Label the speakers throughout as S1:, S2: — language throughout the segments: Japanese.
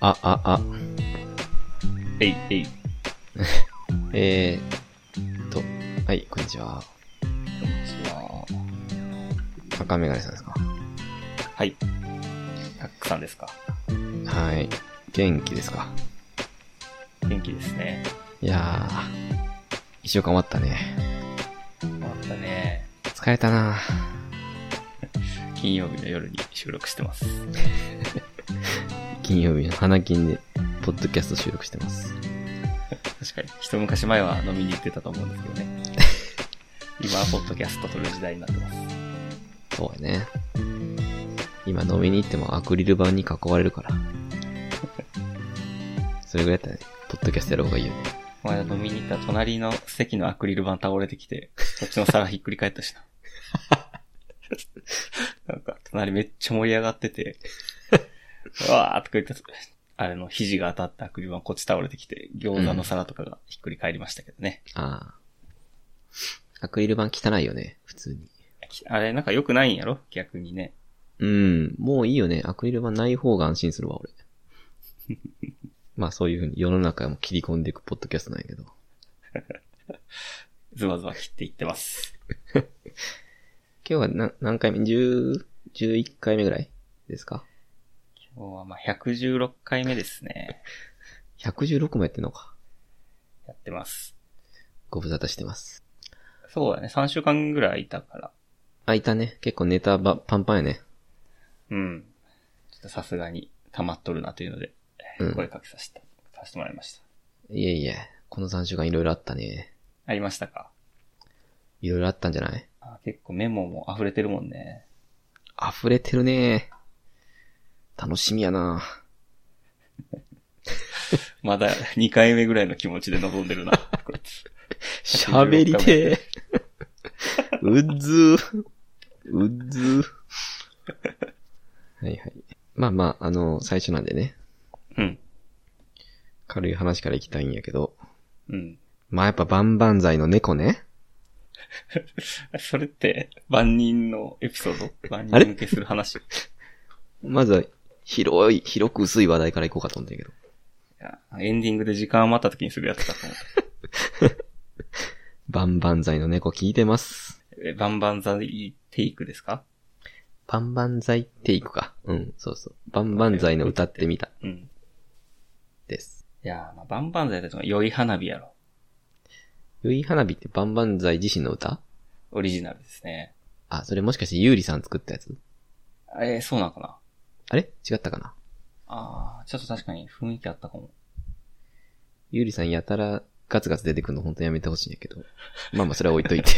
S1: あ、あ、あ、
S2: えい、えい。
S1: えーっと、はい、こんにちは。
S2: こんにちは。
S1: 赤メガネさんですか
S2: はい。たくさんですか
S1: はい。元気ですか
S2: 元気ですね。
S1: いやー、一週間終わったね。
S2: 終わったね。
S1: 疲れたな
S2: 金曜日の夜に収録してます。
S1: 金曜日の花金で、ポッドキャスト収録してます。
S2: 確かに、一昔前は飲みに行ってたと思うんですけどね。今はポッドキャスト撮る時代になってます。
S1: そうやね。今飲みに行ってもアクリル板に囲われるから。 それぐらいだったらね。ポッドキャストやる方がいいよね。
S2: この間飲みに行った隣の席のアクリル板倒れてきて、そっちの皿ひっくり返ったしな。なんか、隣めっちゃ盛り上がってて、うわーとか言ったあれの肘が当たったアクリル板こっち倒れてきて、餃子の皿とかがひっくり返りましたけどね。
S1: ああ。アクリル板汚いよね、普通に。
S2: あれなんか良くないんやろ逆にね。
S1: うん、もういいよね。アクリル板ない方が安心するわ、俺。まあそういうふうに世の中も切り込んでいくポッドキャストなんやけど。
S2: ズバズバ切っていってます。
S1: 今日はな何回目 ?10、11回目ぐらいですか
S2: 今日はまあ116回目ですね。
S1: ?116 もやってんのか。
S2: やってます。
S1: ご無沙汰してます。
S2: そうだね。3週間ぐらいいたから。
S1: あ、いたね。結構ネタばパンパンやね。
S2: うん。ちょっとさすがに溜まっとるなというので、
S1: うん
S2: 声かけさせて、させてもらいました。
S1: いえいえ、この3週間いろいろあったね。
S2: ありましたか
S1: いろいろあったんじゃない
S2: あ結構メモも溢れてるもんね。
S1: 溢れてるね。楽しみやな。
S2: まだ2回目ぐらいの気持ちで臨んでるな。 こいつ
S1: 喋りてー。うっずー。うっずー。はいはい。まあまあ、あの、最初なんでね、
S2: うん。
S1: 軽い話からいきたいんやけど。
S2: うん。
S1: まあやっぱバンバンザイの猫ね。
S2: それって、万人のエピソード万
S1: あれ
S2: 人向けする話。い
S1: まずは、広い、広く薄い話題からいこうかと思うんだけど。
S2: やエンディングで時間余った時にするやつだと思っ
S1: バンバンザイの猫聞いてます。
S2: て。えバンバンザイテイクですか
S1: バンバンザイっていくか。うん、そうそう。バンバンザイの歌ってみた。
S2: うん。
S1: です。
S2: いやー、まあ、バンバンザイだと良い花火やろ。
S1: ゆい花火ってバンバンザイ自身の歌
S2: オリジナルですね。
S1: あ、それもしかしてゆうりさん作ったやつ
S2: えー、そうなのかな
S1: あれ違ったかな
S2: ああ、ちょっと確かに雰囲気あったかも。
S1: ゆうりさんやたらガツガツ出てくるの本当にやめてほしいんやけど。まあまあそれは置いといて。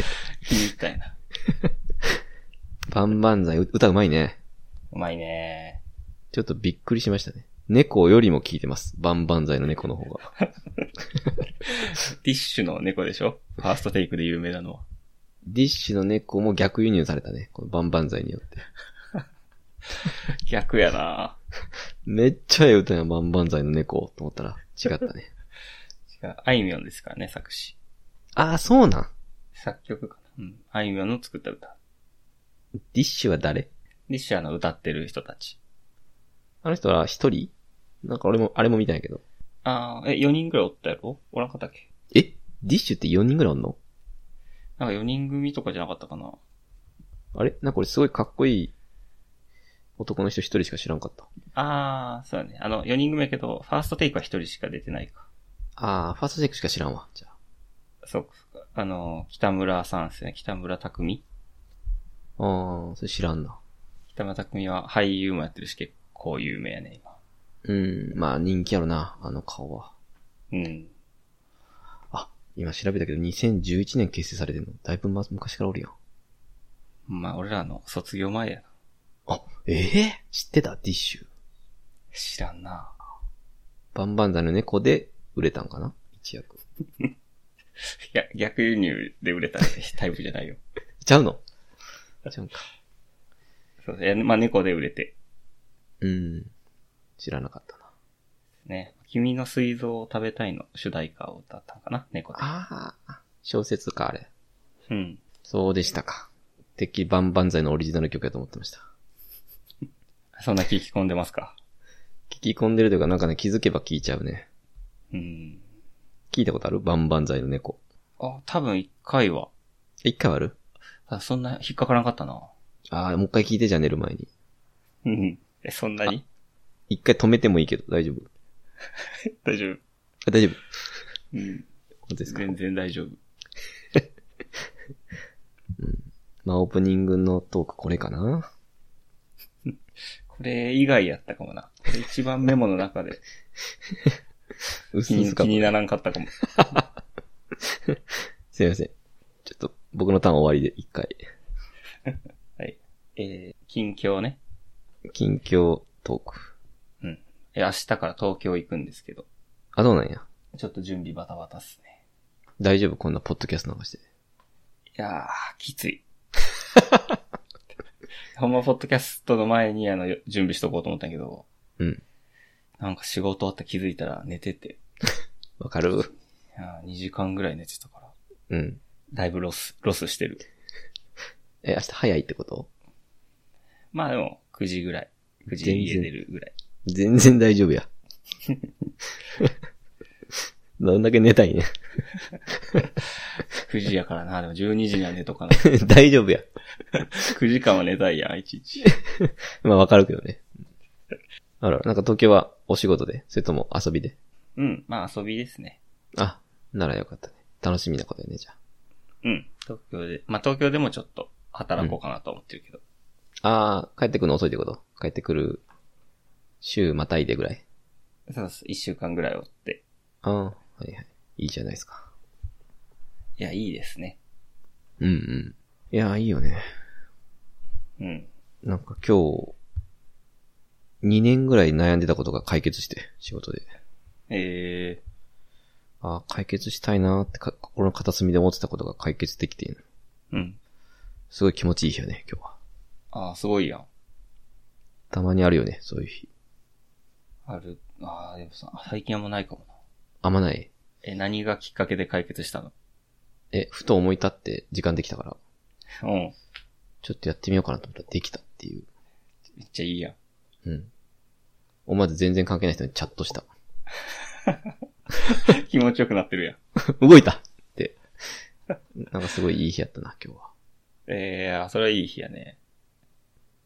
S2: 気に入ったよな。
S1: バンバンザイ、う歌うまいね。
S2: うまいね
S1: ちょっとびっくりしましたね。猫よりも聞いてます。バンバンザイの猫の方が。
S2: ディッシュの猫でしょファーストテイクで有名なのは。
S1: ディッシュの猫も逆輸入されたね。このバンバンザイによって。
S2: 逆やな
S1: めっちゃええ歌やん、バンバンザイの猫。と思ったら、違ったね。
S2: 違う。あいみょんですからね、作詞。
S1: ああ、そうなん。
S2: 作曲かな。うん。あいみょんの作った歌。
S1: ディッシュは誰
S2: ディッシュはあの歌ってる人たち。
S1: あの人は一人なんか俺も、あれも見たんやけど。
S2: ああ、え、4人ぐらいおったやろおらんかったっけ
S1: えディッシュって4人ぐらいおんの
S2: なんか4人組とかじゃなかったかな。
S1: あれなんか俺すごいかっこいい男の人一人しか知らんかった。
S2: ああ、そうだね。あの、4人組やけど、ファーストテイクは1人しか出てないか。
S1: ああ、ファーストチェックしか知らんわ。じゃあ。
S2: そうかそうか。あの、北村さんですね。北村匠
S1: あー、それ知らんな。
S2: 北村匠海は俳優もやってるし、結構有名やね、今。
S1: うん、まあ人気やろな、あの顔は。
S2: うん。
S1: 今調べたけど2011年結成されてるの。だいぶま昔からおるよ。
S2: まあ、俺らの卒業前やな。
S1: あ、ええ知ってたディッシュ。
S2: 知らんな。
S1: バンバンザイの猫で売れたんかな一躍。
S2: いや、逆輸入で売れたタイプじゃないよ。
S1: ちゃうのちゃうんか。
S2: そうえまあ、猫で売れて。
S1: うん。知らなかったな。
S2: ね。君の水臓を食べたいの主題歌を歌ったんかな猫で。
S1: ああ、小説か、あれ。
S2: うん。
S1: そうでしたか。てっきりバンバンザイのオリジナル曲やと思ってました。
S2: そんな聞き込んでますか
S1: 聞き込んでるというか、なんかね、気づけば聞いちゃうね。
S2: うん。
S1: 聞いたことあるバンバンザイの猫。
S2: あ、多分一回は。
S1: え一回はある
S2: あそんな引っかからなかったな。
S1: ああ、もう一回聞いてじゃあ寝る前に。
S2: うん。え、そんなに
S1: 一回止めてもいいけど、大丈夫。
S2: 大丈夫。
S1: あ大丈夫。
S2: うん。
S1: 本当ですか
S2: 全然大丈夫。
S1: まあ、オープニングのトークこれかな
S2: これ以外やったかもな。これ一番メモの中で
S1: 薄
S2: 気
S1: 々
S2: に
S1: か
S2: 気
S1: も。
S2: にならんかったかも。
S1: すいません。ちょっと、僕のターン終わりで一回。
S2: えー、近況ね。
S1: 近況トーク。
S2: え明日から東京行くんですけど、
S1: あ、どうなんや。
S2: ちょっと準備バタバタっすね。
S1: 大丈夫こんなポッドキャスト流して。
S2: いやー、きつい。 ほんま、ポッドキャストの前に、あの、よ準備しとこうと思ったんやけど、
S1: うん。
S2: なんか仕事終わったら気づいたら寝てて、
S1: わかる
S2: いやー2時間ぐらい寝てたか
S1: う
S2: ら、
S1: ん。
S2: だいぶロス、ロスしてる。
S1: え、明日早いってこと
S2: まあでも、9時ぐらい。9時
S1: 全然
S2: に家出るぐらい。
S1: 全然大丈夫 や。どんだけ寝たいね。
S2: 9時やからな、でも12時には寝とか ない。
S1: 大丈夫や。
S2: 9時間は寝たいやん、いちいち。
S1: まあわかるけどね。あら、なんか東京はお仕事でそれとも遊びで
S2: うん、まあ遊びですね。
S1: あ、ならよかったね。楽しみなことよね、じゃ
S2: うん、東京で。まあ東京でもちょっと働こうかなと思ってるけど。
S1: あ。あー、帰ってくるの遅いってこと帰ってくる、週またいでぐらい。
S2: そうです。1週間ぐらいおって。
S1: ああ、はいはい。いいじゃないですか。
S2: いや、いいですね。
S1: うんうん。いやー、いいよね。
S2: うん。
S1: なんか今日、2年ぐらい悩んでたことが解決して、仕事で。
S2: え
S1: ああ、解決したいなーってか心の片隅で思ってたことが解決できて、
S2: ー、うん。
S1: すごい気持ちいい日よね、今日は。
S2: ああ、すごいやん。
S1: たまにあるよね、そういう日。
S2: ある、ああ、でもさ、最近あんまないかもな。
S1: あんまない。
S2: え、何がきっかけで解決したの
S1: え、ふと思い立って時間できたから、
S2: うん。
S1: ちょっとやってみようかなと思ったらできたっていう。
S2: めっちゃいいやん。
S1: うん。思わず全然関係ない人にチャット した。
S2: 気持ちよくなってるやん。
S1: 動いたって。なんかすごいいい日やったな、今日は。
S2: えー、あそれはいい日やね。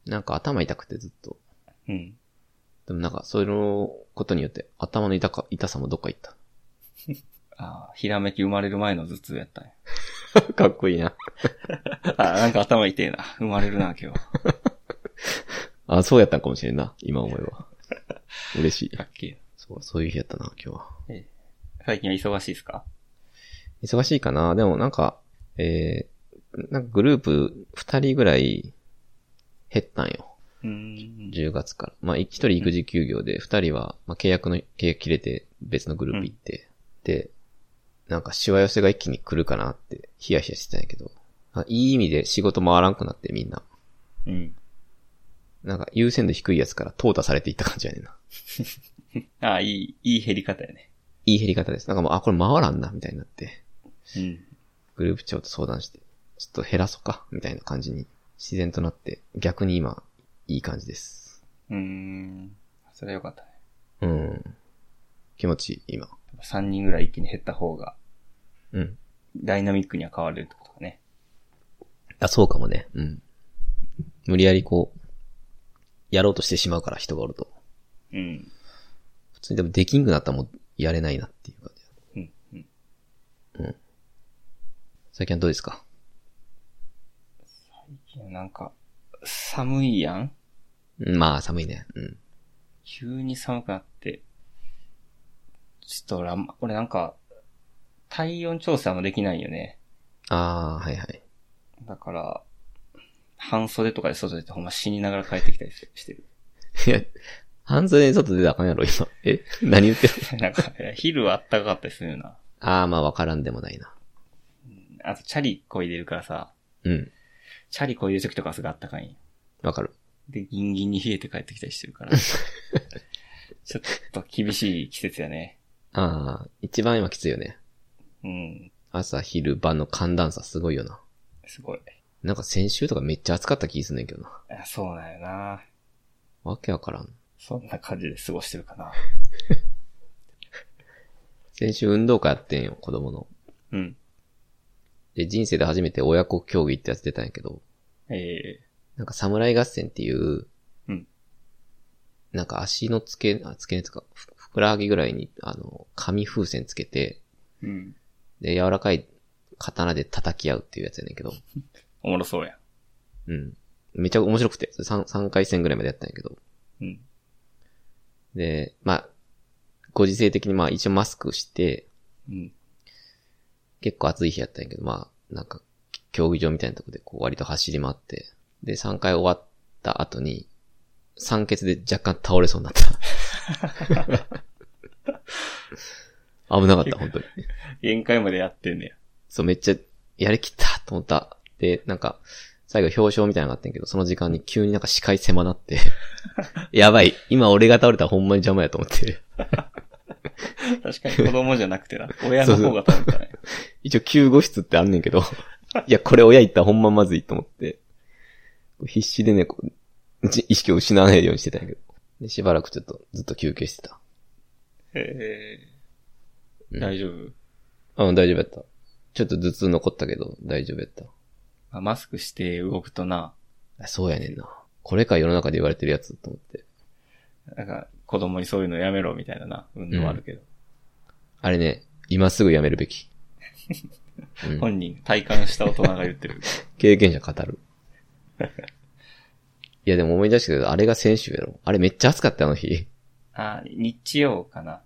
S1: なんか頭痛くてずっと。
S2: うん。
S1: でもなんか、そのことによって頭の痛か、痛さもどっか行っ
S2: ああ、ひらめき生まれる前の頭痛やったんや。
S1: た。 かっこいいな。
S2: ああ、なんか頭痛えな。生まれるな、今日。
S1: あ、そうやったんかもしれんな、今思え ば。嬉しい。
S2: ラッキーや。
S1: そう、そういう日やったな、今日は。
S2: 最近は忙しいですか
S1: 忙しいかなでもなんか、えー、なんかグループ2人ぐらい減ったんよ。
S2: うーん。
S1: 10月から。まあ、1人育児休業で、2人は、まあ、契約の、契約切れて別のグループ行って、で、なんかしわ寄せが一気に来るかなって、ヒヤヒヤしてたんやけど、あいい意味で仕事回らんくなってみんな。
S2: うん。
S1: なんか優先度低いやつから淘汰されていった感じやねんな。
S2: ああ、いい、いい減り方やね。
S1: いい減り方です。なんかもう、あ、これ回らんな、みたいになって、
S2: うん。
S1: グループ長と相談して、ちょっと減らそうか、みたいな感じに自然となって、逆に今、いい感じです。
S2: うーん。それはよかったね。
S1: うん。気持ちいい、今。
S2: 3人ぐらい一気に減った方が、
S1: うん。
S2: ダイナミックには変われるってことかね。
S1: あ、そうかもね。うん。無理やりこう、やろうとしてしまうから人がおると。
S2: うん。
S1: 普通にでもできんくなったらもうやれないなっていう感じ。
S2: うん。うん。
S1: 最近はどうですか
S2: いやなんか、寒いやん
S1: うんまあ、寒いね。うん。
S2: 急に寒くなって。ちょっと俺あんま、俺なんか、体温調整あんまできないよね。
S1: ああ、はいはい。
S2: だから、半袖とかで外出てほんま死にながら帰ってきたりししてる。
S1: い や、半袖に外出たらあかんやろ、今。え 何言ってる
S2: なんか、いや昼はあったかかったりするよな。
S1: ああ、まあ、わからんでもないな。
S2: あと、チャリこいでるからさ、
S1: うん。
S2: チャリこいでる時とかすごいあったかいんよ
S1: わかる。
S2: で、ギンギンに冷えて帰ってきたりしてるから。ちょっと厳しい季節やね。
S1: ああ、一番今きついよね。
S2: うん。
S1: 朝、昼、晩の寒暖差すごいよな。
S2: すごい。
S1: なんか先週とかめっちゃ暑かった気すんねんけどな。
S2: あそうなんよな。
S1: わけわからん。
S2: そんな感じで過ごしてるかな。
S1: 先週運動会やってんよ、子供の。
S2: うん。
S1: で、人生で初めて親子競技ってやつ出たんやけど、
S2: え
S1: なんか侍合戦っていう、
S2: うん
S1: なんか足の付け、あ、付け根つか、ふふくらはぎぐらいに、あの、紙風船つけて、
S2: えうん。
S1: で、柔らかい刀で叩き合うっていうやつやねんけど、
S2: おもろそうや。
S1: うん。めっちゃ面白くて、3、三回戦ぐらいまでやったんやけど、
S2: うん。
S1: で、まあ、ご時世的にまあ一応マスクして、
S2: うん。
S1: 結構暑い日やったんやけど、まあ、なんか、競技場みたいなとこでこう割と走り回って、で、3回終わった後に、酸欠で若干倒れそうになった。危なかった、本当に。
S2: 限界までやってんねや。
S1: そう、めっちゃ、やりきったと思った。で、なんか、最後表彰みたいなのがあってんけど、その時間に急になんか視界狭なって、やばい、今俺が倒れたらほんまに邪魔やと思って。
S2: 確かに子供じゃなくて な。親の方が食べたね。
S1: 一応救護室ってあんねんけど、 いや、これ親行ったらほんままずいと思って、必死でね、こうじ意識を失わないようにしてたんやけど。で、しばらくちょっとずっと休憩してた。
S2: え
S1: う
S2: え
S1: ん
S2: 大丈夫、
S1: うん、大丈夫やった。ちょっと頭痛残ったけど、大丈夫やった。
S2: まあマスクして動くとな、
S1: あそうやねんな。これか世の中で言われてるやつと思って。
S2: なんか子供にそういうのやめろみたいなな、運動あるけど。
S1: あれね、今すぐやめるべき。うん、
S2: 本人、体感した大人が言って る。
S1: 経験者語る。いや、でも思い出したけど、あれが先週やろ。あれめっちゃ暑かったよ、あの日。
S2: あー、日曜かな。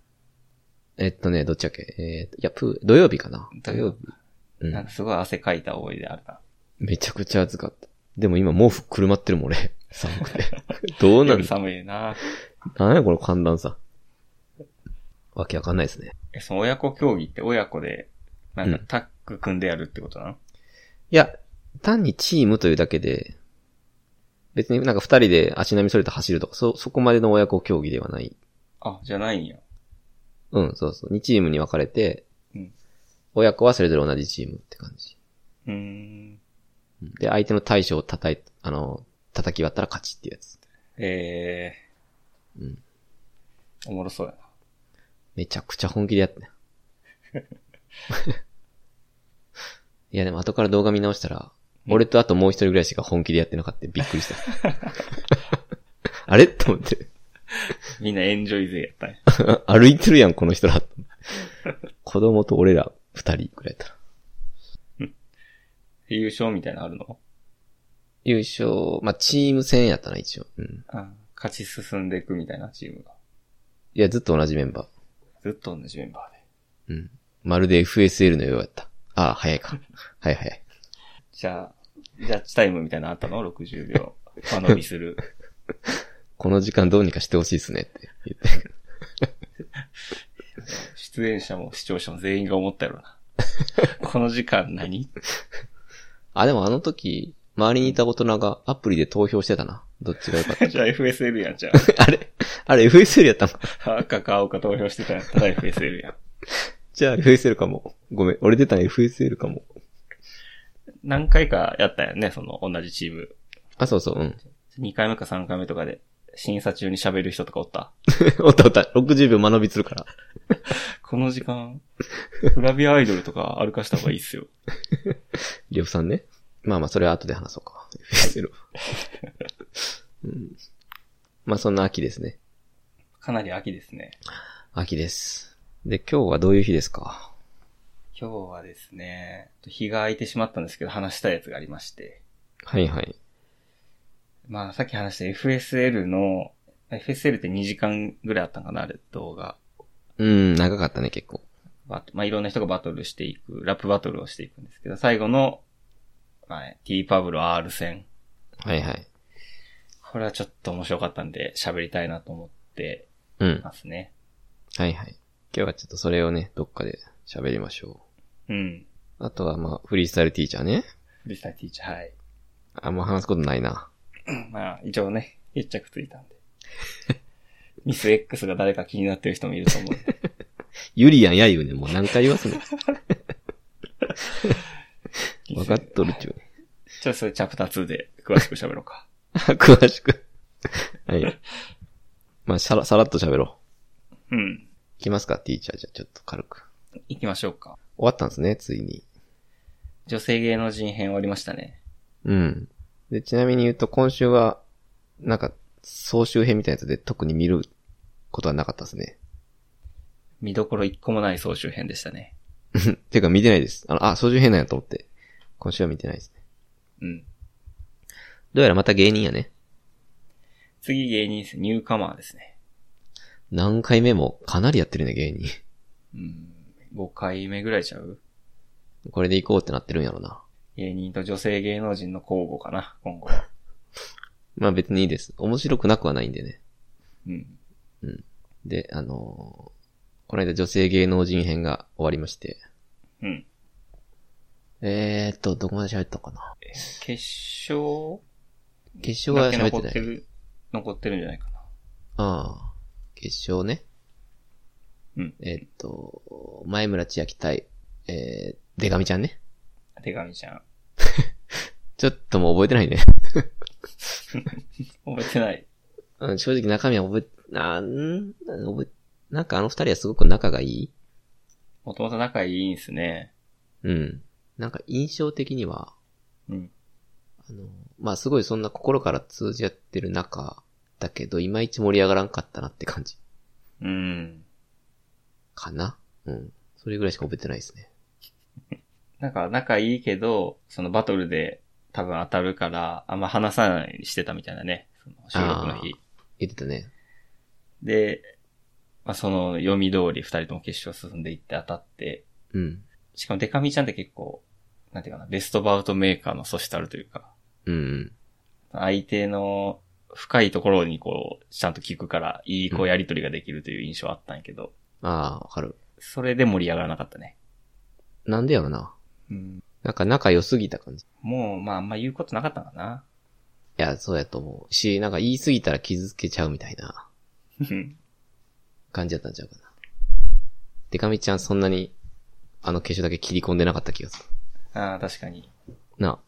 S1: えっとね、どっちだっけえーと、いや、プー、土曜日かな。
S2: 土曜日。
S1: う
S2: なん
S1: ん
S2: か。すごい汗かいた思い出あるな。
S1: めちゃくちゃ暑かった。でも今毛布くるまってるもん、俺。 寒く て。どうなん
S2: 夜
S1: だ
S2: 寒いな。
S1: なんやこの寒暖差。わけわかんないですね。
S2: え、その親子競技って親子で、なんかタッグ組んでやるってことなの、
S1: いや、単にチームというだけで、別になんか二人で足並みそれて走るとか、そ、そこまでの親子競技ではない。
S2: あ、じゃないんや。
S1: うん、そうそう。二チームに分かれて、
S2: うん
S1: 親子はそれぞれ同じチームって感じ。
S2: うーん。
S1: うんで、相手の大将を叩い、あの、叩き割ったら勝ちっていうやつ。
S2: え
S1: うん。
S2: ー、おもろそうやな。
S1: めちゃくちゃ本気でやったね。 いやでも後から動画見直したら、
S2: うん
S1: 俺とあともう一人ぐらいしか本気でやってなかったびっくりした。 あれと思って。
S2: みんなエンジョイ勢や ったね。
S1: 歩いてるやん、この人ら。子供と俺ら二人ぐらいだったら。
S2: 優勝みたいなのあるの
S1: 優勝、まあ、チーム戦やったな、一応。うん。
S2: あ勝ち進んでいくみたいなチームが。
S1: いや、ずっと同じメンバ
S2: ずっと同じメンバーで。
S1: ー。うん。まるで FSL のようやった。ああ、早い か。はいはい。
S2: じゃあ、ジャッジタイムみたいなのあったの ?60 秒。間延びする。
S1: この時間どうにかしてほしいですねって言って。
S2: 出演者も視聴者も全員が思ったやろな。 この時間何
S1: あ、でもあの時、周りにいた大人がアプリで投票してたな。どっちが良かっ
S2: じゃあ FSL やん、じゃ
S1: た。 あれあれ FSL やったのか
S2: あ。 赤か青か投票してたんやったら FSL やん。
S1: じゃあ FSL かも。ごめん。俺出たね FSL かも。
S2: 何回かやったよね、その同じチーム。
S1: あ、そうそう、うん。
S2: 2回目か3回目とかで、審査中に喋る人とかおった。
S1: おったおった。60秒間延びするから。
S2: この時間、グラビアアイドルとか歩かした方がいいっすよ。
S1: りょうさんね。まあまあ、それは後で話そうか。FSL。うん、まあ、そんな秋ですね。
S2: かなり秋ですね。
S1: 秋です。で、今日はどういう日ですか
S2: 今日はですね、日が空いてしまったんですけど、話したいやつがありまして。
S1: はいはい。
S2: まあ、さっき話した FSL の、FSL って2時間ぐらいあったんかな、あれ、動画。
S1: うん、長かったね、結構。
S2: バトまあ、いろんな人がバトルしていく、ラップバトルをしていくんですけど、最後の、まあ、T パブロ R 戦。
S1: はいはい。
S2: これはちょっと面白かったんで、喋りたいなと思って
S1: うん。
S2: ますね。
S1: はいはい。今日はちょっとそれをね、どっかで喋りましょう。
S2: うん。
S1: あとは、まあ、フリースタイルティーチャーね。
S2: フリースタイルティーチャー、はい。
S1: あんま話すことないな。
S2: まあ、一応ね、一着ついたんで。 ミス X が誰か気になってる人もいると思うん で。
S1: ユリアンや言うねん。もう何回言わすの分かっとるっちゅうね。
S2: ちょっとそれチャプター2で詳しく喋ろうか。
S1: 詳しく。はい。まあ、さら、さらっと喋ろう。
S2: うん。
S1: いきますか、ティーチャー。じゃあ、ちょっと軽く。
S2: 行きましょうか。
S1: 終わったんですね、ついに。
S2: 女性芸能人編終わりましたね。
S1: うん。で、ちなみに言うと、今週は、なんか、総集編みたいなやつで特に見ることはなかったですね。
S2: 見どころ一個もない総集編でしたね。
S1: てか、見てないです。あの、あ、総集編なんやと思って。今週は見てないですね。
S2: うん。
S1: どうやらまた芸人やね。
S2: 次芸人です。ニューカマーですね。
S1: 何回目もかなりやってるね、芸人。
S2: うん。5回目ぐらいちゃう
S1: これで行こうってなってるんやろな。
S2: 芸人と女性芸能人の交互かな、今後は。
S1: まあ別にいいです。面白くなくはないんでね。
S2: うん。
S1: で、あのーこの間女性芸能人編が終わりまして。
S2: うん。
S1: えーっと、どこまで喋ったかな。
S2: 決勝
S1: 決勝は
S2: だけ
S1: 喋
S2: 残
S1: っ
S2: ってて
S1: ない。
S2: る、残ってるんじゃないかな。
S1: ああ。決勝ね。
S2: うん。
S1: えーっと、前村千秋対、えー、でがみちゃんね。
S2: 手紙ちゃん。
S1: ちょっともう覚えてないね。
S2: 覚えてない。
S1: うん、正直中身は覚え、あーん覚え、なんかあの二人はすごく仲がいい
S2: もともと仲いいんすね。
S1: うん。なんか印象的には、
S2: うん。
S1: あの、まあ、すごいそんな心から通じ合ってる中、だけど、いまいち盛り上がらんかったなって感じ。
S2: うん。
S1: かなうん。それぐらいしか覚えてないですね。
S2: なんか仲いいけど、そのバトルで多分当たるから、あんま話さないようにしてたみたいなね。その収録の日。
S1: 言ってたね。
S2: で、まあ、その読み通り二人とも決勝進んでいって当たって、
S1: うん。
S2: しかもデカミちゃんって結構、なんていうかな、ベストバウトメーカーの素質あるというか、
S1: うん。
S2: 相手の深いところにこう、ちゃんと聞くから、いいこうやりとりができるという印象あったんやけど、
S1: ああ、わかる。
S2: それで盛り上がらなかったね。
S1: なんでやろな。
S2: うん。
S1: なんか仲良すぎた感じ。
S2: もう、まあ、あんま言うことなかったかな。
S1: いや、そうやと思う。し、なんか言いすぎたら傷つけちゃうみたいな感じだったんちゃうかな。デカミちゃんそんなに、あの化粧だけ切り込んでなかった気がする。
S2: ああ、確かに。
S1: なあ。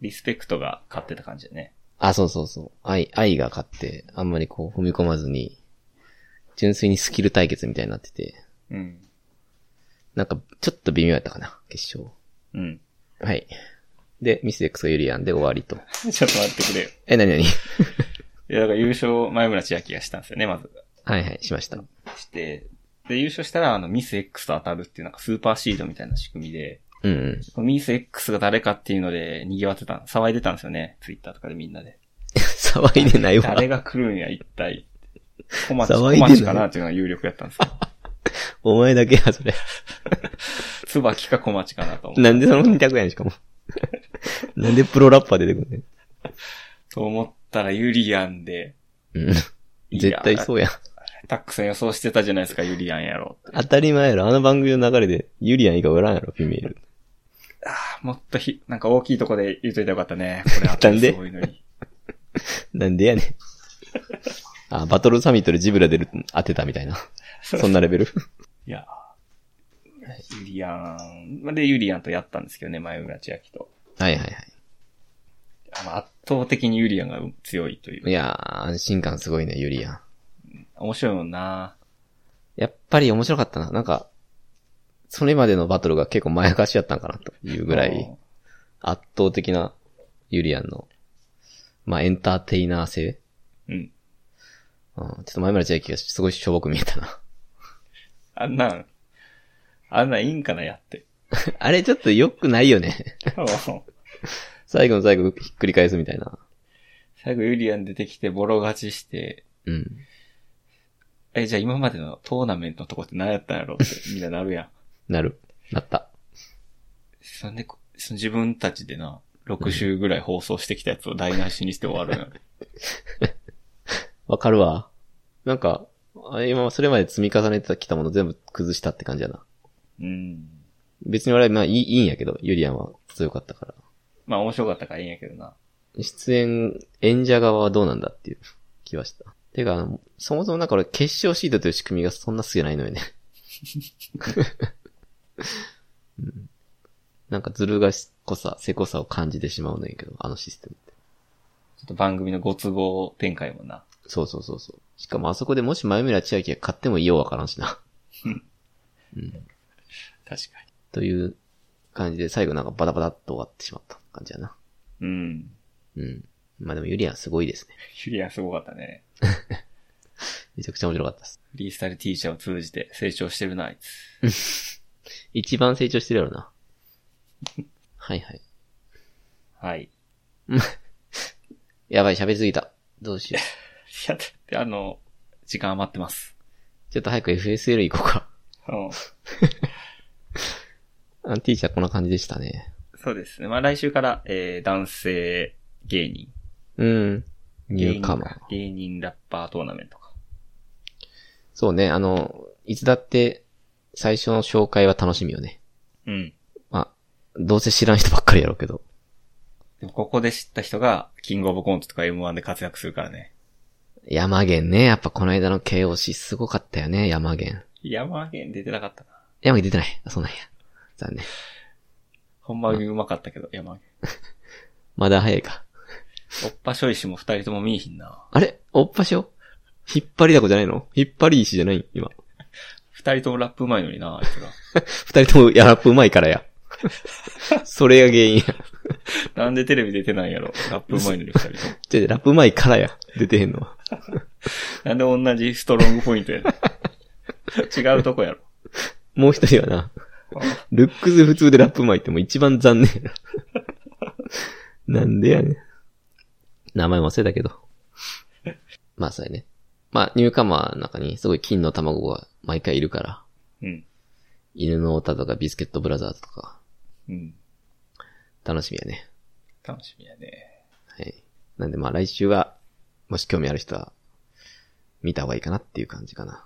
S2: リスペクトが勝ってた感じだね。
S1: あ、そうそうそう。愛、愛が勝って、あんまりこう踏み込まずに、純粋にスキル対決みたいになってて、
S2: うん。
S1: なんかちょっと微妙やったかな、決勝。
S2: うん。
S1: はい。で、ミス X がユリアンで終わりと。
S2: ちょっと待ってくれよ。
S1: え、なになに
S2: いや、だから優勝、前村千秋がしたんですよね、まず。
S1: はいはい、しました。
S2: して、で、優勝したら、あの、ミス X と当たるっていう、なんかスーパーシードみたいな仕組みで、
S1: うんうん。
S2: ミス X が誰かっていうので、賑わってた、騒いでたんですよね。ツイッターとかでみんなで。
S1: 騒いでないわ
S2: 誰。が来るんや、一体。小町、
S1: 騒い
S2: 小
S1: でない
S2: 町かなっていうのが有力やったんですけど。
S1: お前だけや、それ。
S2: 椿か小町かなと思
S1: なんでその二択やねん、しかも。 なんでプロラッパー出てくんねん
S2: と思ったら、ユリアンで、。
S1: うん。絶対そうや。
S2: たくさん予想してたじゃないですか、ユリアンやろって。
S1: 当たり前やろ。あの番組の流れで、ユリアン以外おらんやろ、フィメール。
S2: もっとひ、なんか大きいとこで言うといたらよかっ たね。これあったらすごいのに。
S1: なんでや ねん。あ、バトルサミットでジブラ出る、当てたみたいな。そんなレベル。
S2: いや、ユリアン、まあで、ユリアンとやったんですけどね、前村千秋と。
S1: はいはいは
S2: あの圧倒的にユリアンが強いと
S1: い。
S2: い。
S1: いうやー、安心感すごいね、ユリアン。
S2: 面白いもんな
S1: やっぱり面白かったな。なんか、それまでのバトルが結構前かしやったんかなというぐらい、圧倒的なユリアンの、まあエンターテイナー性。
S2: うん。
S1: うん、ちょっと前村千秋がすごいしょぼく見えたな。
S2: あんなん、あんなんいいんかな、やって。
S1: あれちょっと良くないよね。
S2: もう
S1: 最後の最後ひっくり返すみたいな。
S2: 最後ユリアン出てきてボロ勝ちして、
S1: うん。
S2: え、じゃあ今までのトーナメントのとこって何やったんやろってみんななるやん。
S1: なる。なった。
S2: そんで、こその自分たちでな、6週ぐらい放送してきたやつを台無しにして終わるのよ。
S1: わかるわ。なんか、あ今それまで積み重ねてきたもの全部崩したって感じやな。
S2: うん。
S1: 別に俺はまあいいいいんやけど、ユリアンは強かったから。
S2: まあ面白かったからいいんやけどな。
S1: 出演、演者側はどうなんだっていう気はした。てか、あのそもそもなんか俺決勝シートという仕組みがそんな好きじゃないのよね。 うんなんかずる賢さ、せこさを感じてしまうねんけど、あのシステムって。
S2: ちょっと番組のご都合展開もな。
S1: そうそうそうそう。しかもあそこでもし前村千秋が買ってもいいようわからんしな。
S2: うん
S1: うん。
S2: 確か
S1: という感じで最後なんかバタバタっと終わってしまった感じやな。
S2: に。うん。
S1: うん。まあでもユリアンすごいですね。
S2: ユリアンすごかったね。
S1: めちゃくちゃ面白かったです。
S2: フリースタイルティーチャーを通じて成長してるな、あいつ。
S1: 一番成長してるやろな。はいはい。
S2: はい。い
S1: やばい、喋りすぎた。どうしよう。
S2: や、だってあの、時間余ってます。
S1: ちょっと早く FSL 行こうか。
S2: うん。
S1: あの T 社こんな感じでしたね。
S2: そうですね。まあ来週から、えー、男性芸人。
S1: うん。ニューカマー
S2: 芸。人芸人ラッパートーナメントか。
S1: そうね、あの、いつだって最初の紹介は楽しみよね。
S2: うん。
S1: まあ、どうせ知らん人ばっかりやろうけど。
S2: でもここで知った人が、キングオブコントとか M1 で活躍するからね。
S1: 山源ね、やっぱこの間の KOC すごかったよね、山源。
S2: 山源出てなかったな。
S1: 山源出てない。あ、そうなんや。残念。
S2: ほんまにうまかったけど、山源。
S1: まだ早いか。
S2: おっぱしょいしも二人とも見えひんな。
S1: あれおっぱしょ引っ張りだこじゃないの引っ張り石じゃない今。
S2: 二人ともラップうまいのにな、あいつら。
S1: 二人ともやラップうまいからや。それが原因や。
S2: なんでテレビ出てないんやろ。ラップうまいのに二人とも。
S1: じゃラップうまいからや。出てへんのは。
S2: なんで同じストロングポイントや ねん違うとこやろ。
S1: もう一人はな、ルックス普通でラップうまいってもう一番残念やな。なんでやねん。名前忘れたけど。まあ、それね。まあ、ニューカマーの中にすごい金の卵が毎回いるから、
S2: うん。
S1: 犬の歌とかビスケットブラザーズとか、
S2: うん。
S1: 楽しみやね。
S2: 楽しみやね。
S1: はい。なんでまあ来週は、もし興味ある人は、見た方がいいかなっていう感じかな。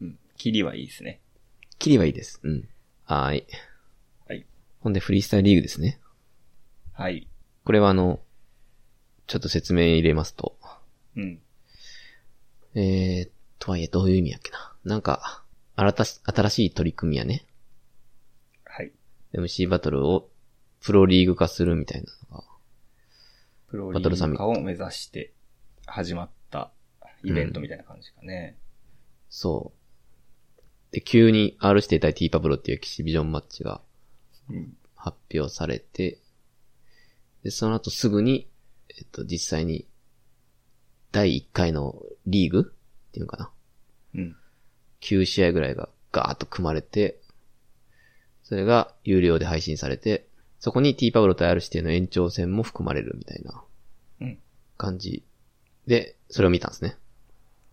S2: うん。キリはいいですね。
S1: 切りはいいです。うん。はーい。
S2: はい。
S1: ほんでフリースタイルリーグですね。
S2: はい。
S1: これはあの、ちょっと説明入れますと、
S2: うん。
S1: えー、とはいえどういう意味やっけな。なんか、新たし、新しい取り組みやね。
S2: はい。
S1: MC バトルをプロリーグ化するみたいなのが。
S2: プロ
S1: バトルサミット
S2: 化を目指して始まったイベントみたいな感じかね。
S1: そう。で、急に R 指定対 T パブロっていうエキシビジョンマッチが
S2: うん。
S1: 発表されて、で、その後すぐに、えっと、実際に、第1回のリーグっていうのかな
S2: うん。
S1: ?9 試合ぐらいがガーッと組まれて、それが有料で配信されて、そこに T パブロと R 指定の延長戦も含まれるみたいな
S2: うん。
S1: 感じで、それを見たんですね。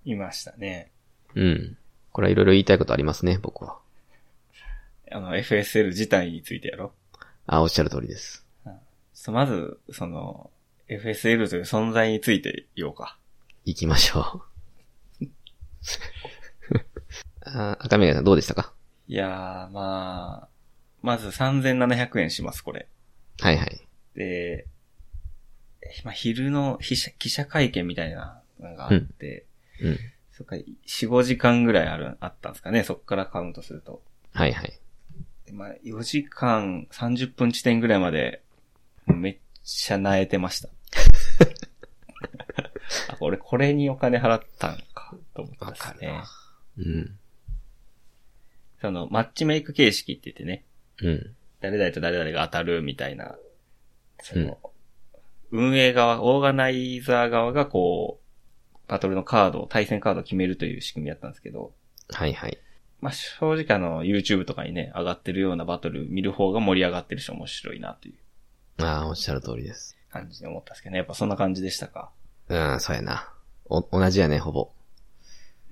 S2: いましたね。
S1: うん。これはいろいろ言いたいことありますね、僕は。
S2: あの、FSL 自体についてやろ。
S1: あ、おっしゃる通りです。
S2: ちょっとまず、その、FSL という存在について言おうか。
S1: 行きましょう。 あ赤目がさんどうでしたか
S2: いやー、まあ、まず3700円します、これ。
S1: はいはい。
S2: で、まあ、昼の記者記者会見みたいなのがあって、
S1: うん。
S2: そっか、4、5時間ぐらいある、あったんですかね、そっからカウントすると。
S1: はいはい。
S2: でまあ、4時間30分地点ぐらいまで、めっちゃ萎えてました。あ、俺これにお金払ったんか、と思ったんですね。
S1: うん。
S2: その、マッチメイク形式って言ってね、
S1: うん。
S2: 誰々と誰々が当たるみたいな、その、運営側、オーガナイザー側がこう、バトルのカードを、対戦カードを決めるという仕組みだったんですけど、
S1: はいはい。
S2: まあ、正直あの、YouTube とかにね、上がってるようなバトル見る方が盛り上がってるし面白いなという
S1: ああ、おっしゃる通りです。
S2: 感じで思ったんですけどね、やっぱそんな感じでしたか。
S1: うん、そうやな。お、同じやね、ほぼ。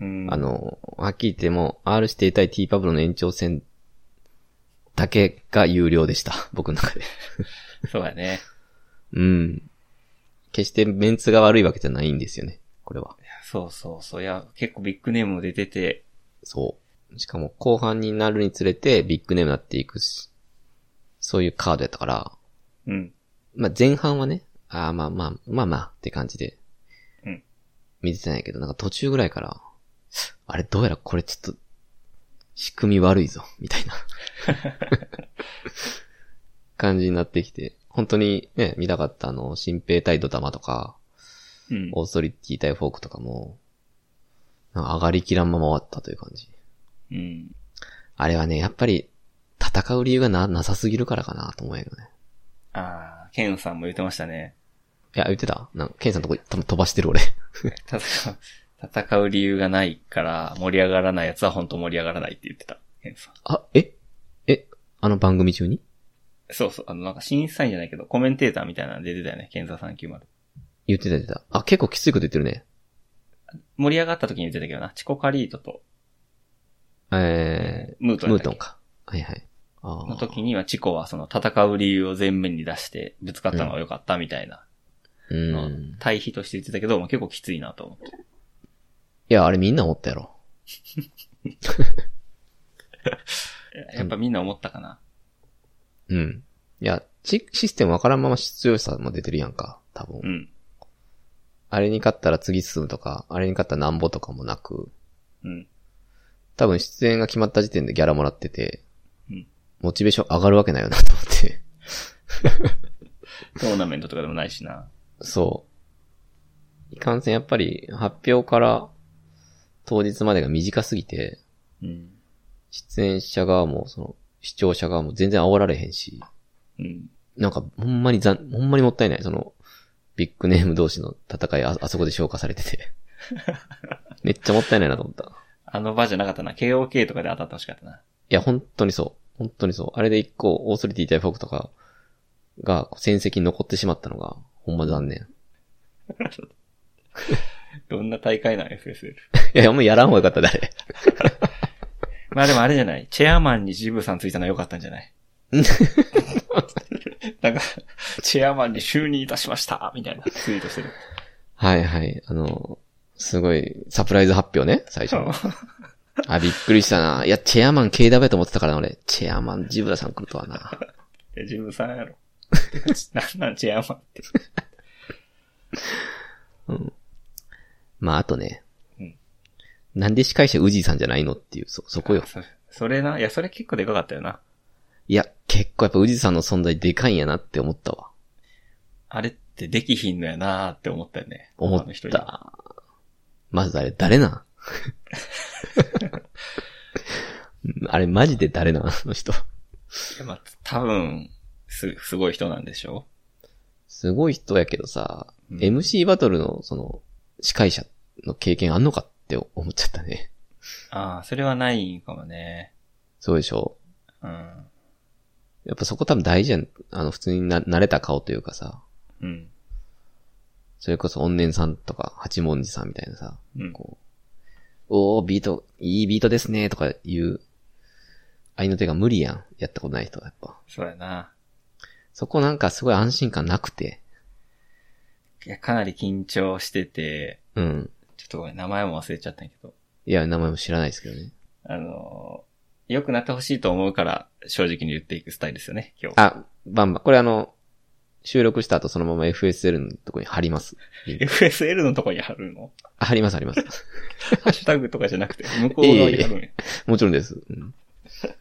S2: うん。
S1: あ、の、はっきり言っても、R 指定対 T パブロの延長戦だけが有料でした。僕の中で。
S2: そうやね。
S1: うん。決してメンツが悪いわけじゃないんですよね。これは。
S2: いやそうそうそう。いや、結構ビッグネームも出てて、
S1: そう。しかも後半になるにつれてビッグネームになっていくし、そういうカードやったから、
S2: うん。
S1: まあ、前半はね、ああ、まあまあ、まあまあって感じで、
S2: うん。
S1: 見てたんやけど、なんか途中ぐらいから、あれどうやらこれちょっと、仕組み悪いぞ、みたいな。感じになってきて、本当にね、見たかったあの、新兵対ドタマとか、
S2: うん。
S1: オーソリティ対フォークとかも、なんか上がりきらんまま終わったという感じ。
S2: うん。
S1: あれはね、やっぱり、戦う理由がな、なさすぎるからかなと思うよね。
S2: ああ、ケンさんも言ってましたね。
S1: いや、言ってたなんか、ケンさんのとこ多分飛ばしてる俺。
S2: 戦う、戦う理由がないから盛り上がらないやつは本当盛り上がらないって言ってた。ケンさん。
S1: あ、ええあの番組中に
S2: そうそう。あの、なんか審査員じゃないけど、コメンテーターみたいなの出てたよね。ケンザ390。
S1: 言ってた言ってた。あ、結構きついこと言ってるね。
S2: 盛り上がった時に言ってたけどな。チコカリートと
S1: え
S2: ムート
S1: ー、
S2: ン
S1: ム
S2: だ
S1: ート
S2: っけ
S1: ンか。はいはい。あ
S2: の
S1: ー
S2: 時にはチコはその戦う理由を前面に出してぶつかったのが良かったみたいな
S1: う
S2: の
S1: ん。
S2: 対比として言ってたけど、まあ、結構きついなと思って。
S1: いや、あれみんな思ったやろ。
S2: やっぱみんな思ったかな。
S1: うん。いや、シシステムわからんまま強さも出てるやんか。多分。
S2: うん。
S1: あれに勝ったら次進むとか、あれに勝ったらなんぼとかもなく、
S2: うん。
S1: 多分出演が決まった時点でギャラもらってて、
S2: うん
S1: モチベーション上がるわけないよなと思って。
S2: トーナメントとかでもないしな。
S1: そう。いかんせんやっぱり発表から当日までが短すぎて、
S2: うん。
S1: 出演者側もその視聴者側も全然煽られへんし、
S2: うん。
S1: なんかほんまにざん、ほんまにもったいない。そのビッグネーム同士の戦いああそこで消化されてて。めっちゃもったいないなと思った。
S2: あの場じゃなかったな。KOK とかで当たってほしかったな。
S1: いや、本当にそう。本当にそう。あれで一個、オーソリティ対フォークとかが戦績に残ってしまったのが、ほんま残念。
S2: どんな大会なん FSL。
S1: いや、もうやらん方がよかったで、あれ。
S2: まあでもあれじゃない。チェアマンにジブさんついたのは良かったんじ ゃない
S1: うん
S2: なんか、チェアマンに就任いたしましたみたいなツイートしてる。
S1: はいはい。あの、すごい、サプライズ発表ね、最初の。あ、びっくりしたな。いや、チェアマン KW やと思ってたからな、俺。チェアマンジブラさん来るとはな。
S2: え、ジブさん やろ。なんなんチェアマンって。
S1: まあ、あとね。
S2: うん
S1: なんで司会者宇治さんじゃないのっていう、そ、そこよ。
S2: そそれな、いや、それ結構でかかったよな。
S1: いや、結構やっぱ宇治さんの存在でかいんやなって思ったわ。
S2: あれってできひんのやなーって思ったよね。
S1: 思
S2: 他の
S1: っ
S2: 人に。
S1: た。まずあれ誰 なんうんあれマジで誰なんあの人。
S2: いやまあ、多分、す、すごい人なんでしょ
S1: すごい人やけどさ、
S2: うん
S1: MC バトルのその司会者の経験あんのかって 思っちゃったね。
S2: ああ、それはないかもね。
S1: そうでしょ
S2: うん。
S1: やっぱそこ多分大事やん。あの普通にな慣れた顔というかさ、
S2: うん。
S1: それこそ怨念さんとか八文字さんみたいなさ、
S2: うん。
S1: こう、おービート、いいビートですねとか言う、愛の手が無理やん。やったことない人はやっぱ。
S2: そうやな。
S1: そこなんかすごい安心感なくて。
S2: いや、かなり緊張してて、
S1: うん。
S2: ちょっとごめん、名前も忘れちゃったんやけど、
S1: いや、名前も知らないですけどね。
S2: あのー、良くなってほしいと思うから、正直に言っていくスタイルですよね、今日。
S1: あ、バンバン。これあの、収録した後そのまま FSL のとこに貼ります。
S2: FSL のとこに貼るの
S1: あ貼ります、貼ります。
S2: ハッシュタグとかじゃなくて、向こう側に貼るんや。
S1: もちろんです。 うん、フ
S2: そう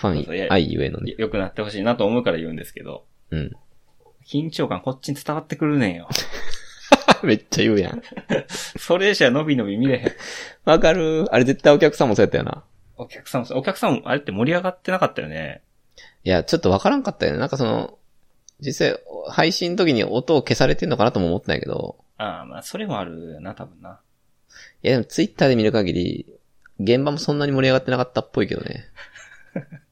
S2: そうい
S1: ァン、
S2: や
S1: 愛ゆえのね。
S2: 良くなってほしいなと思うから言うんですけど、
S1: うん。
S2: 緊張感こっちに伝わってくるねんよ。
S1: めっちゃ言うやん。
S2: それじゃ伸び伸び見れへん。
S1: わかるあれ絶対お客さんもそうやったよな。
S2: お客さんも、お客さんも、あれって盛り上がってなかったよね。
S1: いや、ちょっとわからんかったよね。なんかその、実際、配信の時に音を消されてんのかなとも思ってないけど、
S2: ああ、まあ、それもあるよな、多分な。
S1: いや、でもツイッターで見る限り、現場もそんなに盛り上がってなかったっぽいけどね。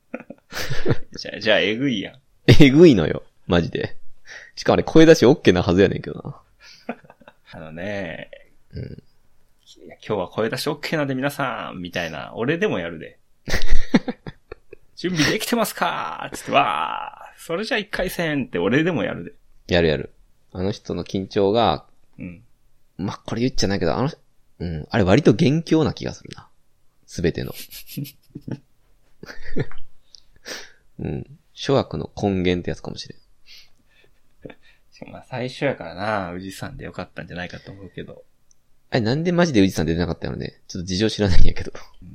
S2: じゃあ、じゃあ、えぐいやん。
S1: えぐいのよ。マジで。しかもあれ声出し OK なはずやねんけどな。
S2: あのね、
S1: うん。
S2: いや今日は声出し OK なんで皆さん、みたいな、俺でもやる で。準備できてますかつって、わー、それじゃあ一回戦って俺でもやるで。
S1: やるやる。あの人の緊張が、
S2: うん。
S1: まあ、これ言っちゃないけど、あの、うん、あれ割と元凶な気がするな。すべての。 うん。諸悪の根源ってやつかもしれん。
S2: しかもまあ、最初やからな、宇治さんでよかったんじゃないかと思うけど。
S1: あれなんでマジで宇治さん出てなかったのね。ちょっと事情知らないんやけど。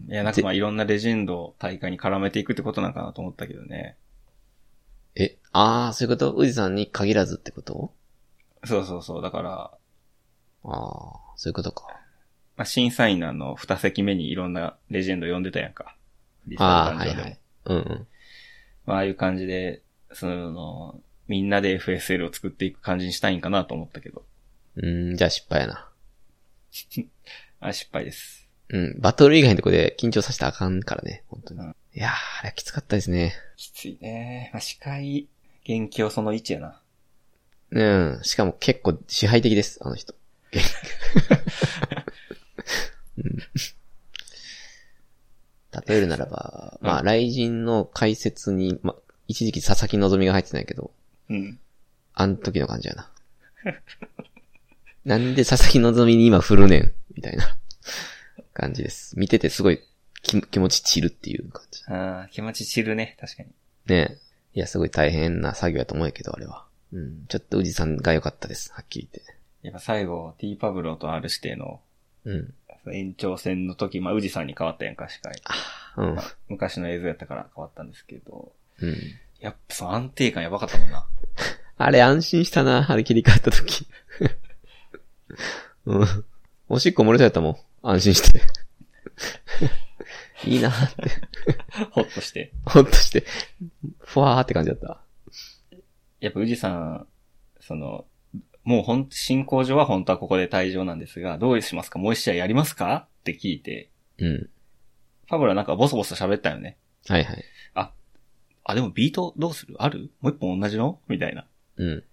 S2: いや、なんかまあ、いろんなレジェンドを大会に絡めていくってことなんかなと思ったけどね。
S1: え、あー、そういうこと宇治さんに限らずってこと
S2: そうそうそう。だから、
S1: あー、そういうことか。
S2: まあ、審査員のあの、二席目にいろんなレジェンド呼んでたやんか。理想
S1: ああ、
S2: の
S1: は
S2: 男
S1: い
S2: 女で
S1: は
S2: も
S1: い。うんうん。
S2: まあ、ああいう感じで、その、みんなで FSL を作っていく感じにしたいんかなと思ったけど、
S1: うーん、じゃあ失敗やな。
S2: あ、失敗です。
S1: うん、バトル以外のとこで緊張させたらあかんからね、本当に。
S2: うん
S1: いやー、あれはきつかったですね。
S2: きついね。まあ、司会、元気をその1やな。
S1: うん、しかも結構支配的です、あの 人。うん例えるならば、
S2: うん
S1: まあ、雷神の解説に、ま、一時期佐々木希が入ってないけど、
S2: うん。
S1: あん時の感じや な。なんで佐々木希に今振るねん、みたいな感じです。見ててすごい気気持ち散るっていう感じ。
S2: ああ、気持ち散るね。確かに。
S1: ねえ。いや、すごい大変な作業やと思うけど、あれは。うん。ちょっとおじさんが良かったです。はっきり
S2: やっぱ最後、T パブロと R 指定の
S1: 言って。
S2: 延長戦の時、まあ、宇治さんに変わったやんか、司会。
S1: うん。うん。
S2: 昔の映像やったから変わったんですけど、
S1: うん。
S2: やっぱその安定感やばかったも んな。
S1: あれ安心したな、あれ切り替えた 時。うん。おしっこ漏れちゃったもん。安心 して。いいなーって。
S2: ほっとして。
S1: ほっとして。ふわーって感じだった。
S2: やっぱ宇治さん、その、もうほん、進行上は本当はここで退場なんですが、どうしますかもう一試合やりますかって聞いて、
S1: うん。
S2: パブロはなんかボソボソ喋ったよね。
S1: はいはい。
S2: あ、でもビートどうするあるもう一本同じのみたいな。
S1: うん。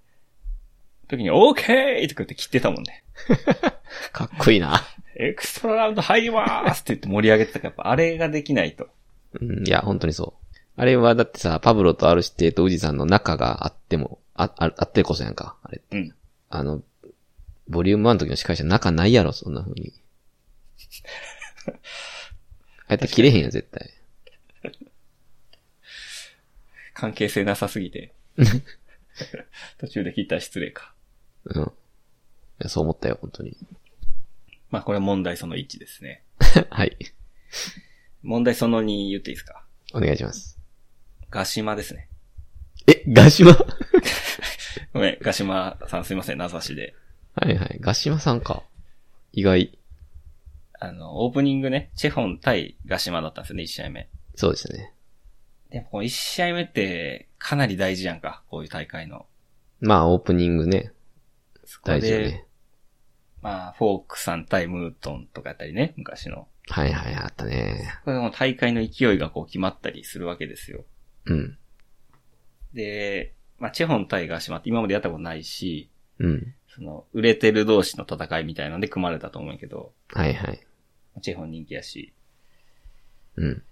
S2: 時に、オーケーとか言って切ってたもんね。
S1: かっこいいな。
S2: エクストララウンド入りまーすって言って盛り上げてたから、やっぱあれができないと。
S1: うん、いや、本当にそう。あれはだってさ、パブロとアルシテとウジさんの仲があっても、あ、ああってこそやんか、あれって。
S2: うん
S1: あの、ボリューム1の時の司会者仲ないやろ、そんな風 に。あえて切れへんやん、絶対。
S2: 関係性なさすぎて。途中で切ったら失礼か。
S1: うん。いやそう思ったよ、本当 に。
S2: まあこれ問題その1ですね。
S1: はい。
S2: 問題その2言っていいですか
S1: お願いします。
S2: ガシマですね。
S1: え、ガシマは
S2: ごめん、ガシマさんすいません、名指しで。
S1: いはい。ガシマさんか。意外。
S2: あの、オープニングね、チェホン対ガシマだったんですよね、1試合目。
S1: そうでしたね。
S2: でもこの1試合目ってかなり大事やんか、こういう大会の。
S1: まあ、オープニングね。
S2: そこ
S1: 大事よ
S2: で、
S1: ね。
S2: まあ、フォークさん対ムートンとかやったりね、昔の。
S1: はいはい、あったね。
S2: これも大会の勢いがこう決まったりするわけですよ。
S1: うん。
S2: で、まあ、チェホン対ガシマって今までやったことないし、
S1: うん。
S2: その、売れてる同士の戦いみたいなんで組まれたと思うんやけど、
S1: はいはい。
S2: チェホン人気やし、
S1: うん。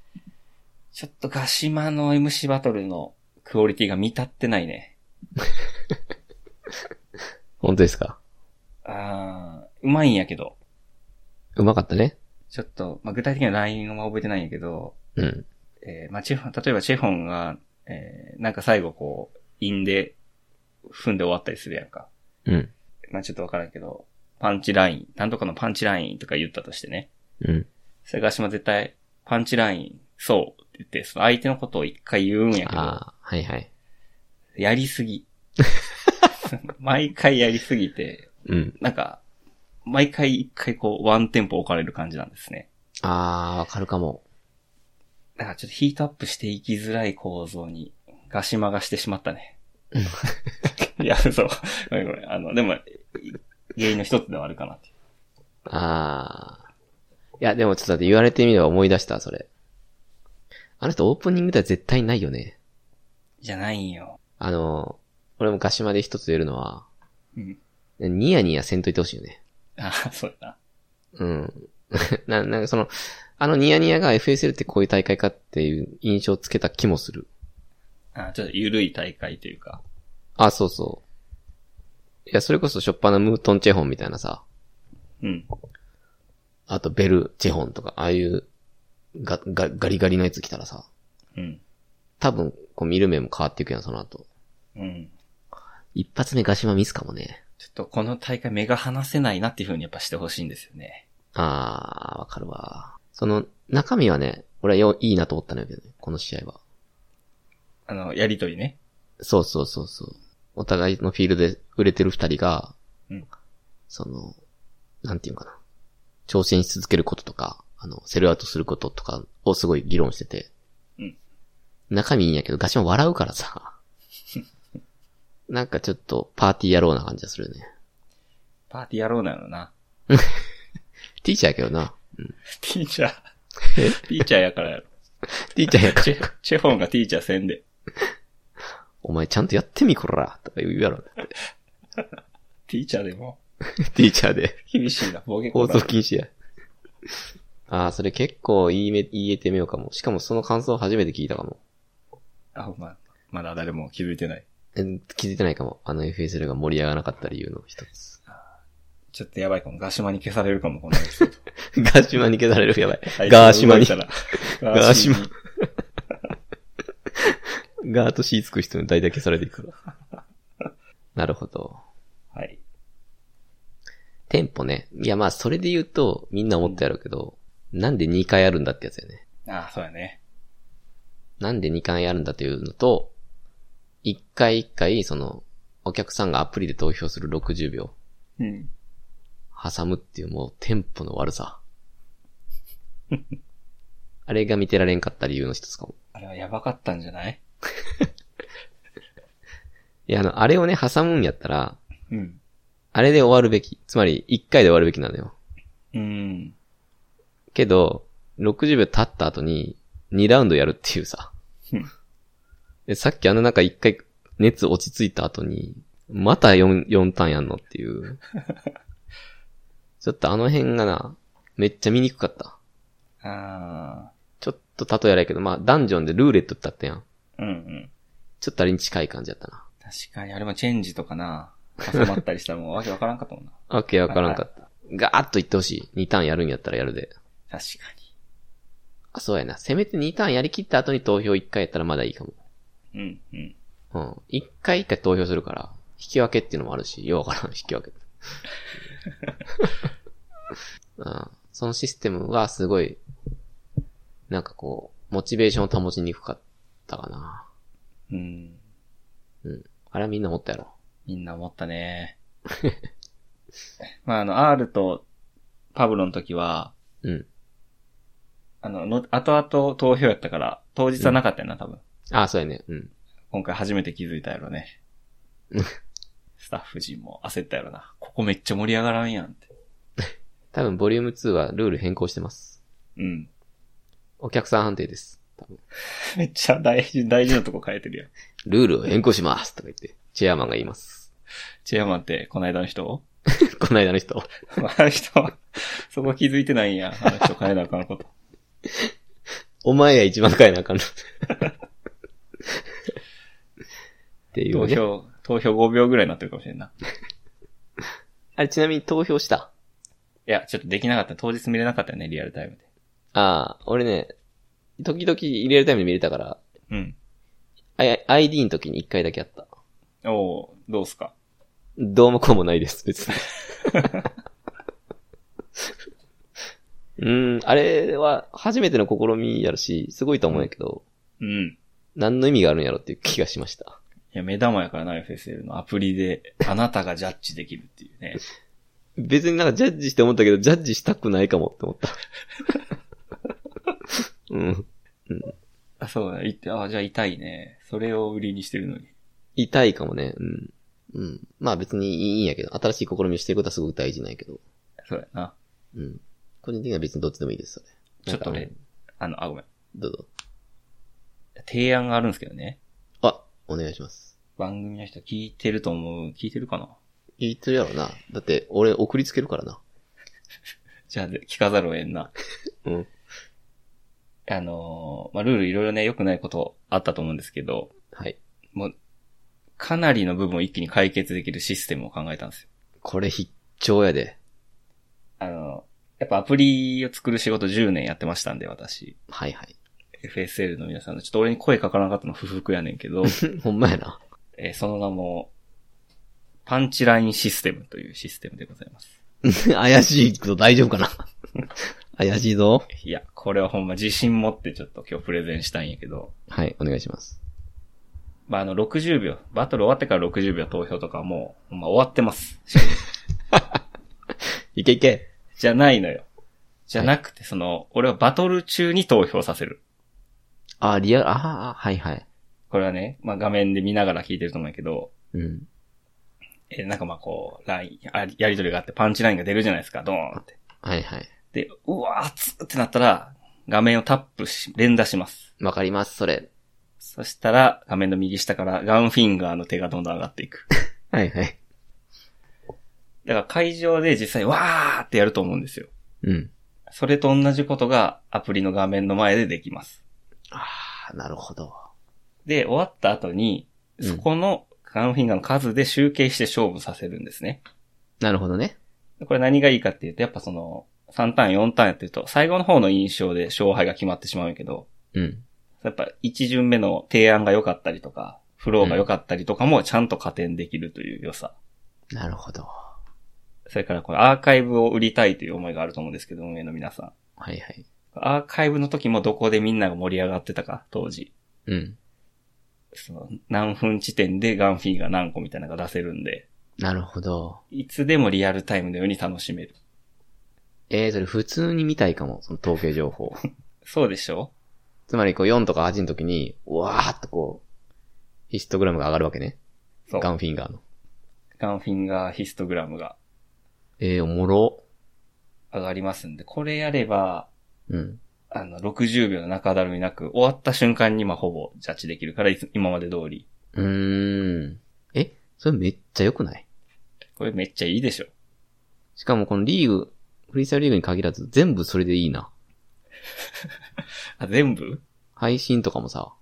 S2: ちょっとガシマの MC バトルのクオリティが満たってないね。
S1: 本当ですか
S2: あー、うまいんやけど。
S1: うまかったね。
S2: ちょっと、まあ、具体的なラインは覚えてないんやけど、
S1: うん。
S2: えーまあ、チェフォン、例えばチェフォンが、えーなんか最後こう、陰で、踏んで終わったりするやんか。
S1: うん。
S2: まあ、ちょっとわからんけど、パンチライン、なんとかのパンチラインとか言ったとしてね。
S1: うん。
S2: それガシマ絶対、パンチライン、そうって言って、その相手のことを一回言うんやけど、
S1: ああ、はいはい。
S2: やりすぎ。 毎回やりすぎて、
S1: うん。
S2: なんか、毎回一回こう、ワンテンポ置かれる感じなんですね。
S1: ああ、わかるかも。
S2: だからちょっとヒートアップしていきづらい構造に、ガシマがしてしまったね。 いや、そう。ごめんごめん。あの、でも、原因の一つではあるかなっていう。
S1: ああ。いや、でもちょっと待って、言われてみれば思い出した、それ。あの人オープニングでは絶対ないよね。
S2: じゃないんよ。
S1: あの、俺もガシマで一つ言えるのは、
S2: うん。
S1: ニヤニヤせんといてほしいよね。
S2: あそうだな。
S1: うん。 な、なんかその、あのニヤニヤが FSL ってこういう大会かっていう印象をつけた気もする。
S2: あちょっと緩い大会というか。
S1: あ、そうそう。いや、それこそしょっぱなムートンチェホンみたいなさ、
S2: うん。
S1: あとベル、チェホンとか、ああいうガ、ガ、ガリガリのやつ来たらさ、
S2: うん。
S1: 多分、こう見る目も変わっていくやん、その後。
S2: うん。
S1: 一発目ガシマミスかもね。
S2: ちょっとこの大会目が離せないなっていう風にやっぱしてほしいんですよね。
S1: あー、わかるわ。その、中身はね、俺はよ、いいなと思ったんだけどね、この試合は。
S2: あの、やりとりね。
S1: そうそうそうそう。お互いのフィールドで売れてる二人が、
S2: うん
S1: その、なんていうのかな。挑戦し続けることとか、あの、セルアウトすることとかをすごい議論してて。
S2: うん
S1: 中身いいんやけど、ガチも笑うから さ。なんかちょっとパーティー野郎な感じがするよね。
S2: パーティー野郎なのな。
S1: ティーチャーやけどな。
S2: ティーチャー。ティーチャーやからやろ。
S1: ティーチャーやか
S2: チ
S1: ら。
S2: ェ、チェフォンがティーチャーせんで。
S1: お前ちゃんとやってみこらとか言うやろ。
S2: ティーチャーでも、
S1: ティーチャー で。
S2: 厳しいな、暴言
S1: 放
S2: だ
S1: 送禁止や。ああ、それ結構言いめ、言えてみようかも。しかもその感想初めて聞いたかも。
S2: あ、ほんま、まだ誰も気づいてない。
S1: え気づいてないかも。あの FSL が盛り上がらなかった理由の一つ。
S2: ちょっとやばいかも。ガシマに消されるかも、このエピソー ド
S1: ガーシマに消され る。やばい。ガーシマに。
S2: あいつが動いたら
S1: ガ
S2: ガ
S1: ー
S2: ー
S1: シ
S2: シ
S1: マ
S2: マ。
S1: ガーと C つく人に大体消されていくから。 なるほど。
S2: はい。
S1: テンポね。いやまあそれで言うと、みんな思ってやろうけど、なんで2回あるんだってやつよね。
S2: あ、そうやね。
S1: なんで2回あるんだというのと、1回1回、その、お客さんがアプリで投票する60秒。
S2: うん。
S1: 挟むっていうもうテンポの悪 さ。あれが見てられんかった理由の一つかも。
S2: あれはやばかったんじゃない
S1: いや、あの、あれをね、挟むんやったら、
S2: うん。
S1: あれで終わるべき。つまり、1回で終わるべきなのよ。
S2: うん。
S1: けど、60秒経った後に、2ラウンドやるっていうさ
S2: うん。
S1: でさっきあの中1回、熱落ち着いた後に、また 4, 4ターンやんのって いう。ちょっとあの辺がな、めっちゃ見にくかった。
S2: あ
S1: ちょっと例えられんけど、まあ、ダンジョンでルーレットってあったやん。
S2: あ。うんうん。
S1: ちょっとあれに近い感じだったな。
S2: 確かに、あれもチェンジとかな。挟まったりしたらもうわけわからんかったもんな。
S1: わけわからんかった。ガーッといってほしい。2ターンやるんやったらやるで。
S2: 確か
S1: あ、そうやな。せめて2ターンやりきった後に投票1回やったらまだいいかも。
S2: に。うんうん。
S1: うん。1回1回投票するから、引き分けっていうのもあるし、ようわからん、引き分け。うん。そのシステムはすごい、なんかこう、モチベーションを保ちにくかったかな。
S2: うん。
S1: あれはみんな思ったやろ。
S2: みんな思ったね。 まあ、あの、R とパブロの時は、
S1: うん。
S2: あの、の後々投票やったから、当日はなかったよな、多分。
S1: あ、そうやね。うん。
S2: 今回初めて気づいたや ろね
S1: うん。
S2: スタッフ陣も焦ったやろな。ここめっちゃ盛り上がらんやんって。
S1: 多分ボリューム2はルール変更してます。
S2: うん。
S1: お客さん判定です。多分
S2: めっちゃ大事、大事なとこ変えてるやん。
S1: ルールを変更しますとか言って、チェアマンが言います。
S2: チェアマンって、この間の人
S1: この間の人。
S2: あの人は、そこ気づいてないんや。あの人変えなあかんこと。
S1: お前が一番変えなあかんの。ってい
S2: 投
S1: うね。
S2: 票、投票5秒ぐらいになってるかもしれんな。
S1: あれ、ちなみに投票した。
S2: いや、ちょっとできなかった。当日見れなかったよね、リアルタイムで。
S1: ああ、俺ね、時々入れるために見れたから、
S2: うん。
S1: あい ID の時に一回だけあった。
S2: おーどうすか
S1: どうもこうもないです、別に。 うーん、あれは初めての試みやるし、すごいと思うんやけど、
S2: うん。い
S1: 何の意味があるんやろっていう気がしました。
S2: や、目玉やからな、FSL のアプリで、あなたがジャッジできるっていうね。
S1: 別になんかジャッジして思ったけど、ジャッジしたくないかもって思った。 うん。
S2: あ、 そうだ、いって、あ、じゃあ痛いね。それを売りにしてるのに。
S1: 痛いかもね。うん。うん。まあ別にいいんやけど、新しい試みをしていくことはすごく大事なんやけど。
S2: そうやな。
S1: うん。個人的には別にどっちでもいいです、それ。
S2: ちょっと
S1: なん
S2: ね
S1: か、
S2: あの、あ、ごめん。
S1: うんどうぞ。
S2: 提案があるんですけどね。
S1: あ、お願いします。
S2: 番組の人聞いてると思う。聞いてるかな
S1: 言ってるやろな。だって、俺送りつけるからな。
S2: じゃあ、で聞かざるを得んな。
S1: うん。
S2: あのーまあ、ルールいろいろね、良くないことあったと思うんですけど、
S1: はい。
S2: かなりの部分を一気に解決できるシステムを考えたんですよ。
S1: これ必聴やで。
S2: あのーやっぱアプリを作る仕事10年やってましたんで、私。
S1: はいはい。
S2: FSL の皆さんの、ちょっと俺に声かからなかったの不服やねんけど、
S1: ほんまやな。
S2: えーその名も、パンチラインシステムというシステムでございます。
S1: 怪しいけど大丈夫 かな怪しいぞ。
S2: いや、これはほんま自信持ってちょっと今日プレゼンしたいんやけど、
S1: はい、お願いします。
S2: まあ、あの、60秒、バトル終わってから60秒投票とかはもう、ほんま終わってます。
S1: いけいけ。
S2: じゃないのよ。じゃなくて、その、俺はバトル中に投票させる。
S1: あ、リアル、ああ、はいはい。
S2: これはね、まあ画面で見ながら聞いてると思うんやけど、
S1: うん。
S2: えーなんかまあこう、ライン、あやりとりがあってパンチラインが出るじゃないですか、ドーンって。
S1: はいはい。
S2: で、うわー熱っってなったら、画面をタップし、連打します。
S1: わかります、それ。
S2: そしたら、画面の右下からガンフィンガーの手がどんどん上がっていく。
S1: はいはい。
S2: だから会場で実際わーってやると思うんですよ。
S1: うん。
S2: それと同じことがアプリの画面の前でできます。
S1: ああ、なるほど。
S2: で、終わった後に、
S1: うん
S2: そこのガンフィンガーの数で集計して勝負させるんですね。
S1: なるほどね。
S2: これ何がいいかっていうと、やっぱその、3ターン、4ターンやってると、最後の方の印象で勝敗が決まってしまうんやけど、
S1: うん。
S2: やっぱ1巡目の提案が良かったりとか、フローが良かったりとかもちゃんと加点できるという良さ。
S1: なるほど。
S2: それからこのアーカイブを売りたいという思いがあると思うんですけど、運営の皆さん。
S1: はいはい。
S2: アーカイブの時もどこでみんなが盛り上がってたか、当時。
S1: うん。
S2: その、何分地点でガンフィーが何個みたいなのが出せるんで、
S1: なるほど。
S2: いつでもリアルタイムのように楽しめる。
S1: えー、それ普通に見たいかも、その統計情 報。
S2: そうでしょ
S1: つまりこう4とか8の時に、うわーっとこう、ヒストグラムが上がるわけね。
S2: そう。
S1: ガンフィンガーの。
S2: ガンフィンガーヒストグラムが
S1: えー、おもろ。
S2: 上がりますんで、これやれば、
S1: うん。
S2: あの、60秒の中だるみなく、終わった瞬間に、まあ、ほぼジャッジできるから、いつ今まで通り。
S1: うーん。えそれめっちゃ良くない
S2: これめっちゃいいでしょ。
S1: しかもこのリーグ、フリースタイルリーグに限らず全部それでいいな。
S2: あ、全部
S1: 配信とかもさ、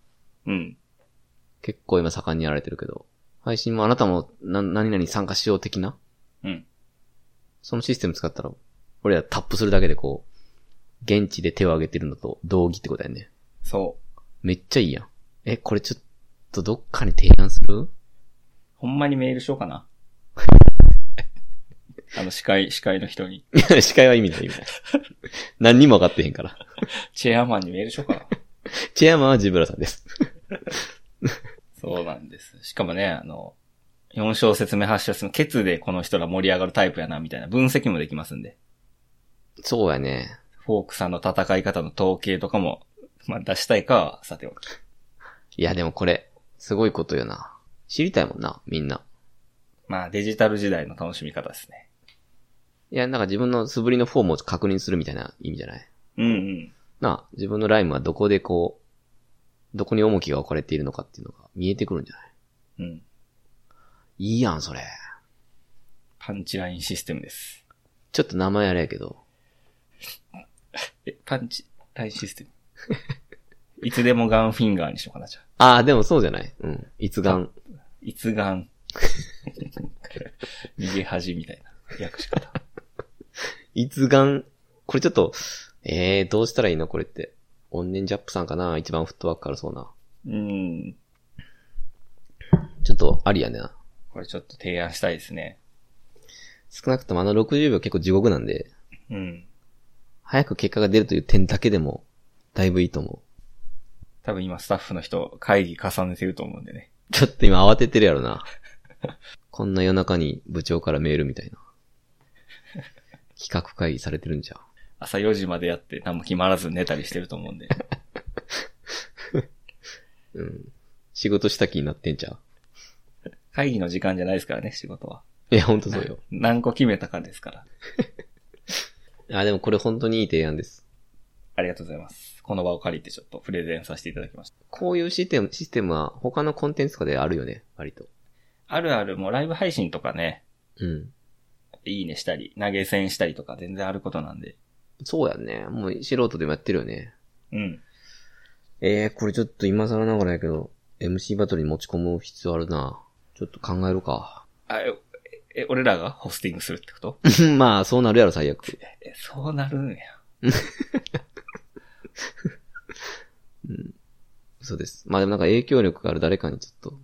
S2: うん。
S1: 結構今盛んにやられてるけど、配信もあなたもな何々参加しよう的な
S2: うん。
S1: そのシステム使ったら、俺らタップするだけでこう、現地で手を挙げてるのと同義ってことだよね。
S2: そう。
S1: めっちゃいいやん。え、これちょっとどっかに提案する
S2: ほんまにメールしようかな。 あの、司会、司会の人に。
S1: いや司会は意味ない、意味ない。何にも分かってへんから。
S2: チェアマンにメールしようかな。
S1: チェアマンはジブラさんです。
S2: そうなんです。しかもね、あの、4小節目、8小節目、ケツでこの人ら盛り上がるタイプやな、みたいな分析もできますんで。
S1: そうやね。
S2: フォークさんの戦い方の統計とかも、まあ、出したいかは、さておき。
S1: いや、でもこれ、すごいことよな。知りたいもんな、みんな。
S2: まあ、デジタル時代の楽しみ方ですね。
S1: いや、なんか自分の素振りのフォームを確認するみたいな意味じゃない
S2: うんうん。
S1: なあ、自分のライムはどこでこう、どこに重きが置かれているのかっていうのが見えてくるんじゃない
S2: うん。
S1: いいやん、それ。
S2: パンチラインシステムです。
S1: ちょっと名前あれやけど。
S2: え、パンチラインシステム。 いつでもガンフィンガーにしようかな、じゃあ。
S1: ああ、でもそうじゃないうん。いつがん。
S2: いつガン。 逃げ恥みたいな。訳し方。
S1: いつがん。これちょっと、えー、どうしたらいいのこれって。オンネンジャップさんかな一番フットワーク軽そうな。
S2: うん。
S1: ちょっとありやねな。
S2: これちょっと提案したいですね。
S1: 少なくともあの60秒結構地獄なんで、
S2: うん。
S1: 早く結果が出るという点だけでも、だいぶいいと思う。
S2: 多分今スタッフの人会議重ねてると思うんでね。
S1: ちょっと今慌ててるやろな。こんな夜中に部長からメールみたいな。企画会議されてるんじゃう。
S2: 朝4時までやって何も決まらず寝たりしてると思うんで。
S1: うん。仕事した気になってんじゃう。
S2: 会議の時間じゃないですからね、仕事は。
S1: いや、ほんとそうよ。
S2: 何個決めたかですから。
S1: あ、でもこれ本当にいい提案です。
S2: ありがとうございます。この場を借りてちょっとプレゼンさせていただきました。
S1: こういうシステム、システムは他のコンテンツとかであるよね、割と。
S2: あるある、もうライブ配信とかね、
S1: うん。
S2: いいねしたり、投げ銭したりとか全然あることなんで。
S1: そうやんね。もう素人でもやってるよね。
S2: うん。
S1: えー、これちょっと今更ながらやけど、MC バトルに持ち込む必要あるな。ちょっと考えるか。
S2: あ、え、え俺らがホスティングするってこと
S1: まあ、そうなるやろ、最悪。
S2: え、そうなるんや。
S1: そうです。まあでもなんか影響力がある誰かにちょっと、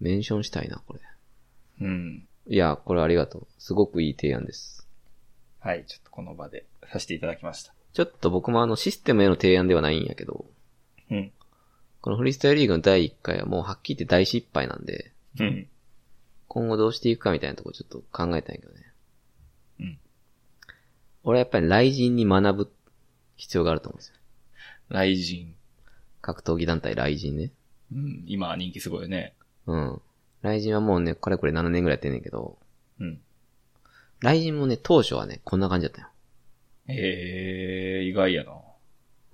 S1: メンションしたいな、これ。
S2: うん。
S1: いや、これありがとう。すごくいい提案です。
S2: はい、ちょっとこの場でさせていただきました。
S1: ちょっと僕もあの、システムへの提案ではないんやけど、
S2: うん。
S1: このフリースタイルリーグの第1回はもうはっきり言って大失敗なんで、
S2: うん。
S1: 今後どうしていくかみたいなとこちょっと考えたんやけどね。
S2: うん。
S1: 俺はやっぱり雷神に学ぶ必要があると思うんですよ。
S2: 雷神。
S1: 格闘技団体雷神ね。
S2: うん、今人気すごいよね。
S1: うん。雷神はもうね、かれこれ7年ぐらいやってんねんけど、
S2: うん。
S1: 雷神もね、当初はね、こんな感じだったよ。
S2: ええ意外やな。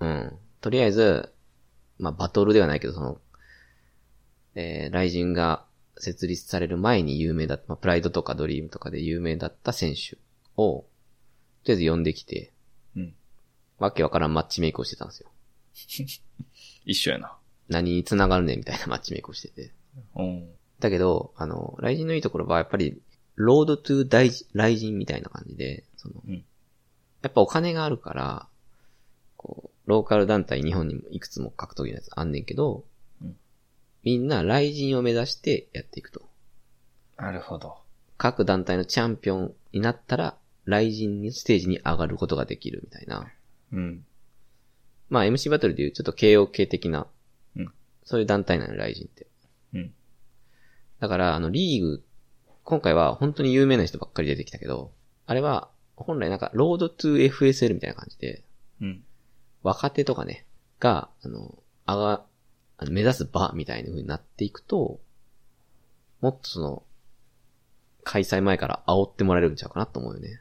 S1: うん。とりあえず、まあ、バトルではないけど、その、えー、雷神が設立される前に有名だった、まあ、プライドとかドリームとかで有名だった選手を、とりあえず呼んできて、
S2: うん。
S1: わけわからんマッチメイクをしてたんですよ。
S2: 一緒やな。
S1: 何に繋がるねんみたいなマッチメイクをしてて。
S2: うん。
S1: だけど、あの、雷神のいいところはやっぱり、ロードトゥ大事雷神みたいな感じで、その、
S2: うん
S1: やっぱお金があるから、こう、ローカル団体日本にもいくつも格闘技のやつあんねんけど、
S2: うん
S1: みんな雷神を目指してやっていくと。
S2: なるほど。
S1: 各団体のチャンピオンになったら、雷神にステージに上がることができるみたいな。
S2: うん。
S1: まあ MC バトルでいうちょっと KO 系的な、
S2: うん
S1: そういう団体なのよ、雷神って。
S2: うん。
S1: だから、あの、リーグ、今回は本当に有名な人ばっかり出てきたけど、あれは、本来なんか、ロードトゥ FSL みたいな感じで、
S2: うん。
S1: 若手とかね、が、あの、あが、あの目指す場みたいな風になっていくと、もっとその、開催前から煽ってもらえるんちゃうかなと思うよね。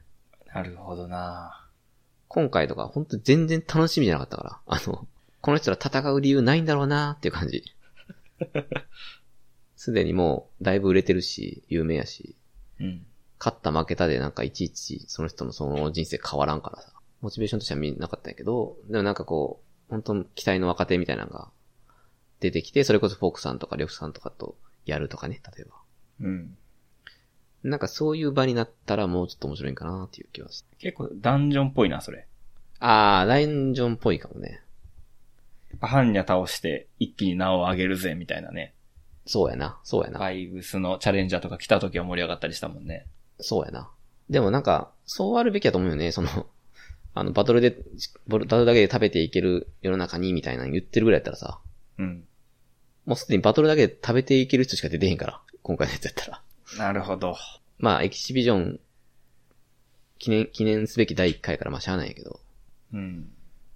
S2: なるほどな。
S1: 今回とか、本当全然楽しみじゃなかったから、あの、この人ら戦う理由ないんだろうなっていう感じ。すでにもう、だいぶ売れてるし、有名やし、
S2: うん。
S1: 勝った負けたでなんかいちいちその人のその人生変わらんからさ、モチベーションとしては見なかったんやけど、でもなんかこう、本当の期待の若手みたいなのが出てきて、それこそフォークさんとかリョフさんとかとやるとかね、例えば。
S2: うん。
S1: なんかそういう場になったらもうちょっと面白いんかなっていう気はして。
S2: 結構ダンジョンっぽいな、それ。
S1: あー、ダンジョンっぽいかもね。
S2: ハンニャ倒して一気に名を上げるぜ、みたいなね。
S1: そうやな、そうやな。
S2: バイブスのチャレンジャーとか来た時は盛り上がったりしたもんね。
S1: そうやな。でもなんか、そうあるべきだと思うよね。その、 あの、バトルで、バトルだけで食べていける世の中に、みたいなの言ってるぐらいやったらさ、
S2: うん。
S1: もうすでにバトルだけで食べていける人しか出てへんから、今回のやつやったら。
S2: なるほど。
S1: まあ、エキシビジョン、記念、記念すべき第1回やからまあしゃあないんやけど、
S2: うん。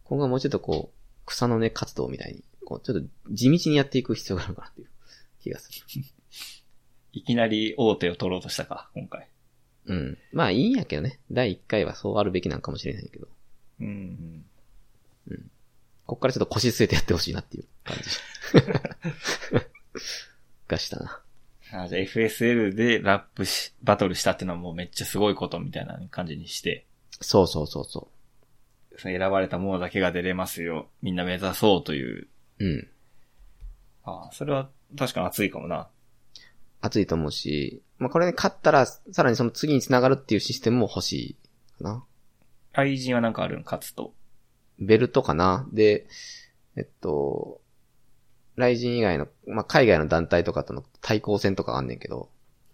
S1: 今後はもうちょっとこう、草の根活動みたいに、こう、ちょっと地道にやっていく必要があるかなっていう気がする。
S2: いきなり大手を取ろうとしたか、今回。
S1: うん。まあいいんやけどね。第1回はそうあるべきなんかもしれないけど、
S2: うんうん。
S1: こっからちょっと腰据えてやってほしいなっていう感じ。がしたな。
S2: あじゃあ FSL でラップし、バトルしたっていうのはもうめっちゃすごいことみたいな感じにして、
S1: そうそうそうそ
S2: その選ばれたものだけが出れますよ。みんな目指そうという。
S1: う。うん。
S2: あそれは確かに熱いかもな。
S1: 熱いと思うし、まあ、これで勝ったら、さらにその次に繋がるっていうシステムも欲しいかな。
S2: 愛人はなんかあるん、勝つと。
S1: ベルトかなで、えっと、雷神以外の、まあ、海外の団体とかとの対抗戦とかあんねんけど、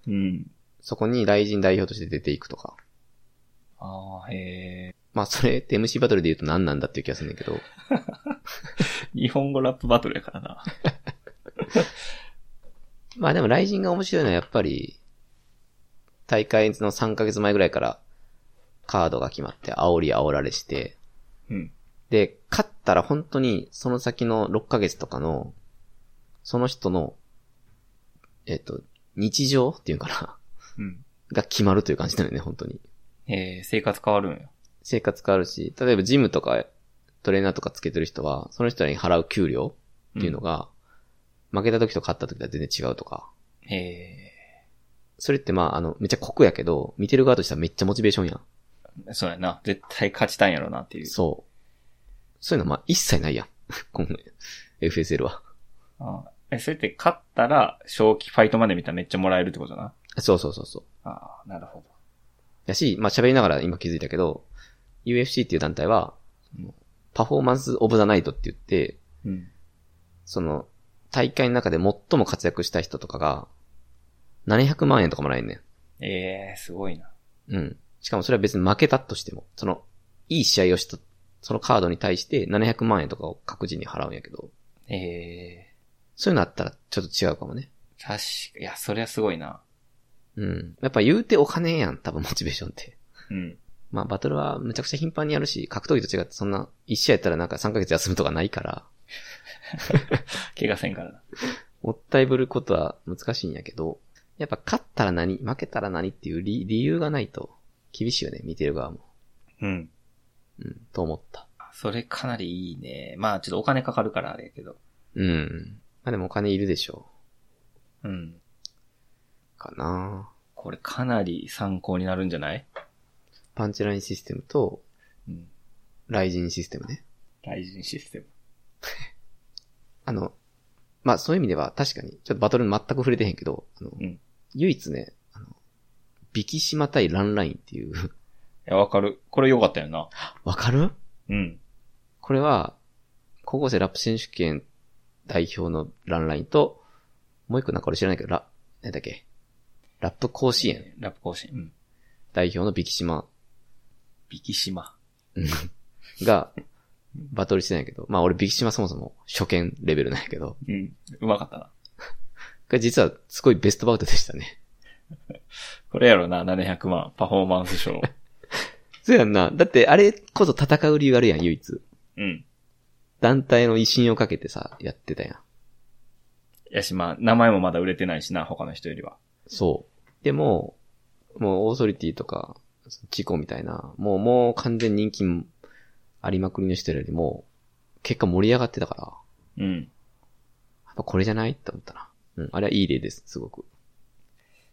S2: うん。
S1: そこに雷神代表として出ていくとか。
S2: ああ、へえ。
S1: まあ、それって MC バトルで言うと何なんだっていう気がするんだけど、
S2: 日本語ラップバトルやからな。
S1: まあでも雷神が面白いのはやっぱり、大会の3ヶ月前ぐらいからカードが決まって煽り煽られして、
S2: うん。
S1: で、勝ったら本当にその先の6ヶ月とかの、その人の、えっと、日常っていうかな、
S2: うん。
S1: が決まるという感じだよね、本当に。
S2: ええ、生活変わるんよ。
S1: 生活変わるし、例えばジムとかトレーナーとかつけてる人は、その人に払う給料っていうのが、負けた時と勝った時とは全然違うとか。
S2: へえ。
S1: それってまあ、あの、めっちゃ酷やけど、見てる側としてはめっちゃモチベーションやん。
S2: そうやな。絶対勝ちたいんやろなっていう。
S1: そう。そういうのまあ、一切ないやん。 今後、FSL は。
S2: ああえ、それって勝ったら、正気ファイトまで見たらめっちゃもらえるってことな。
S1: そうそうそうそう。
S2: ああ、なるほど。
S1: やし、まあ喋りながら今気づいたけど、UFC っていう団体は
S2: うん、
S1: パフォーマンスオブザナイトって言って、
S2: うん。
S1: その、大会の中で最も活躍した人とかが、700万円とかもらえんねん。
S2: ええすごいな。
S1: うん。しかもそれは別に負けたとしても、その、いい試合をした、そのカードに対して700万円とかを各自に払うんやけど、
S2: ええ
S1: そういうのあったらちょっと違うかもね。
S2: 確か、いや、そりゃすごいな。
S1: うん。やっぱ言うてお金やん、多分モチベーションって。
S2: うん。
S1: まあ、バトルはむちゃくちゃ頻繁にやるし、格闘技と違ってそんな、一試合やったらなんか3ヶ月休むとかないから、
S2: 怪我せんからな。
S1: もったいぶることは難しいんやけど、やっぱ勝ったら何、負けたら何っていう理理由がないと、厳しいよね、見てる側も。
S2: うん。
S1: うん、と思った。
S2: それかなりいいね。まあ、ちょっとお金かかるからあれやけど。
S1: うん。まあでもお金いるでしょ
S2: うん。
S1: う。かな
S2: これかなり参考になるんじゃない
S1: パンチラインシステムと、
S2: うん。
S1: ライジンシステムね。
S2: 大事にシステム。
S1: あの、まあそういう意味では確かに、ちょっとバトルに全く触れてへんけど、あの、
S2: うん
S1: 唯一ね、あの、ビキシマ対ランラインっていう、
S2: いや、わかる。これ良かったよな。
S1: わかる
S2: うん。
S1: これは、高校生ラップ選手権代表のランラインと、もう一個なんか俺知らないけど、ラ、なんだっけ、ラップ甲子園
S2: ラップ更新。うん。
S1: 代表のビキシマ
S2: ビキシマ。
S1: が、バトルしてないけど、まあ俺ビキシマそもそも初見レベルなんやけど、
S2: うん。うまかったな。
S1: これ実はすごいベストバウトでしたね。
S2: これやろな、700万。パフォーマンス賞。
S1: そうやんな。だってあれこそ戦う理由あるやん、唯一。
S2: うん。
S1: 団体の威信をかけてさ、やってたやん。
S2: やし、まあ、名前もまだ売れてないしな、他の人よりは。
S1: そう。でも、もうオーソリティとか、事故みたいな、もうもう完全人気ありまくりの人よりも、結果盛り上がってたから、
S2: うん。
S1: やっぱこれじゃないって思ったな。うん、あれはいい例です、すごく。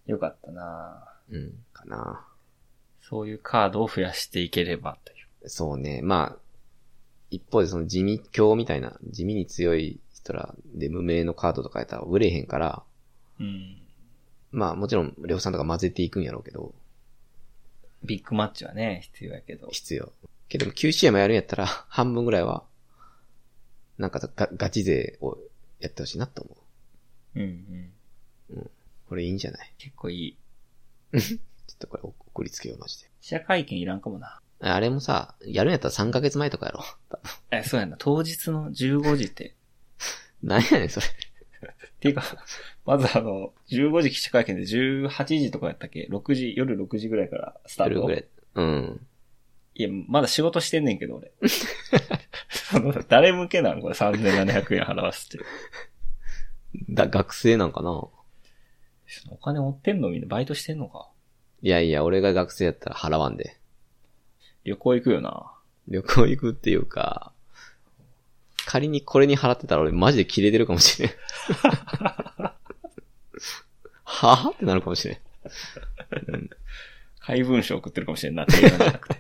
S2: よかったな
S1: うん、かな。
S2: そういうカードを増やしていければという。
S1: そうね、まあ、一方でその地味強みたいな、地味に強い人らで無名のカードとかやったら売れへんから、
S2: うん。
S1: まあもちろん量産とか混ぜていくんやろうけど、
S2: ビッグマッチはね、必要やけど。
S1: 必要。けど9試合もやるんやったら、 半分ぐらいは、なんかガガチ勢をやってほしいなと思う。
S2: うんうん。
S1: これいいんじゃない
S2: 結構い
S1: ちょ
S2: い。
S1: っとこれ送りつけようまして。
S2: 記者会見いらんかもな。
S1: ああれもさ、やるんやったら3ヶ月前とかやろ。
S2: え、そうやな。当日の15時って。
S1: なんやねん、それ。
S2: っていうか、まずあの、15時記者会見で18時とかやったっけ ?6 時、夜6時ぐらいからスタ
S1: や
S2: ー
S1: る
S2: ト
S1: ぐら。い。うん。
S2: いや、まだ仕事してんねんけど、俺。 その誰向けなんこれ3700円払わせて。
S1: だ、学生なんかな
S2: お金持ってんのみんなバイトしてんのか。
S1: いやいや、俺が学生やったら払わんで。
S2: 旅行行くよな。
S1: 旅行行くっていうか、仮にこれに払ってたら俺マジでキレてるかも しれん。はぁってなるかもしれん。
S2: 怪文書送ってるかもしれんな、 っていう感じじゃなくて。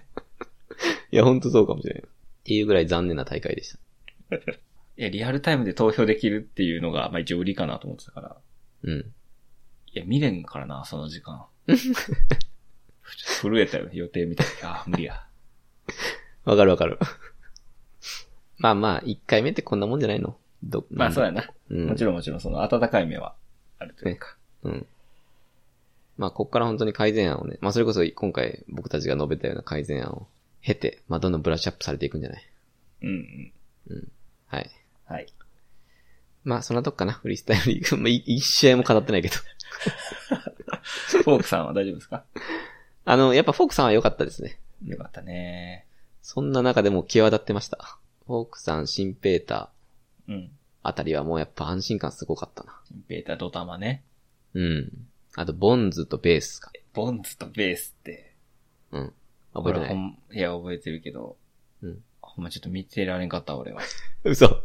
S1: いや、ほんとそうかもしれん。っていうぐらい残念な大会でした。
S2: いや、リアルタイムで投票できるっていうのが、まあ一応売りかなと思ってたから。
S1: うん。
S2: いや、見れんからな、その時間。震えたよ、予定見た時。あー無理や。
S1: わかるわかる。 まあまあ、1回目ってこんなもんじゃないのど、
S2: まあそうやな。
S1: うん。
S2: もちろんもちろん、その温かい目はあるというか。
S1: うん。まあ、こっから本当に改善案をね、まあそれこそ今回僕たちが述べたような改善案を経て、まあどんどんブラッシュアップされていくんじゃない
S2: うんうん。
S1: はい。
S2: はい。
S1: まあ、そんなとこかな、フリースタイルリーグ。 まあ、い一試合も語ってないけど。
S2: フォークさんは大丈夫ですか
S1: あの、やっぱフォークさんは良かったですね。
S2: よかったね。
S1: そんな中でも際立ってました。フォークさん、シンペーター
S2: うん。
S1: あたりはもうやっぱ安心感すごかったな。
S2: ベータ、ドタマね。
S1: うん。あと、ボンズとベースか。
S2: ボンズとベースって。
S1: うん。覚えて
S2: 俺
S1: な
S2: ほ
S1: い。
S2: んいや、覚えてるけど。
S1: うん。
S2: ほんまちょっと見てられんかった、俺は。
S1: 嘘。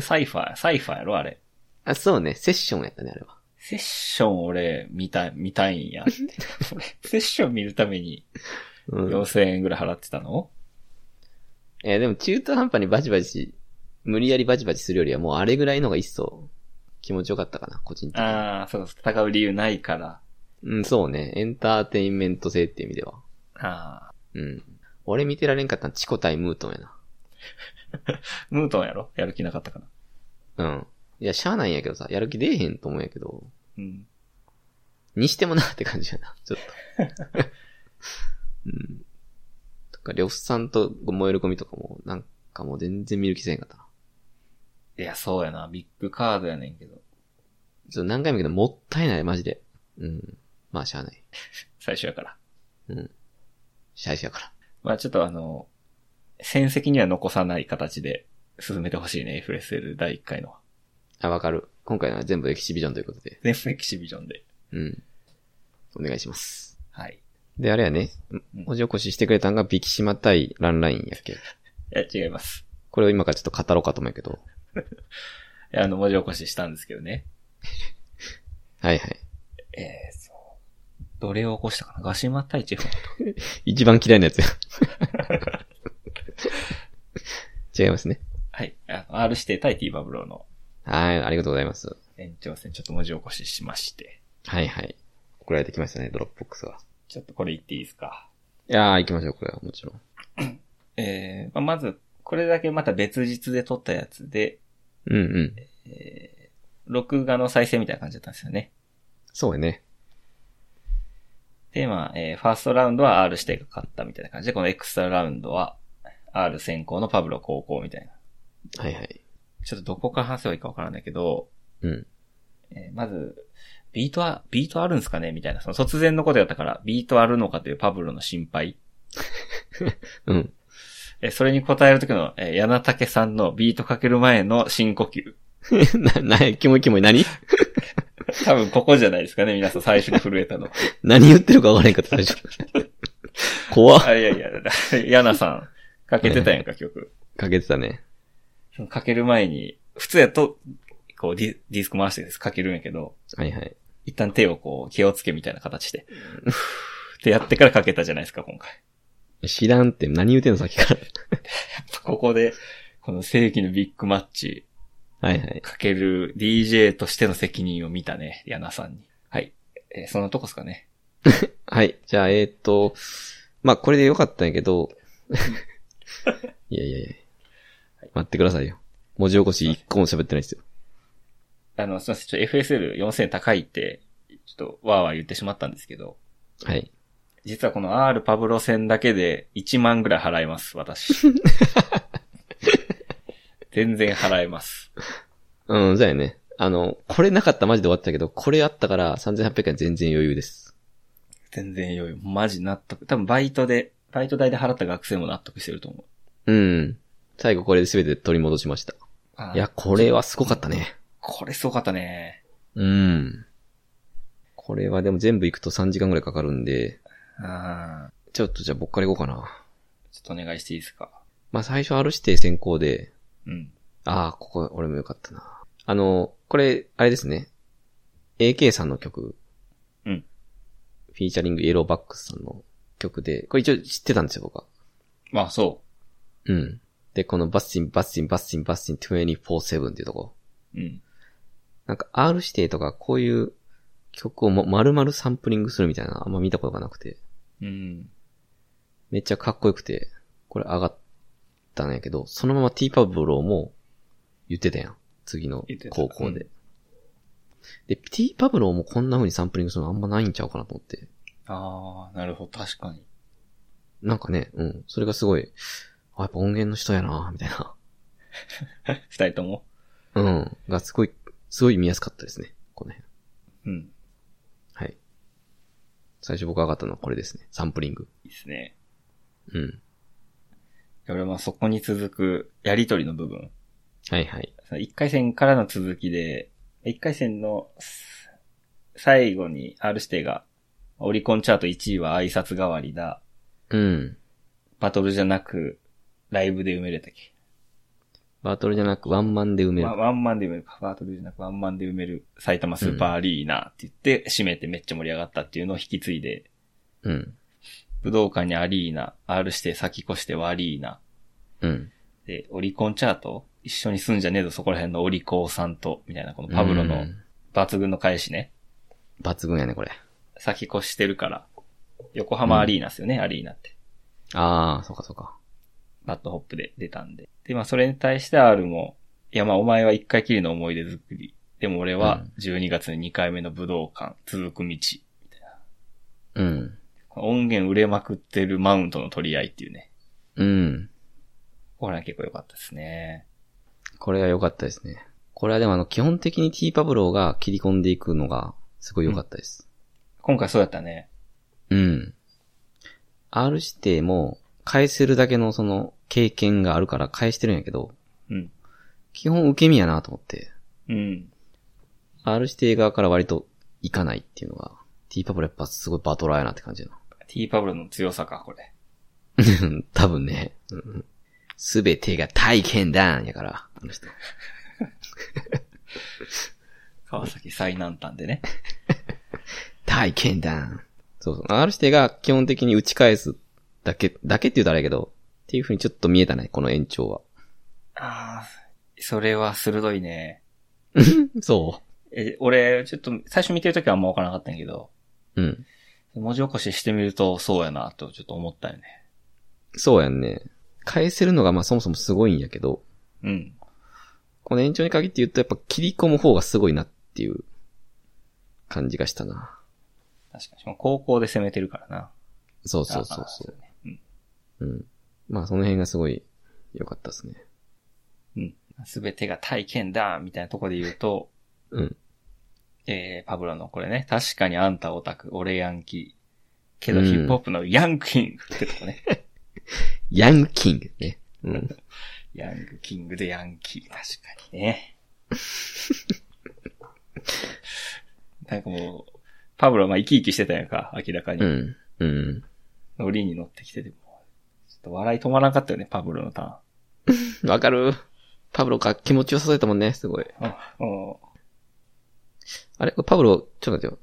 S2: サイファー、 サイファーやろ、あれ。
S1: あ、そうね。セッションやったね、あれは。
S2: セッション俺、見た、見たいんやって。セッション見るために
S1: うん。
S2: 4000円ぐらい払ってたの
S1: えーでも中途半端にバチバチ、無理やりバチバチするよりはもうあれぐらいのが一層気持ちよかったかな、個人的に。
S2: ああ、そうか、戦う理由ないから。
S1: うん、そうね。エンターテインメント性っていう意味では。
S2: ああ。
S1: うん。俺見てられんかったのチコ対ムートンやな。
S2: ムートンやろやる気なかったかな。
S1: うん。いや、しゃあないんやけどさ、やる気出えへんと思うんやけど、
S2: うん。
S1: にしてもなって感じやな、 ちょっと。うん。とか、呂布さんと燃える込みとかも、なんかもう全然見る気せえへんかったな。
S2: いや、そうやな。ビッグカードやねんけど。
S1: ちょっと何回も言うけど、もったいない、マジで。うん。まあ、しゃあない。
S2: 最初やから。
S1: うん。最初やから。
S2: まあちょっとあの、戦績には残さない形で進めてほしいね、FSL 第1回のは。
S1: あ、わかる。今回のは全部エキシビジョンということで。
S2: 全部エキシビジョンで。
S1: うん。お願いします。
S2: はい。
S1: で、あれやね。文字起こししてくれたんが、ビキシマ対ランラインやっけ。
S2: いや、違います。
S1: これを今からちょっと語ろうかと思うけど。
S2: いやあの、文字起こししたんですけどね。
S1: はいはい。
S2: ええそう。どれを起こしたかなガシマ対チェフォンと。
S1: 一番嫌いなやつや。違いますね。
S2: はい。あの、R して対 T バブローの
S1: はい、ありがとうございます。
S2: 延長戦、ちょっと文字起こししまして。
S1: はいはい。送られてきましたね、ドロップボックスは。
S2: ちょっとこれ言っていいですか。
S1: いやー、行きましょう、これは、もちろん。
S2: えー、まあ、まず、これだけまた別日で撮ったやつで、
S1: うんうん。
S2: えー、録画の再生みたいな感じだったんですよね。
S1: そうやね。
S2: で、まあ、えー、ファーストラウンドは R 指定が勝ったみたいな感じで、このエクストララウンドは R 先行のパブロ高校みたいな。
S1: はいはい。
S2: ちょっとどこから話せばいいかわからないけど、
S1: うん。
S2: えーまず、ビートは、ビートあるんすかねみたいな、その突然のことやったから、ビートあるのかというパブロの心配。
S1: うん。
S2: えーそれに答えるときの、えー、柳竹さんのビートかける前の深呼吸。
S1: な、な、キモいキモい、何
S2: 多分ここじゃないですかね、皆さん最初に震え たの。
S1: 何言ってるか分からへんかった、最初。 怖っ
S2: あ、いやいや、柳さん、かけてたやんか、曲。
S1: かけてたね。
S2: そのかける前に、普通やと、こうディディスク回してですかけるんやけど、
S1: はいはい。
S2: 一旦手をこう、気をつけみたいな形で、ふー ってやってからかけたじゃないですか、今回。
S1: 知らんって、何言うてんの、さっきから。
S2: ここで、この世紀のビッグマッチ、
S1: はいはい。
S2: かける DJ としての責任を見たね、ヤナさんに。はい。えーそんなとこですかね。
S1: はい。じゃあ、えーっと、まあ、これでよかったんやけ ど、いやいやいや。待ってくださいよ。文字起こし一個も喋ってないですよ。
S2: あの、すいません、ちょっと FSL4000 高いって、ちょっとわーわー言ってしまったんですけど、
S1: はい。
S2: 実はこの R パブロ戦だけで1万ぐらい払えます、 私。全然払えます。
S1: うん、そうやね。あの、これなかったらマジで終わってたけど、これあったから3800円全然余裕です。
S2: 全然余裕。マジ納得。多分バイトで、バイト代で払った学生も納得してると思う。
S1: うん。最後これで全て取り戻しました。
S2: あー
S1: いや、、これはすごかったね。
S2: これすごかったね。
S1: うん。これはでも全部行くと3時間ぐらいかかるんで、
S2: あー
S1: ちょっとじゃあ僕から行こうかな。
S2: ちょっとお願いしていいですか。
S1: まあ最初 R 指定先行で、
S2: うん。
S1: ああ、ここ俺もよかったな。あの、これ、あれですね。AK さんの曲。
S2: うん。
S1: フィーチャリングイエローバックスさんの曲で、これ一応知ってたんですよ、僕は。
S2: まあそ
S1: うん。で、このバスティン、バスティン、バスティン、バスティン24-7っていうとこ。
S2: う。うん。
S1: なんか R 指定とかこういう曲をも丸々サンプリングするみたいな、あんま見たことがなくて。
S2: うん。
S1: めっちゃかっこよくて、これ上がったんやけど、そのまま T パブローも言ってたやん。次の
S2: 言ってた
S1: 高校で
S2: う。
S1: で、T パブローもこんな風にサンプリングするのあんまないんちゃうかなと思って。
S2: ああ、なるほど。確かに。
S1: なんかね、うん。それがすごい、あ、やっぱ音源の人やなみたいな。
S2: 二人とも。
S1: うん。がすごい、すごい見やすかったですね。この辺。
S2: うん。
S1: はい。最初僕上がったのはこれですね。サンプリング。
S2: いいですね。
S1: うん。
S2: 俺はそこに続くやりとりの部分。
S1: はいはい。
S2: その1回戦からの続きで、1回戦のす最後に R 指定が、オリコンチャート1位は挨拶代わりだ。
S1: うん。
S2: バトルじゃなく、ライブで埋めれたっけ
S1: バトルじゃなくワンマンで埋める
S2: ワ。ワンマンで埋めるか。バトルじゃなくワンマンで埋める埼玉スーパーアリーナって言って、締めてめっちゃ盛り上がったっていうのを引き継いで、
S1: うん。
S2: 武道館にアリーナ、R 指定先越してはアリーナ。
S1: うん。
S2: で、オリコンチャート一緒にすんじゃねえぞ、そこら辺のオリコーさんと、みたいな、このパブロ
S1: う
S2: の
S1: ん
S2: 抜群の返しね。
S1: 抜群やね、これ。
S2: 先越してるから、横浜アリーナですよね、アリーナって。
S1: ああ、そうかそうか。
S2: バッドホップで出たんで。で、まあそれに対して R も、いやまあお前は一回きりの思い出作り。でも俺は12月に2回目の武道館、続く道。
S1: うん。
S2: この音源売れまくってるマウントの取り合いっていうね。
S1: うん。
S2: これは結構良かったですね。
S1: これは良かったですね。これはでもあの、基本的に T パブローが切り込んでいくのが、すごい良かったです。
S2: 今回そうだったね。
S1: うん。 R 指定も返せるだけのその経験があるから返してるんやけど、
S2: うん。
S1: 基本受け身やなと思って、
S2: うん。
S1: R 指定側から割といかないっていうのが、T パブルやっぱすごいバトラーやなって感じだ
S2: T パブルの強さか、これ。
S1: な。 多分ね。すべてが体験談やから、あの人。
S2: 川崎最南端でね。
S1: 体験談。そうそう。R 指定が基本的に打ち返すだけ、だけって言うたらあれやけど、っていう風にちょっと見えたね、この延長は。
S2: ああ、それは鋭いね。
S1: そ
S2: え、俺、ちょっと、最初見てるときはあんまわからなかったんやけど、
S1: う。うん。
S2: 文字起こししてみると、そうやな、とちょっと思ったよね。
S1: そうやんね。返せるのがまあそもそもすごいんやけど、
S2: うん。
S1: この延長に限って言うとやっぱ切り込む方がすごいなっていう感じがしたな。
S2: 確かに。しかも高校で攻めてるからな。
S1: そうそうそうそ
S2: あーねう
S1: う。
S2: ん
S1: うん。まあその辺がすごい良かったですね。
S2: うん。すべてが体験だみたいなところで言うと、
S1: うん。
S2: えー、パブロのこれね、確かにあんたオタク、俺ヤンキー。けど
S1: うん
S2: ヒップホップのヤンキングってとこね。
S1: ヤンキングね。うん。
S2: ヤングキングでヤンキー。確かにね。 なんかもう、パブロはまあ生き生きしてたやんか、明らかに。
S1: うん。うん。
S2: ノリに乗ってきてても。ちょっと笑い止まらなかったよね、パブロのターン。
S1: わかる。パブロか気持ちよさそうやったもんね、すごい。
S2: あうん
S1: あれこれパブロ、ちょっと待ってよ。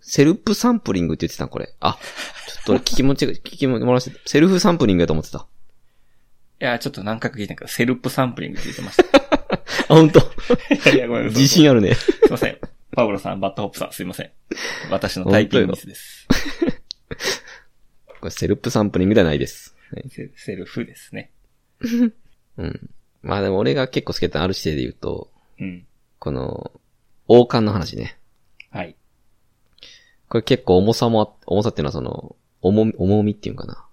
S1: セルフサンプリングって言ってたんこれ。あ、ちょっと俺聞き持ちが、 聞きもらして、セルフサンプリングやと思ってた。
S2: いや、ちょっと何回か聞いたけど、セルプサンプリングって言ってました。
S1: あ、ほんと。
S2: いやいや、ごめんなさい。
S1: 自信あるね。
S2: すいません。パブロさん、バッドホップさん、すいません。私のタイピングミスです。
S1: これセルプサンプリングではないです。はい
S2: セセルフですね。
S1: うん。まあでも俺が結構好きだったある指定で言うと、
S2: うん。
S1: この、王冠の話ね。
S2: はい。
S1: これ結構重さもあ、重さっていうのはその、重み、重みっていうんかな。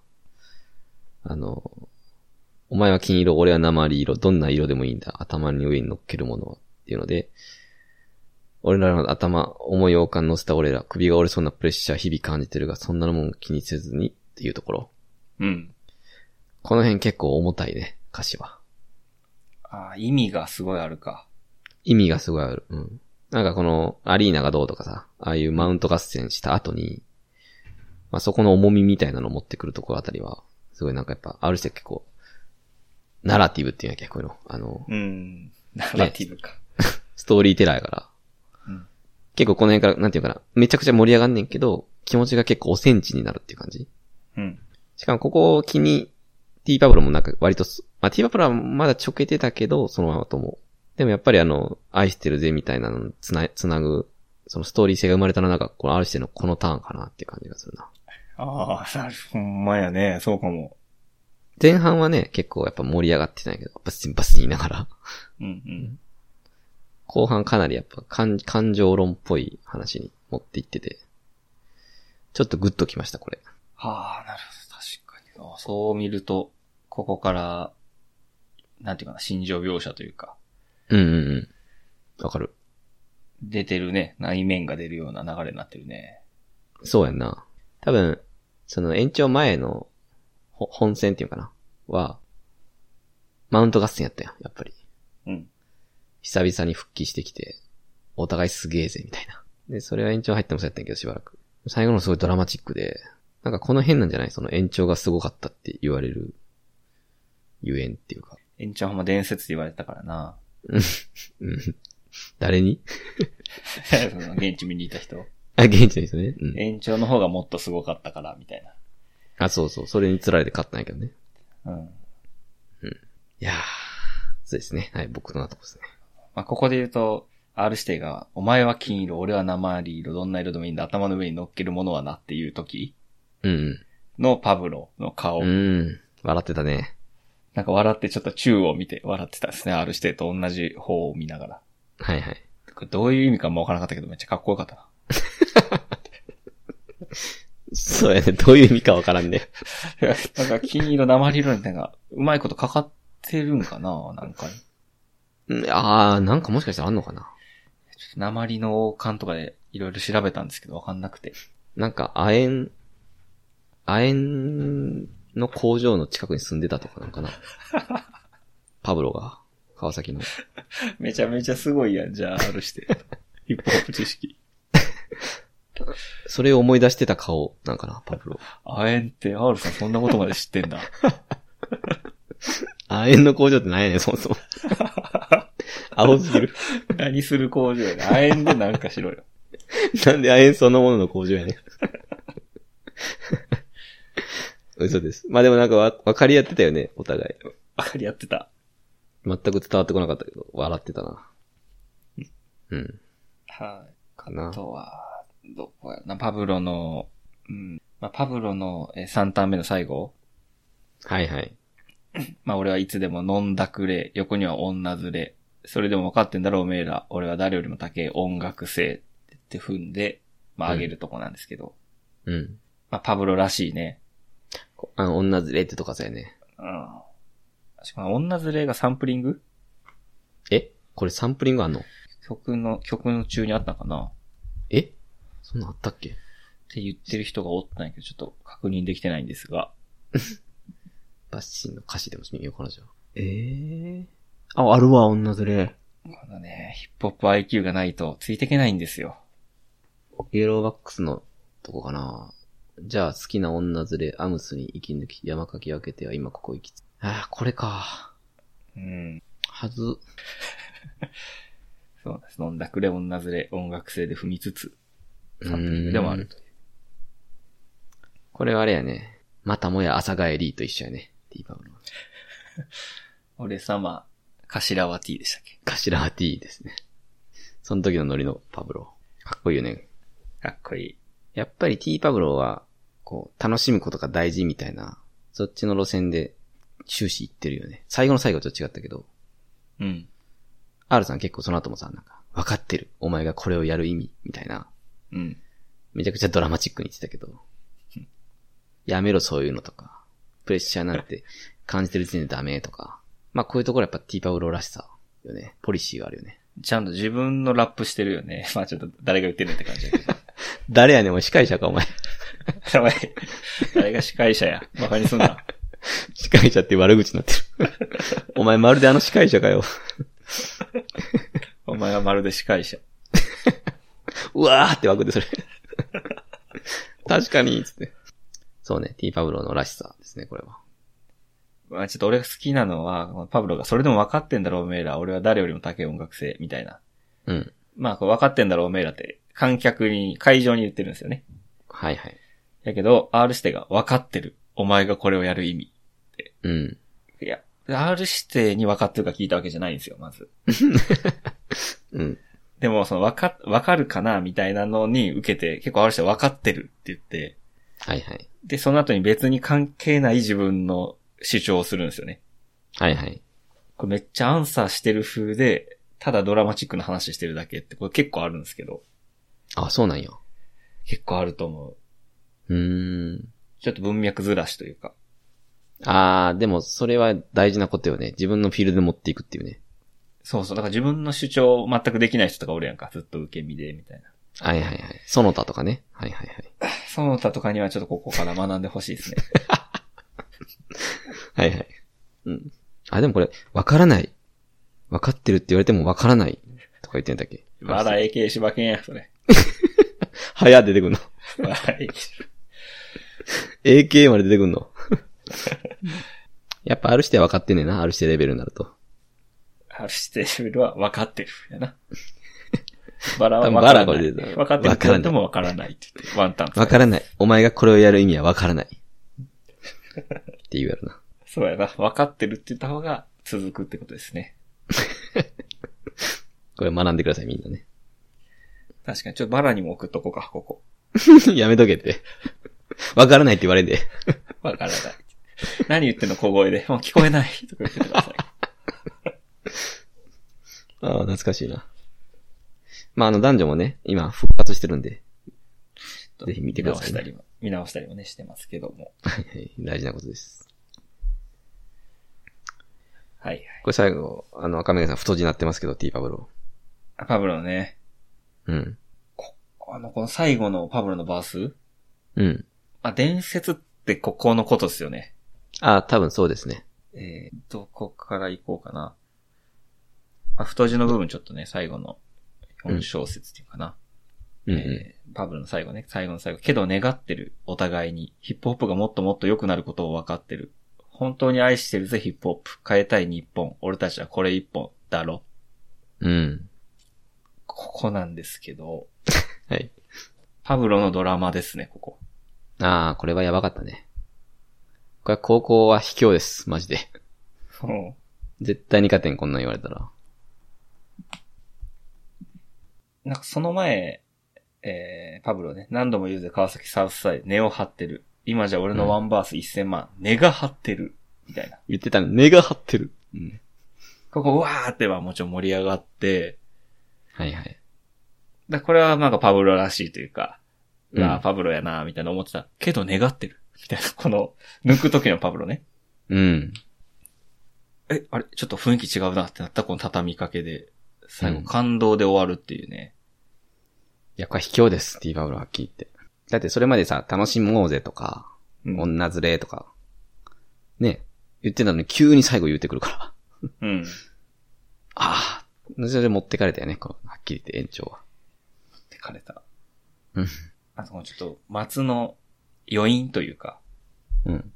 S1: あの、お前は金色、俺は鉛色、どんな色でもいいんだ。頭に上に乗っけるものは。っていうので、俺らの頭、重い王冠乗せた俺ら、首が折れそうなプレッシャー日々感じてるが、そんなのもん気にせずにっていうところ。
S2: うん。
S1: この辺結構重たいね、歌詞は。
S2: ああ、意味がすごいあるか。
S1: 意味がすごいある。うん。なんかこの、アリーナがどうとかさ、ああいうマウント合戦した後に、まあそこの重みみたいなのを持ってくるところあたりは、すごいなんかやっぱ、ある種結構、ナラティブっていうんやっけ、こういうの。あの、
S2: うん。ナラティブか。
S1: ストーリーテラーやから。
S2: うん
S1: 結構この辺から、なんていうかな、めちゃくちゃ盛り上がんねんけど、気持ちが結構おセンチになるっていう感じ。
S2: うん。
S1: しかもここを気に、T パブロもなんか割とす、まあ T パブロはまだちょけてたけど、そのままとも。でもやっぱりあの、愛してるぜみたいなのつな、つなぐ、そのストーリー性が生まれたのはなんか、このある種のこのターンかなっていう感じがするな。
S2: ああ、なる ほんまやね。そうかも。
S1: 前半はね、結構やっぱ盛り上がってたんやけど、バスにバスに言いながら。
S2: うんうん。
S1: 後半かなりやっぱ感、感情論っぽい話に持っていってて。ちょっとグッときました、これ。
S2: ああ、なるほど。確かに。あーそう見ると、ここから、なんていうかな、心情描写というか、
S1: うんうんうん。わかる。
S2: 出てるね。内面が出るような流れになってるね。
S1: そうやんな。多分、その延長前のほ本戦っていうかな。は、マウント合戦やったやん、やっぱり。
S2: うん。
S1: 久々に復帰してきて、お互いすげえぜ、みたいな。で、それは延長入ってもそうやったんやけど、しばらく。最後のすごいドラマチックで、なんかこの辺なんじゃないその延長がすごかったって言われる、ゆえんっていうか。
S2: 延長ほんま伝説って言われてたからな。
S1: うん。誰に
S2: その現地見にいた人。
S1: あ、現地の人ね。うん。
S2: 延長の方がもっとすごかったから、みたい
S1: あ、そうそう。それに釣られて勝ったんやけどね。
S2: な。うん。
S1: いやー、そうですね。はい、僕のとこですね。
S2: まあ、ここで言うと、R 指定が、お前は金色、俺は鉛色、どんな色でもいいんだ、頭の上に乗っけるものはなっていう時
S1: うんうん。
S2: のパブロの顔。
S1: うん。笑ってたね。
S2: なんか笑ってちょっと宙を見て笑ってたですね。R 指定と同じ方を見ながら。
S1: はいはい。
S2: これどういう意味かもわからなかったけど、めっちゃかっこよかった な。
S1: そうやね。どういう意味かわからんね。
S2: なんか金色、鉛色みたいなのが、うまいことかかってるんかななんかに。
S1: うんあー、なんかもしかしたらあんのかな。
S2: ちょっと鉛の王冠とかでいろいろ調べたんですけど、わかんなくて。
S1: なんか、亜鉛、亜鉛の工場の近くに住んでたとかなんか な。パブロが、川崎の。
S2: めちゃめちゃすごいやん、じゃあ、あるして。 ヒップホップ知識。
S1: それを思い出してた顔なんかな、パブロ。
S2: あえんって、R さんそんなことまで知ってんだ。
S1: 亜鉛の工場って何やねん、そもそ も。青すぎる。
S2: 何する工場やねん。あえんでなんかしろよ。
S1: なんで亜鉛そのものの工場 やねん。嘘です。まあでもなんかわ分かり合ってたよね、お互い。
S2: ばかりやってた。
S1: 全く伝わってこなかったけど、笑ってたな。うん。
S2: はい。
S1: かな
S2: あ。とは、どこやろな、パブロの、うん。まあ、パブロのえー3ターン目の最後。
S1: はいはい。
S2: まあ、俺はいつでも飲んだくれ、横には女連れ。それでも分かってんだろ、おめえら。俺は誰よりも高え音楽性って踏んで、まあ、
S1: うん
S2: 上げるとこなんですけど。
S1: うん。
S2: まあ、パブロらしいね。
S1: こあの、女連れってとかさよね。
S2: うん。しかも、女連れがサンプリング
S1: えこれサンプリングあんの
S2: 曲の、曲の中にあったのかな
S1: えそんなんあったっけ
S2: って言ってる人がおったんやけど、ちょっと確認できてないんですが。
S1: バッシンの歌詞でも見ようかな、じゃあ。ええあ、あるわ、女連れ。
S2: このね、ヒップホップ IQ がないとついていけないんですよ。
S1: イエローバックスのとこかな。じゃあ、好きな女連れ、アムスに息抜き、山かき分けては今ここ行きつ。ああ、これか。
S2: うん。
S1: はず。
S2: そうなんです。飲んだくれ、女連れ、音楽性で踏みつつ、
S1: う
S2: サンプリン
S1: ん
S2: グでもあるという。
S1: これはあれやね。またもや朝帰りと一緒やね。ティーバウルの。
S2: 俺様、頭は T でしたっけ
S1: 頭は T ですね。その時のノリのパブロ。かっこいいよね。
S2: かっこいい。
S1: やっぱり T パブロは、こう、楽しむことが大事みたいな、そっちの路線で終始いってるよね。最後の最後と違ったけど、
S2: うん。
S1: R さん結構その後もさ、なんか、わかってる。お前がこれをやる意味、みたいな。
S2: うん。
S1: めちゃくちゃドラマチックに言ってたけど
S2: うん、
S1: やめろそういうのとか、プレッシャーなんて感じてる時点でダメとか、まあこういうところやっぱ T パブロらしさよね。ポリシーがあるよね。
S2: ちゃんと自分のラップしてるよね。 まあちょっと誰が言ってるのって感じだけど。
S1: 誰やねん、お前司会者か、お前。
S2: やばい。誰が司会者や。馬鹿にすんな。
S1: 司会者って悪口になってる。お前まるであの司会者かよ。
S2: お前はまるで司会者。
S1: うわーって湧くで、それ。確かに、つって。そうね、T パブロのらしさですね、これは。
S2: まあちょっと俺が好きなのは、パブロが、それでも分かってんだろ、おめえら。俺は誰よりも高い音楽性、みたいな。
S1: うん。
S2: まあ、こう分かってんだろ、おめえらって、観客に、会場に言ってるんですよね。
S1: はいはい。
S2: だけど、R 指定が分かってる。お前がこれをやる意味。
S1: うん。
S2: いや、R 指定に分かってるか聞いたわけじゃないんですよ、まず。
S1: うん。
S2: でも、その、分か、分かるかな、みたいなのに受けて、結構 R 指定分かってるって言って、
S1: はいはい。
S2: で、その後に別に関係ない自分の主張をするんですよね。
S1: はいはい。
S2: これめっちゃアンサーしてる風で、ただドラマチックな話してるだけって、これ結構あるんですけど、
S1: あ、そうなんよ。
S2: 結構あると思う。
S1: うーん。
S2: ちょっと文脈ずらしというか。
S1: あー、でもそれは大事なことよね。自分のフィールドで持っていくっていうね。
S2: そうそう。だから自分の主張を全くできない人とかおるやんか。ずっと受け身で、みたいな。
S1: はいはいはい。その他とかね。はいはいはい。
S2: その他とかにはちょっとここから学んでほしい ですね。
S1: はいはい。うん。あ、でもこれ、わからない。わかってるって言われてもわからない。とか言ってんだっけ
S2: まだ AK 柴犬や、それ。
S1: 早出てくんの。
S2: まだ AK
S1: AK まで出てくんの。 やっぱあるしては分かってんねえな。あるしてレベルになると。
S2: あるしてるは分かってる。やな。バラは
S1: 多分
S2: 分から
S1: バラ
S2: な
S1: が
S2: い。
S1: 出てた
S2: 分かってるって言われても分からないって言って。ワンタン。
S1: わからない。お前がこれをやる意味はわからない。って言うやろな。
S2: そうやな。分かってるって言った方が続くってことですね。
S1: これ学んでください、みんなね。
S2: 確かに。ちょっとバラにも送っとこうか、ここ。
S1: やめとけって。わからないって言われんで。
S2: 分からない。何言ってんの小声で。もう聞こえない。とか言ってく ださい。
S1: ああ、懐かしいな。まあ、あの、男女もね、今、復活してるんで。 ぜひ見てくださいね
S2: 見直したりも、見直したりもね、してますけども。
S1: はいはい大事なことです。
S2: はいはい。
S1: これ最後、あの、赤嶺さん太字になってますけど、T パブロ。
S2: あパブロのね、
S1: うん。
S2: あの、この最後のパブロのバース
S1: うん。
S2: まあ、伝説ってここのことですよね。
S1: あ、多分そうですね。
S2: えー、どこから行こうかな。あ、太字の部分ちょっとね、最後の4小節っていうかな。
S1: うんうん、
S2: えーパブロの最後ね、最後の最後。けど願ってる、お互いに。ヒップホップがもっともっと良くなることを分かってる。本当に愛してるぜ、ヒップホップ。変えたい日本。俺たちはこれ一本。だろ。
S1: うん。
S2: ここなんですけど、
S1: はい。
S2: パブロのドラマですね、ここ。
S1: ああ、これはやばかったね。これは高校は卑怯です。マジで。
S2: うん
S1: 絶対に勝てん、こんなん言われたら。
S2: なんかその前、えー、パブロね、何度も言うぜ、川崎サウスサイド、根を張ってる。今じゃ俺のワンバース1000万、根が張ってる。みたいな。
S1: 言ってたの、根が張ってる。うん。
S2: ここ、うわーってはもちろん盛り上がって、
S1: はいはい。
S2: だこれはなんかパブロらしいというか、うわ
S1: う
S2: ー
S1: ん
S2: パブロやなーみたいな思ってた。けど願ってる。みたいな、この、抜く時のパブロね。
S1: うん。
S2: え、あれちょっと雰囲気違うなってなった、この畳みかけで。最後、
S1: うん
S2: 感動で終わるっていうね。
S1: いや、これ卑怯です。ティーバブルはっきり言って。だってそれまでさ、楽しもうぜとか、
S2: うん。
S1: 女連れとか、ね、言ってたのに急に最後言ってくるから。
S2: うん
S1: ああ。それで持ってかれたよね、この、はっきり言って延長は。
S2: ってかれた。
S1: うん。
S2: あと、ちょっと、松の余韻というか、
S1: うん。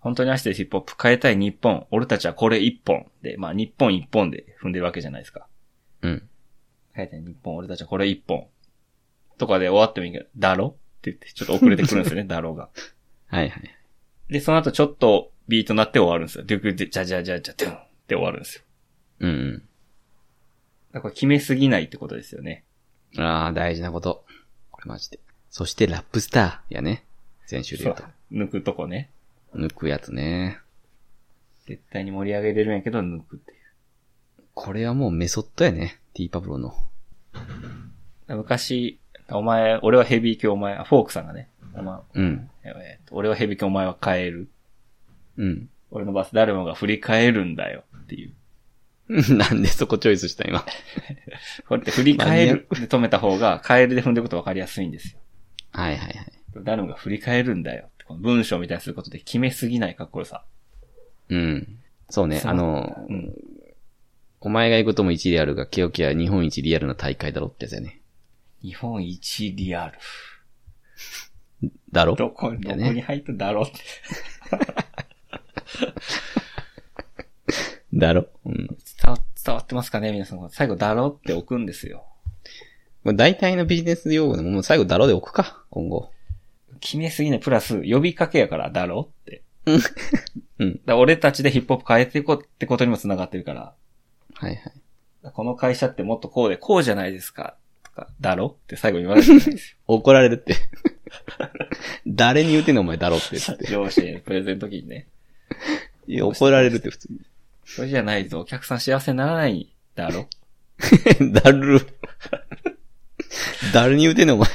S2: 本当に足でヒップホップ変えたい日本、俺たちはこれ一本で、まあ日本一本で踏んでるわけじゃないですか。
S1: うん。
S2: 変えたい日本、俺たちはこれ一本。とかで終わってもいいけど、だろって言って、ちょっと遅れてくるんですよね、だろうが。
S1: はいはい。
S2: で、その後ちょっとビートなって終わるんですよ。ドゥクで、じゃじゃじゃじゃ、ドゥンって終わるんですよ。
S1: うん
S2: だからこれ決めすぎないってことですよね。
S1: うん。ああ、大事なこと。これマジで。そして、ラップスターやね。先週で言うと
S2: そ。う抜くとこね。
S1: 抜くやつね。
S2: 絶対に盛り上げれるんやけど、抜くっていう。
S1: これはもうメソッドやね。ティーパブロの。
S2: 昔、お前、俺はヘビー級お前、あフォークさんがね、お前、
S1: うん。
S2: えーと俺はヘビ級お前は変える。
S1: うん。
S2: 俺のバス誰もが振り返るんだよっていう。
S1: なんでそこチョイスした今。
S2: こうやって振り返るで止めた方が、カエルで踏んでること分かりやすいんですよ。
S1: はいはいはい。
S2: 誰もが振り返るんだよってこの文章みたいにすることで決めすぎないかっこよさ。
S1: うん。そうね、
S2: そう
S1: あの、
S2: うん。
S1: お前が行くことも一理あるが、ケオキは日本一リアルな大会だろってやつやね。
S2: 日本一リアル。
S1: だろ
S2: どこ、どこに入っただろうって。
S1: だろうん。
S2: 伝わ伝わってますかね皆さん。最後だろうって置くんですよ。
S1: まあ、大体のビジネス用語でももう最後だろで置くか、今後。
S2: 決めすぎない。プラス、呼びかけやからだろうって。
S1: うん
S2: だから俺たちでヒップホップ変えていこうってことにも繋がってるから。
S1: はいはい。
S2: この会社ってもっとこうで、こうじゃないですか。とか、だろって最後に言わないといけないんです
S1: 怒られるって。 誰に言うてんのお前だろって 言って
S2: よ。上司へのプレゼンの時にね。
S1: いや。怒られるって普通
S2: それじゃないとお客さん幸せにならないだろ
S1: に。 だる。誰に言うてんのお前。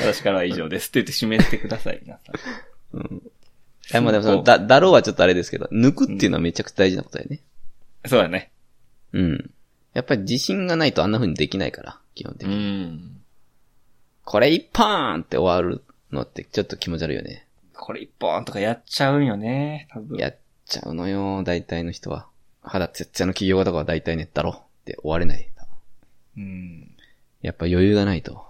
S2: 私からは以上ですって言って締めてください、皆さん。
S1: いやまあでもその、だ、だろうはちょっとあれですけど、抜くっていうのはめちゃくちゃ大事なことだよね。
S2: そうだね。
S1: うん。やっぱり自信がないとあんな風にできないから、基本的に。
S2: ん。
S1: これ一本って終わるのってちょっと気持ち悪いよね。
S2: これ一本とかやっちゃうんよね、多分。
S1: やっちゃうのよ、大体の人は。肌つやつやの企業とかは大体ね、だろって終われない。
S2: うん。
S1: やっぱ余裕がないと。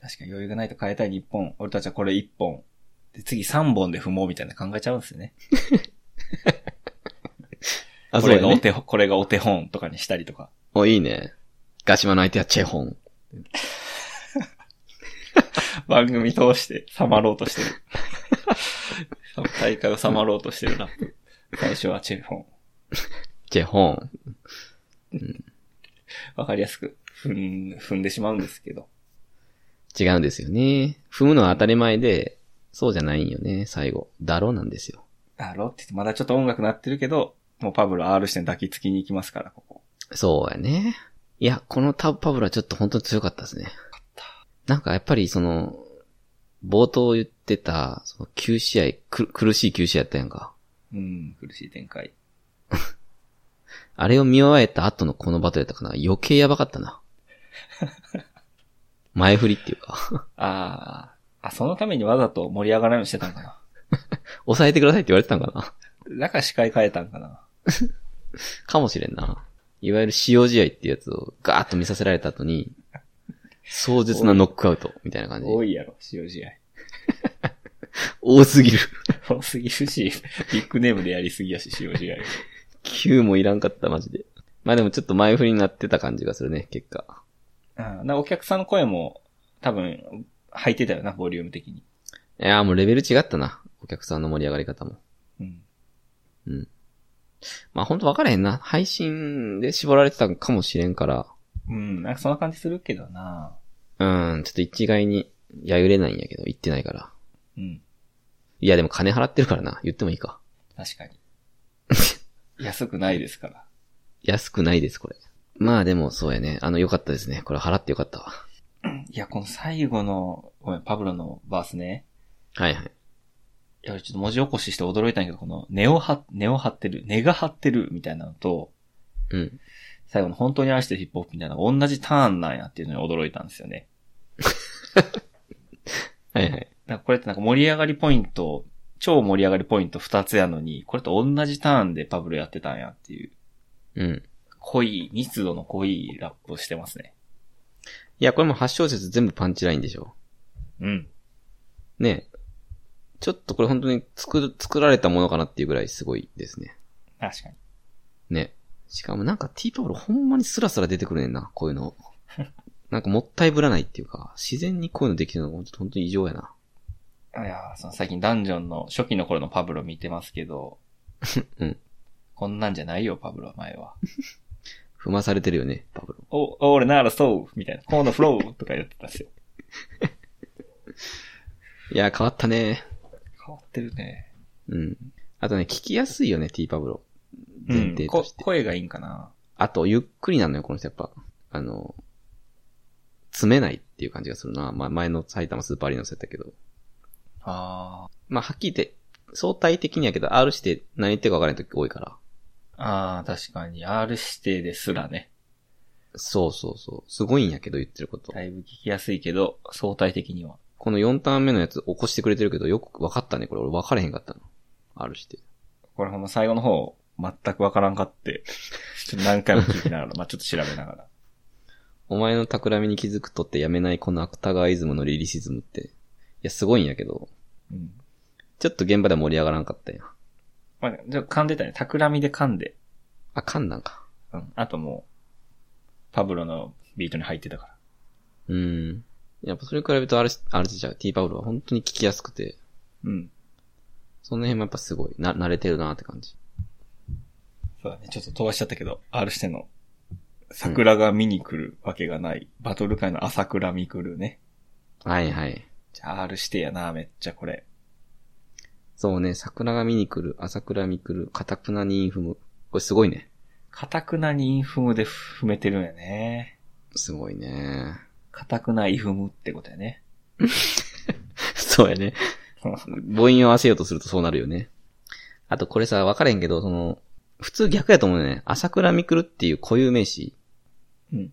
S2: 確かに余裕がないと変えたい日本。俺たちはこれ一本。で、次三本で踏もうみたいな考えちゃうんですよね。
S1: あ、
S2: こ
S1: そう
S2: れ
S1: だ
S2: がお
S1: ね。
S2: 手本、これがお手本とかにしたりとか。
S1: お、いいね。ガシマの相手はチェホン。
S2: 番組通して、さまろうとしてる。大会をさまろうとしてるラップ。最初はチェフォン。
S1: チェホン。
S2: わかりやすく踏ん、踏んでしまうんですけど。
S1: 違うんですよね。踏むのは当たり前で、そうじゃないんよね、最後。だろなんですよ。
S2: だろって言って、まだちょっと音楽鳴ってるけど、もうパブロ R 視点抱きつきに行きますから、ここ。
S1: そうやね。いや、このタパブラちょっと本当に強かったですね。なんかやっぱりその、冒頭言ってた、その9試合、く苦しい9試合やったやんか。
S2: うん、苦しい展開。
S1: あれを見終えた後のこのバトルやったかな。 余計やばかったな。前振りっていうか。
S2: ああ、そのためにわざと盛り上がらんようにしてたんかな。
S1: 抑えてくださいって言われてたんかな
S2: だから司会変えたんかな。
S1: かもしれんな。いわゆる使用試合ってやつをガーッと見させられた後に、壮絶なノックアウトみたいな感じ。
S2: 多いやろ、塩試合。
S1: 多すぎる。
S2: 多すぎるし、ビッグネームでやりすぎやし、塩試合。
S1: 9もいらんかった、マジで。まあでもちょっと前振りになってた感じがするね、結果。
S2: うん。なお客さんの声も、多分、入ってたよな、ボリューム的に。
S1: いやーもうレベル違ったな。お客さんの盛り上がり方も。
S2: うん。
S1: まあほんと分からへんな。配信で絞られてたんかもしれんから、
S2: うん、なんかそんな感じするけどな
S1: うん、ちょっと一概にやゆれないんやけど、言ってないから。
S2: うん。
S1: いやでも金払ってるからな。言ってもいいか。
S2: 確かに。安くないですから。
S1: 安くないです、これ。まあでもそうやね。あの、良かったですね。これ払って良かったわ。
S2: いや、この最後の、ごめん、パブロのバースね。
S1: はいはい。
S2: いや、ちょっと文字起こしして驚いたんやけど、この、根を張、根を張ってる、根が張ってる、みたいなのと、
S1: うん。
S2: 最後の本当に愛してるヒップホップみたいなのが同じターンなんやっていうのに驚いたんですよね。
S1: はいはい。
S2: だからこれってなんか盛り上がりポイント、超盛り上がりポイント2つやのに、これと同じターンでパブロやってたんやっていう、
S1: うん。
S2: 濃い、密度の濃いラップをしてますね。
S1: いや、これも8小節全部パンチラインでしょ。
S2: うん。
S1: ねえ。ちょっとこれ本当に作る、作られたものかなっていうぐらいすごいですね。
S2: 確かに。
S1: ね。しかもなんか T パブルほんまにスラスラ出てくるねんな、こういうの。 なんかもったいぶらないっていうか、自然にこういうのできるのが本当に異常やな。
S2: いやーその最近ダンジョンの初期の頃のパブロ見てますけど、
S1: うん
S2: こんなんじゃないよ、パブロ前は。
S1: 踏まされてるよね、パブル。
S2: お、お俺ならそうみたいな。このフローとかやってたんですよ。
S1: いや、変わったね。
S2: 変わってるね。
S1: うん。あとね、聞きやすいよね、T パブロ。
S2: う
S1: 前
S2: ん
S1: 提。と
S2: こ
S1: して。
S2: 声がいいんかな。
S1: あと、ゆっくりなのよ、この人やっぱ。あの、詰めないっていう感じがするな。まあ、前の埼玉スーパーアリーナのせたけど。
S2: あ
S1: まあ、はっきり言って、相対的にやけど、R して何言ってるか分からない時多いから。
S2: あ。ああ、確かに。R 指定ですらね。
S1: そうそうそう。すごいんやけど、言ってること。
S2: だいぶ聞きやすいけど、相対的には。
S1: この4ターン目のやつ起こしてくれてるけど、よく分かったね、これ。俺分かれへんかったの。R して。
S2: これほんま最後の方、全くわからんかって、ちょっと何回も聞きながら、まあちょっと調べながら。
S1: お前の企みに気づくとってやめないこの芥川イズムのリリシズムって。いや、すごいんやけど、
S2: うん。
S1: ちょっと現場では盛り上がらんかったやん。
S2: まあ、じゃあ噛んでたね。企みで噛んで。
S1: あ、かんなんか。
S2: うん。あともう、パブロのビートに入ってたから。
S1: うん。やっぱそれに比べると R、R じゃう T パウロは本当に聞きやすくて、
S2: うん。
S1: その辺もやっぱすごい、な、慣れてるなって感じ。
S2: そうだね。ちょっと飛ばしちゃったけど、R しての、桜が見に来るわけがない。バトル界の朝倉見来るね。
S1: はいはい。
S2: じゃあ R してやな、めっちゃこれ。
S1: そうね、桜が見に来る、朝倉見来る、かたくなにインフム。これすごいね。
S2: かたくなにインフムで踏めてるんやね。
S1: すごいね。
S2: かたくなイフムってことやね。
S1: そうやね。母音を合わせようとするとそうなるよね。あとこれさ、わからへんけど、その、普通逆やと思うよね。朝倉未来っていう固有名詞
S2: うん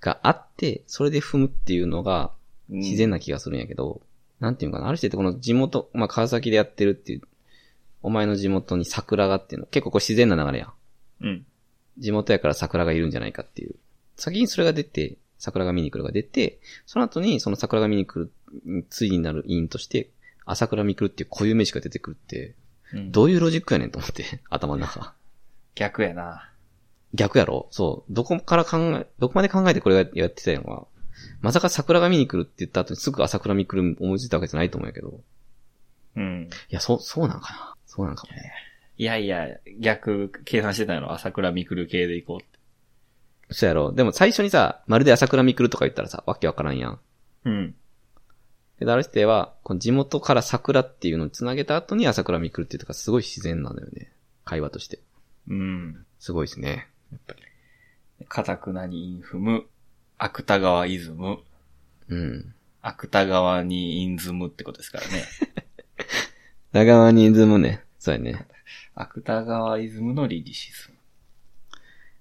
S1: があって、それで踏むっていうのが自然な気がするんやけど、なんていうのかな。ある人ってこの地元、まあ、川崎でやってるっていう、お前の地元に桜がっていうの、結構これ自然な流れやん。
S2: うん。
S1: 地元やから桜がいるんじゃないかっていう。先にそれが出て、桜が見に来るが出て、その後にその桜が見に来る、ついになる因として、朝倉見来るっていう固有名詞が出てくるって、
S2: うん。
S1: どういうロジックやねんと思って、 頭の中。
S2: 逆やな。
S1: 逆やろそう。どこから考え、どこまで考えてこれがやってたのは、まさか桜が見に来るって言った後にすぐ朝倉見来る思いついたわけじゃないと思うんやけど。
S2: うん。
S1: いや、そう、そうなんかな。そうなんかもね。
S2: いやいや、逆、計算してたの朝倉未来系で行こうって。
S1: そうやろでも最初にさ、まるで朝倉見来るとか言ったらさ、わけわからんやん。
S2: うん。
S1: で、ダルシテは、この地元から桜っていうのを繋げた後に朝倉未来っていうとかすごい自然なんだよね。会話として。
S2: うん。
S1: すごいですね。
S2: かたくなにインフム、芥川イズム、
S1: うん。
S2: 芥川にインズムってことですから ね。
S1: 長川にズムね。そうやね。
S2: 芥川イズムのリリシズム。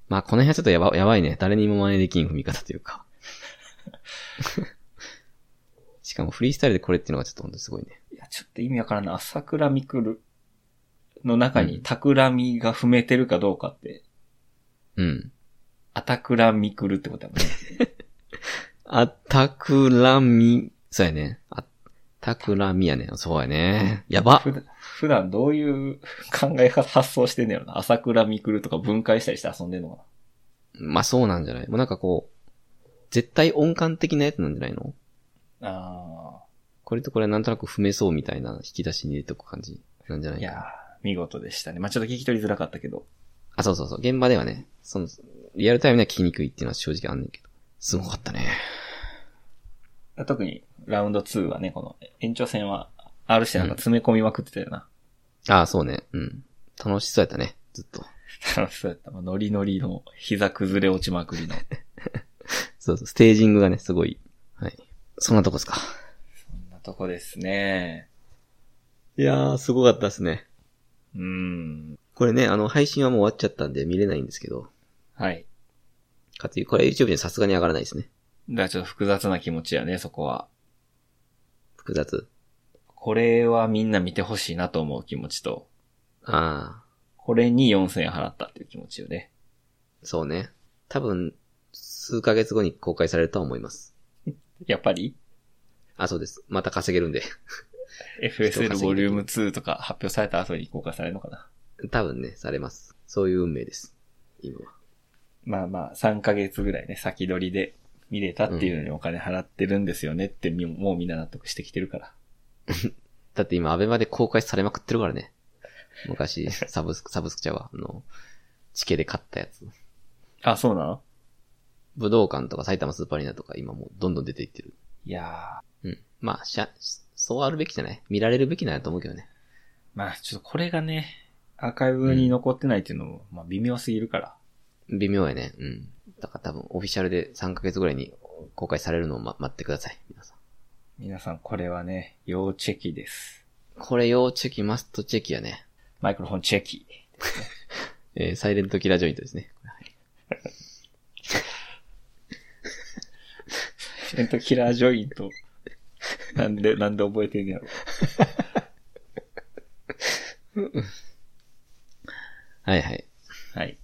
S1: まあ、この辺はちょっとやば やばいね。誰にも真似できん踏み方というか。ししかもフリースタイルでこれっていうのがちょっと本当にすごいね。
S2: いや、ちょっと意味わからんない。朝倉みくるの中に、たくらみが踏めてるかどうかって、
S1: うん。
S2: あたくらみくるってことだもんね。
S1: あたくらみ、そうやね。あたくらみやね。そうやね。やば
S2: 普段普段どういう考え方発想してんねやろな。朝倉みくるとか分解したりして遊んでんのか
S1: まあそうなんじゃないもうなんかこう、絶対音感的なやつなんじゃないの
S2: な。あ
S1: これとこれはなんとなく踏めそうみたいな引き出しに入れておく感じなんじゃ
S2: あ。
S1: ない
S2: い
S1: か
S2: やー
S1: な。
S2: 見事でしたね。まあ、ちょっと聞き取りづらかったけど。
S1: あ、そうそうそう。現場ではね、その、リアルタイムには聞きにくいっていうのは正直あんねんけど。すごかったね。
S2: 特に、ラウンド2はね、この延長戦は、R してなんか詰め込みまくってたよな。
S1: ああ、そうね。うん。楽しそうやったね。ずっと。
S2: 楽しそうやった。まあノリノリの、膝崩れ落ちまくりの。
S1: そうそう。ステージングがね、すごい。はい。そんなとこっすか。
S2: そんなとこですね。
S1: いやー、すごかったですね。
S2: うん。
S1: これね、あの、配信はもう終わっちゃったんで見れないんですけど。
S2: はい。
S1: かつこれ YouTube にはさすがに上がらないですね。
S2: だからちょっと複雑な気持ちやね、そこは。
S1: 複雑。
S2: これはみんな見てほしいなと思う気持ちと、
S1: ああ。
S2: これに4000円払ったっていう気持ちよね。
S1: そうね。多分、数ヶ月後に公開されるとは思います。
S2: やっぱり
S1: あ、そうです。また稼げるんで。
S2: ?FSL ボリューム2とか発表された後に公開されるのかな
S1: 多分ね、されます。そういう運命です。今は。
S2: まあまあ、3ヶ月ぐらいね、先取りで見れたっていうのにお金払ってるんですよねってみ、もうみんな納得してきてるから。
S1: だって今、アベマで公開されまくってるからね。昔、 サブスク、サブスクちゃうわ。あの、チケで買ったやつ。
S2: あ、そうなの
S1: 武道館とか埼玉スーパーアリーナとか今もうどんどん出ていってる。
S2: いやー。
S1: うん。まあ、しゃ、そうあるべきじゃない見られるべきなんやと思うけどね。
S2: まあ、ちょっとこれがね、アーカイブに残ってないっていうのも、まあ微妙すぎるから。
S1: 微妙やね。うん。だから多分、オフィシャルで3ヶ月ぐらいに公開されるのを、ま、待ってください。皆さん。
S2: 皆さんこれはね、要チェキです。
S1: これ要チェキ、マストチェキやね。
S2: マイクロフォンチェキ。
S1: えーサイレントキラージョイントですね。
S2: エントキラージョイント。 なんで、なんで覚えてんねやろ。
S1: はいはい。
S2: はい。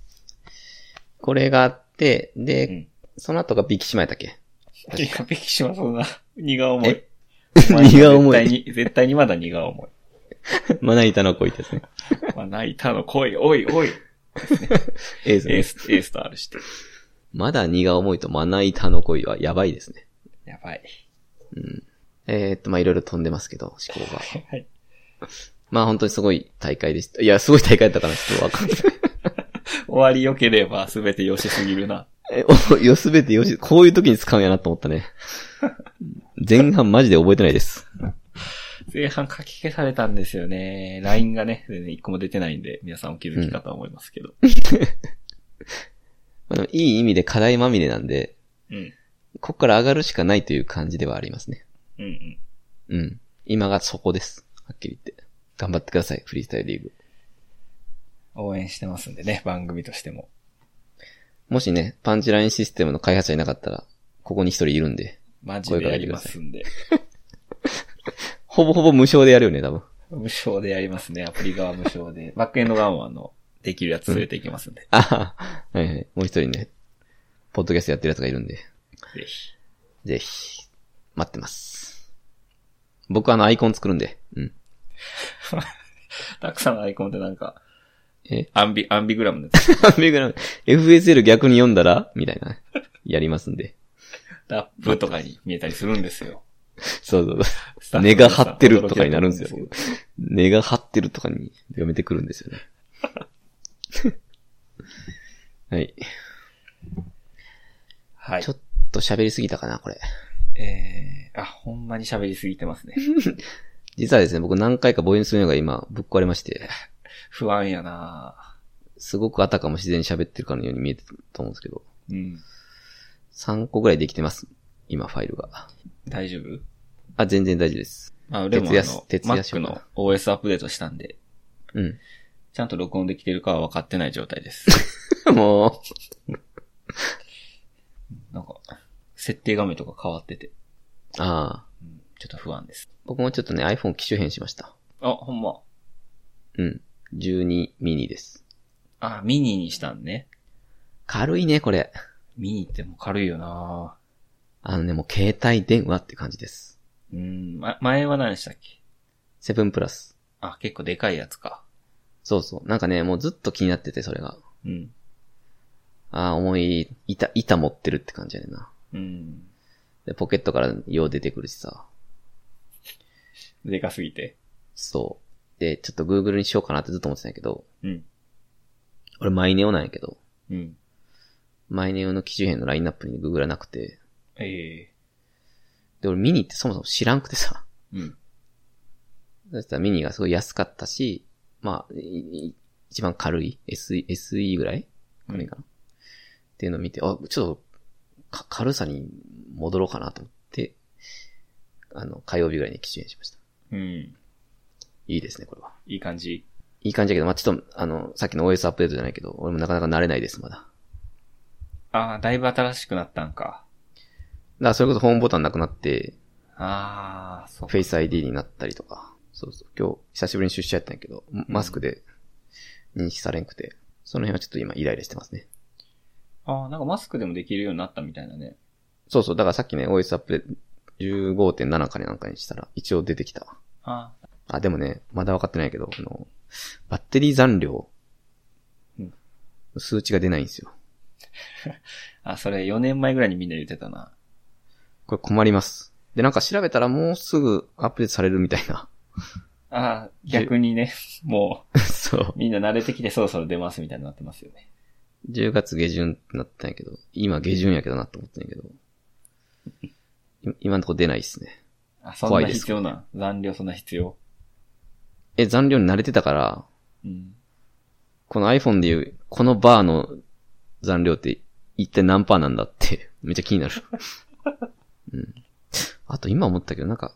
S1: これがあって、で、
S2: うん
S1: その後がビキシマやったっけ
S2: いや、びっくりします、そんな。荷が重い
S1: え。
S2: お前は
S1: 荷が重い
S2: 絶対に、絶対にまだ荷が重い。
S1: まな板の恋ですね。
S2: まあ、泣いたの声、おいおい。
S1: エース
S2: エー
S1: ね。
S2: ス、エースと R して。
S1: まだ荷が重いとまな板の恋はやばいですね。
S2: やばい。
S1: うん。えー、っと、まあ、いろいろ飛んでますけど、思 考が。
S2: はい。
S1: まあ、本当にすごい大会でした。いや、すごい大会だったから、ちょっとわかんない。
S2: 終わり良ければ全て良しすぎるな。
S1: え、お、よ、すべてよし、こういう時に使うんやなと思 ったね。前半マジで覚えてないです。
S2: 前半書き消されたんですよね。LINE がね、全然一個も出てないんで、皆さんお気づきかと思いますけ
S1: ま
S2: ど。
S1: あ、でもいい意味で課題まみれなんで、
S2: うん。
S1: ここから上がるしかないという感じではありますね。
S2: うんうん。
S1: うん。今がそこです。はっきり言って。頑張ってください、フリースタイルリーグ。
S2: 応援してますんでね、番組としても。
S1: もしね、パンチラインシステムの開発者いなかったら、ここに一人いるんで、
S2: マジでやりますんで。
S1: ほぼほぼ無償でやるよね、多分。
S2: 無償でやりますね。アプリ側無償で。バックエンド側もあの、できるやつ連れていきますんで。
S1: あはははいはい。もう一人ね、ポッドキャストやってるやつがいるんで、
S2: ぜひ。
S1: ぜひ、待ってます。僕あの、アイコン作るんで、うん。
S2: たくさんのアイコンってなんか、
S1: え
S2: アンビ、アンビグラムのやつ
S1: メグラム FSL 逆に読んだらみたいな、やりますんで。
S2: ラップとかに見えたりするんですよ。
S1: そうそうそう。
S2: スタ ッフ
S1: 根が張ってるとかになるんです
S2: 驚
S1: よ
S2: きだと思うんで。
S1: 根が張ってるとかに読めてくるんですよね。はい。
S2: すけどはい
S1: ちょ。っと喋りすぎたかな、これ。
S2: えー、あ、ほんまに喋りすぎてますね。
S1: 実はですね、僕何回か母音するのが今、ぶっ壊れまして、
S2: 不安やな
S1: すごくあたかも自然に喋ってるかのように見えてると思うんですけど、
S2: うん。
S1: 3個ぐらいできてます。今、ファイルが。
S2: 大丈夫
S1: あ、全然大丈夫です。
S2: まあ、でもあ
S1: 徹夜し
S2: の、
S1: 徹夜し
S2: Mac
S1: ようか
S2: の OS アップデートしたんで、
S1: うん。
S2: ちゃんと録音できてるかは分かってない状 態です。
S1: も
S2: なんか、設定画面とか変わってて。
S1: う、ああ。
S2: ちょっと不安です。
S1: 僕もちょっとね、iPhone 機種変しました。
S2: あ、ほんま。
S1: うん。12ミニです。
S2: あ、ミニにしたんね。
S1: 軽いね、これ。
S2: ミニってもう軽いよな
S1: あのね、もう携帯電話って感じです。
S2: うん、ま、前は何でしたっけ
S1: 7プラス。
S2: あ、結構でかいやつか。
S1: そうそう。なんかね、もうずっと気になってて、それが。
S2: うん。
S1: ああ、重い、板、板持ってるって感じやねんな。
S2: うん。
S1: で、ポケットからよう出てくるしさ。
S2: でかすぎて。
S1: そう。で、ちょっと Google にしようかなってずっと思ってたんやけど、
S2: うん。
S1: 俺マイネオなんやけど、
S2: うん。
S1: マイネオの機種編のラインナップに Google はなくて、
S2: ええ
S1: で、俺ミニってそもそも知らんくてさ。
S2: うん。
S1: だってミニがすごい安かったし、まあ、いい一番軽い SE、SE ぐらい軽いかな、っていうのを見て、あ、ちょっと、か軽さに戻ろうかなと思って、あの、火曜日ぐらいに機種変しました。
S2: うん。
S1: いいですね、これは。
S2: いい感じ。
S1: いい感じだけど、まあ、ちょっと、あの、さっきの OS アップデートじゃないけど、俺もなかなか慣れないです、まだ。だか
S2: ああ、だいぶ新しくなったんか。
S1: ら、それこそホームボタンなくなって、
S2: ああ、そうか。
S1: フェイス ID になったりとか。そうそう。今日、久しぶりに出社やったんやけど、マスクで認識されんくて、その辺はちょっと今イライラしてますね。
S2: ああ、なんかマスクでもできるようになったみたいなね。
S1: そうそう。だからさっきね、OS アップで15.7かなんかにしたら、一応出てきたわ。
S2: ああ、
S1: あ、でもね、まだ分かってないけど、あの、バッテリー残量
S2: うん、
S1: 数値が出ないんですよ。
S2: あ、それ4年前ぐらいにみんな言ってたな。
S1: これ困ります。で、なんか調べたらもうすぐアップデートされるみたいな。
S2: ああ、逆にね、 も
S1: そう
S2: う、。みんな慣れてきてそろそろ出ますみたいになってますよね。
S1: 10月下旬ってなったんやけど、今下旬やけどなって思ったんやけど、い今んとこ出ないっすね。
S2: あ、そん
S1: 怖い
S2: な
S1: です
S2: 必要なん。残量そんな必要。
S1: え、残量に慣れてたから、
S2: うん。
S1: この iPhone でいう、このバーの残量って一体何パーなんだって、 めっちゃ気になる。うん。あと今思ったけど、なんか、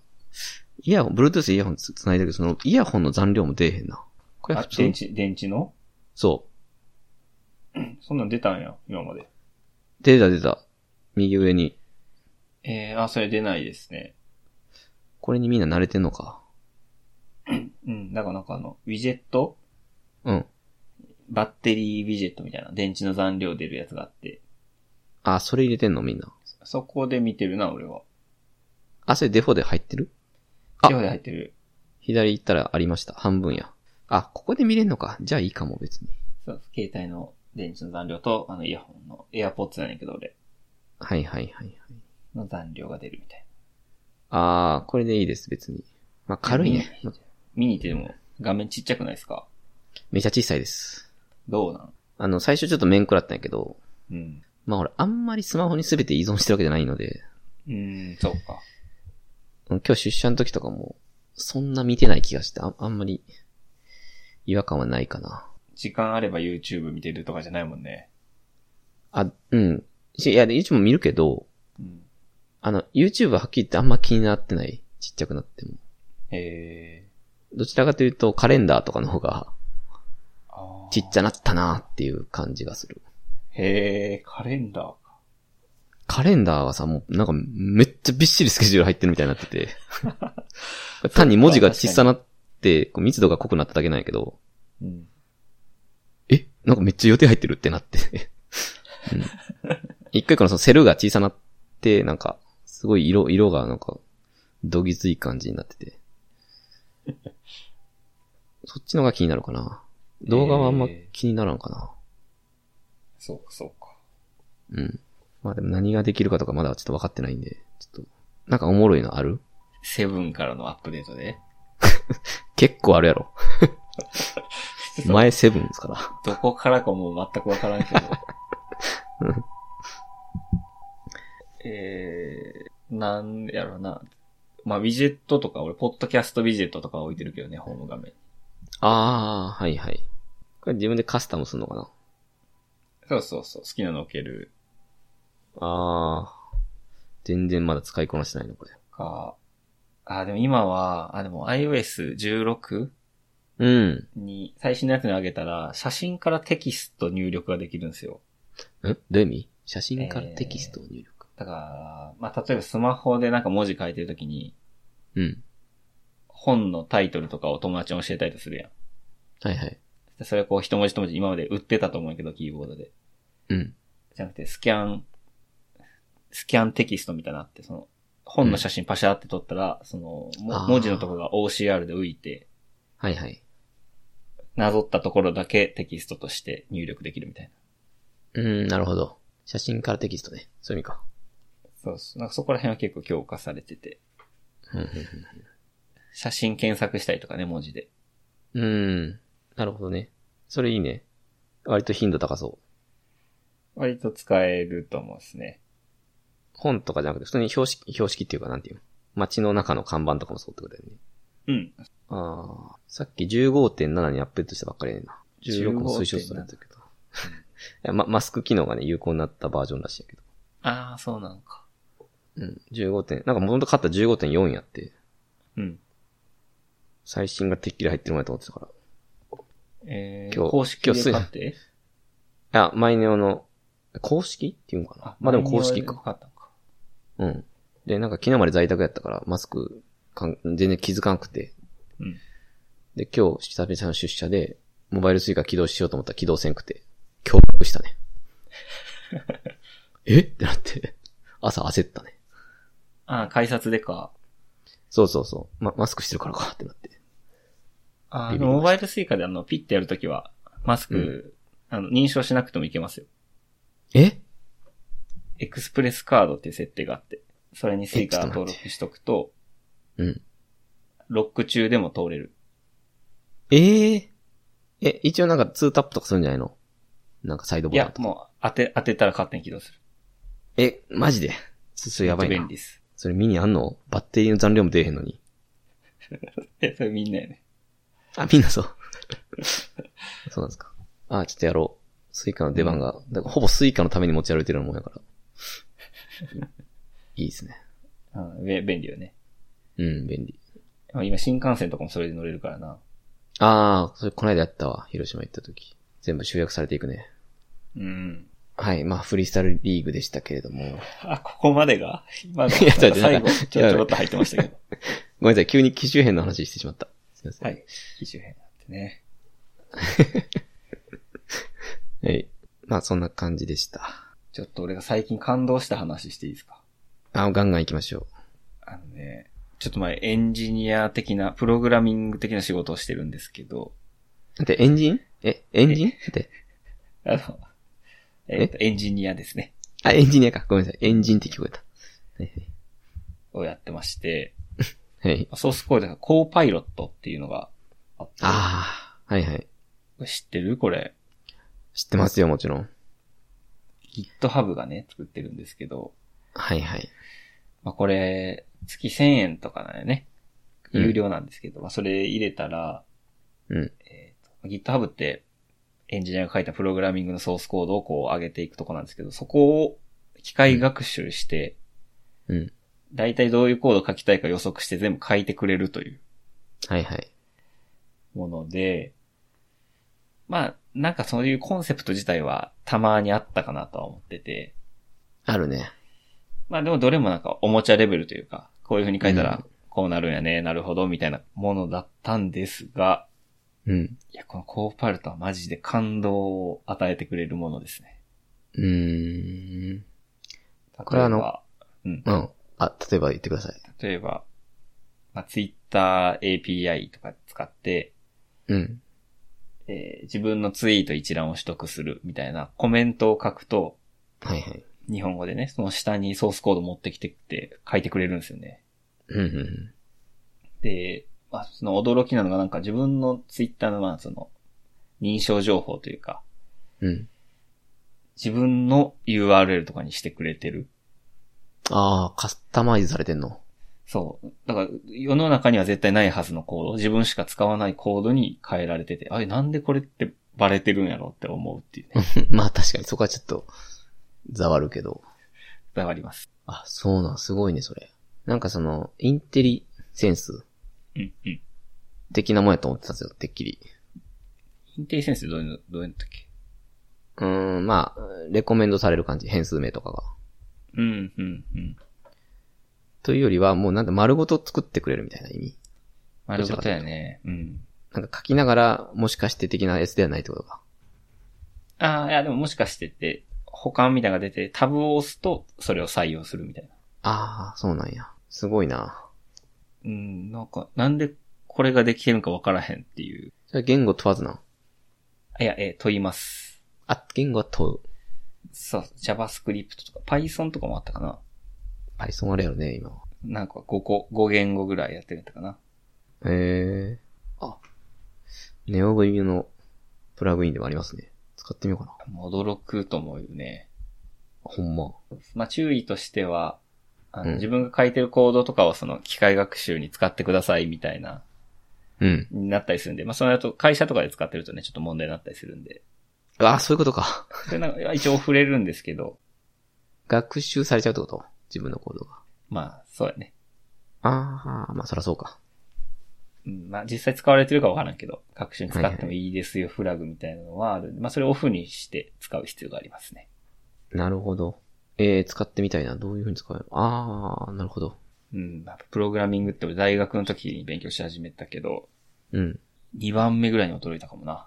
S1: イヤホン、Bluetooth でイヤホンつ繋いでるけど、そのイヤホンの残量も出えへんな。これ
S2: あ
S1: 普、通
S2: 電
S1: に
S2: 池、電池の
S1: そ
S2: そんなん出たんや、今まで。
S1: う。出た出た。右上に。
S2: ええあ、それ出ないですね。
S1: これにみんな慣れてんのか。
S2: うん、だからなんかあの、ウィジェット
S1: うん。
S2: バッテリーウィジェットみたいな、電池の残量出るやつがあって、
S1: あ、それ入れてんのみんな。
S2: そこで見てるな、俺は。
S1: あ、それデフォで入ってるあ
S2: 手で入ってる。
S1: 左行ったらありました。半分や。あ、ここで見れんのか。じゃあいいかも、別に。
S2: そう、携帯の電池の残量と、あの、イヤホンの、エアポッツなんやけど、俺。
S1: はいはいはいはい。
S2: の残量が出るみたい
S1: あー、これでいいです、別に。まあ、
S2: な。
S1: 軽いね。
S2: ミニ。ミニってでも、画面ちっちゃくないですか
S1: めちゃ小さいです。
S2: どうなん
S1: あの、最初ちょっと面食らったんやけど、
S2: うん。
S1: まあ俺、あんまりスマホに全て依存してるわけじゃないので、
S2: うーん、そうか。
S1: 今日出社の時とかも、そんな見てない気がして、ああんまり、違和感はないかな。
S2: 時間あれば YouTube 見てるとかじゃないもんね。
S1: あ、うん。しいや、で YouTube も見るけど、
S2: うん。
S1: あの、YouTube ははっきり言ってあんま気になってない。ちっちゃくなっても。
S2: え
S1: どちらかというと、カレンダーとかの方が、
S2: ー。あー
S1: ちっちゃなったなっていう感じがする。
S2: へー、カレンダーか。
S1: カレンダーはさ、もうなんかめっちゃびっしりスケジュール入ってるみたいになってて。単に文字が小さなって、こう密度が濃くなっただけなんやけど、
S2: うん。
S1: えなんかめっちゃ予定入ってるってなって。うん一回このそのセルが小さなって、なんか、すごい色、色がなんか、どぎつい感じになってて。そっちのが気になるかな。動画はあんま気にならんかな。
S2: そうか、そうか。
S1: うん。まあでも何ができるかとかまだちょっと分かってないんで、ちょっと、なんかおもろいのある
S2: セブンからのアップデートで。
S1: 結構あるや ろ。前セブンですから。
S2: どこからかもう全くわからんけど。えー、なんやろな。まあ、ウィジェットとか、俺、ポッドキャストウィジェットとか置いてるけどね、ホーム画面。
S1: ああ、はいはい。これ自分でカスタムするのかな
S2: そうそうそう、好きなの置ける
S1: ああ。全然まだ使いこなしてないの、これ。
S2: か。あ、でも今は、あ、でも iOS16
S1: うん。
S2: に、最新のやつに上げたら、写真からテキスト入力ができるんですよ。
S1: んどういう意味写真からテキストを入力。
S2: だから、まあ、例えばスマホでなんか文字書いてるときに、
S1: うん。
S2: 本のタイトルとかを友達に教えたりとするや
S1: はいはい。
S2: ん。それをこう一文字一文字今まで売ってたと思うけど、キーボードで。
S1: うん。
S2: じゃなくて、スキャン、スキャンテキストみたいなのあって、その、本の写真パシャって撮ったら、その、
S1: あ
S2: も
S1: ー
S2: 文字のところが OCR で浮いて、
S1: はいはい。
S2: なぞったところだけテキストとして入力できるみたいな。
S1: うん、なるほど。写真からテキストね。そういう意味か。
S2: そうそう。なんかそこら辺は結構強化されてて、
S1: うんうん
S2: 写真検索したりとかね、文字で。
S1: うん、うん。なるほどね。それいいね。割と頻度高そう。
S2: 割と使えると思うんですね。
S1: 本とかじゃなくて、普通に標識、標識っていうか、なんていうの街の中の看板とかもそうってことだよね。
S2: うん。
S1: ああ、さっき15.7にアップデートしたばっかりやねんな。16も推奨されてる けど。いやま、マスク機能がね、有効になったバージョンらしいんやけど。
S2: ああ、そうなのか。
S1: うん。15点、なんか元々買った15.4やって、
S2: うん。
S1: 最新がてっきり入ってるもんやと思ってたから。
S2: えー、
S1: 今日
S2: 公式
S1: 今日
S2: で
S1: 水
S2: 買って
S1: いや、マイネオの、公式っていうのかなまあでも公式
S2: マニュアルで
S1: か。
S2: 買ったのか。
S1: うん。で、なんか昨日まで在宅やったから、マスクかん、全然気づかなくて。
S2: うん。
S1: で、今日、久々の出社で、モバイルスイカ起動しようと思ったら起動せんくて、驚愕した ね。えってなって、朝焦ったね。
S2: ああ、改札でか。
S1: そうそうそう。ま、マスクしてるからかってなって。
S2: あ
S1: ビ
S2: あ、
S1: ビりまし
S2: で
S1: た
S2: もモバイルスイカであの、ピッてやるときは、マスク、あの、認証しなくてもいけますよ。
S1: え
S2: エクスプレスカードっていう設定があって、それにスイカ
S1: えちょっと
S2: 登
S1: 待って
S2: 録しとくと、
S1: うん。
S2: ロック中でも通れる。
S1: えええ、一応なんか2タップとかするんじゃないのなんかサイド
S2: い
S1: ボタン
S2: や、
S1: とか。
S2: もう、当て、当てたら勝手に起動する。
S1: え、マジでそそれやばい
S2: めっちゃ
S1: な
S2: 便。利です。
S1: それミニあんのバッテリーの残量も出えへんのに。
S2: え、それみんなやね。
S1: あ、みんなそう。 そうなんですか。あ、ちょっとやろう。スイカの出番が、だからほぼスイカのために持ち歩いてるようなもんやから。 いいですね。
S2: うん、べ便利よね。
S1: うん、便利。
S2: まあ今、新幹線とかもそれで乗れるからな。
S1: ああ、それこないだやったわ。広島行った時。全部集約されていくね。
S2: うん。
S1: はい。まあ、フリースタイルリーグでしたけれども。
S2: あ、ここまでが 今の、
S1: いや
S2: なんか
S1: だってな
S2: 最
S1: ん
S2: 後
S1: か、
S2: ちょちょろっと入ってましたけ
S1: ご
S2: ど。
S1: めんなさい。急に機種編の話してしまった。すいません。
S2: はい。機種編だってね。
S1: はい。まあ、そんな感じでした。
S2: ちょっと俺が最近感動した話していいですか
S1: あ、ガンガン行きましょ
S2: あのね、ちょっと前エンジニア的な、プログラミング的な仕事をしてるんですけど、
S1: う。で、エンジンえ、エンジンって。
S2: あの、えっと、エンジニアですね、
S1: あ、エンジニアか。ごめんなさい。エンジンって聞こえた。はい
S2: をやってまして、
S1: はい。はい。
S2: ソースコードがコーパイロットっていうのがあって、
S1: ああ、はいはい。
S2: 知ってるこれ。
S1: 知ってますよ、もちろん。
S2: GitHub がね、作ってるんですけど、
S1: はいはい。
S2: まあ、これ、月1000円とかだよね。
S1: うん
S2: 有料なんですけど、まあ、それ入れたら、
S1: うん。
S2: えーと GitHub ってエンジニアが書いたプログラミングのソースコードをこう上げていくとこなんですけど、そこを機械学習して、
S1: うん。
S2: だいたいどういうコードを書きたいか予測して全部書いてくれるという
S1: はいはい。
S2: もので、まあ、なんかそういうコンセプト自体はたまにあったかなとは思ってて、
S1: あるね。
S2: まあでもどれもなんかおもちゃレベルというか、こういう風に書いた
S1: う
S2: らこうなるんやね、なるほど、みたいなものだったんですが、
S1: うん。
S2: いや、このコーパルトはマジで感動を与えてくれるものですね。
S1: うーん。
S2: 例
S1: これ
S2: え
S1: あ
S2: ば
S1: の、
S2: うん。
S1: うん。あ、例えば言ってください。
S2: 例えば、まあ、Twitter API とか使って、
S1: うん。
S2: えー自分のツイート一覧を取得するみたいなコメントを書くと、
S1: はいはい。
S2: 日本語でね、その下にソースコード持ってきてって書いてくれるんですよね。
S1: うんうんうん。
S2: で、まあ、その驚きなのがなんか自分のツイッターのまあその認証情報というか、
S1: うん。
S2: 自分の URL とかにしてくれてる。
S1: ああ、カスタマイズされてんの。
S2: そう。だから世の中には絶対ないはずのコード、自分しか使わないコードに変えられてて、あれなんでこれってバレてるんやろって思うっていう ね。
S1: まあ確かにそこはちょっと、ざわるけど。
S2: 伝わります。
S1: あ、そうなん、すごいね、それ。なんかその、インテリセンス
S2: うんうん。
S1: 的なもんやと思ってたんですよ、てっきり。
S2: インテリセンスってどういうの、どういうのだっけ
S1: うーん、まあ、レコメンドされる感じ、変数名とかが。
S2: うんうんうん。
S1: というよりは、もうなんだ、丸ごと作ってくれるみたいな意味。
S2: 丸ごとやね。うん。
S1: なんか書きながら、もしかして的なやつではないってことか。
S2: ああ、いや、でももしかしてって、保管みたいなのが出て、タブを押すと、それを採用するみたいな。
S1: ああ、そうなんや。すごいな。
S2: うん、なんか、なんでこれができてるのかわからへんっていう。
S1: それは言語問わずな。
S2: あいや、えー、と言います。
S1: あ、言語は問う。
S2: そう、JavaScript とか Python とかもあったかな。
S1: Python あれやろね、今は。
S2: なんか5個、5言語ぐらいやってるんだったかな。
S1: へえ。あ、ネオグミのプラグインでもありますね。使ってみようかな。
S2: もう驚くと思うよね。
S1: ほんま。
S2: まあ、注意としては、あ
S1: う
S2: の
S1: ん
S2: 自分が書いてるコードとかはその機械学習に使ってくださいみたいな、
S1: うん。
S2: になったりするんで、まあ、その後会社とかで使ってるとね、ちょっと問題になったりするんで。
S1: ああ、そういうことか。
S2: それなんか一応触れるんですけど、
S1: 学習されちゃうってこと自分のコードが。
S2: まあ、そうやね。
S1: ああ、まあそらそうか。
S2: うん、まあ実際使われてるかわからんけど、各種に使ってもいいですよ、フラグみたいなのはあるんで、まあそれをオフにして使う必要がありますね。
S1: なるほど。えー、使ってみたいな。どういう風に使うのああ、なるほど。
S2: うん、まあプログラミングって俺大学の時に勉強し始めたけど、
S1: うん。
S2: 2番目ぐらいに驚いたかもな。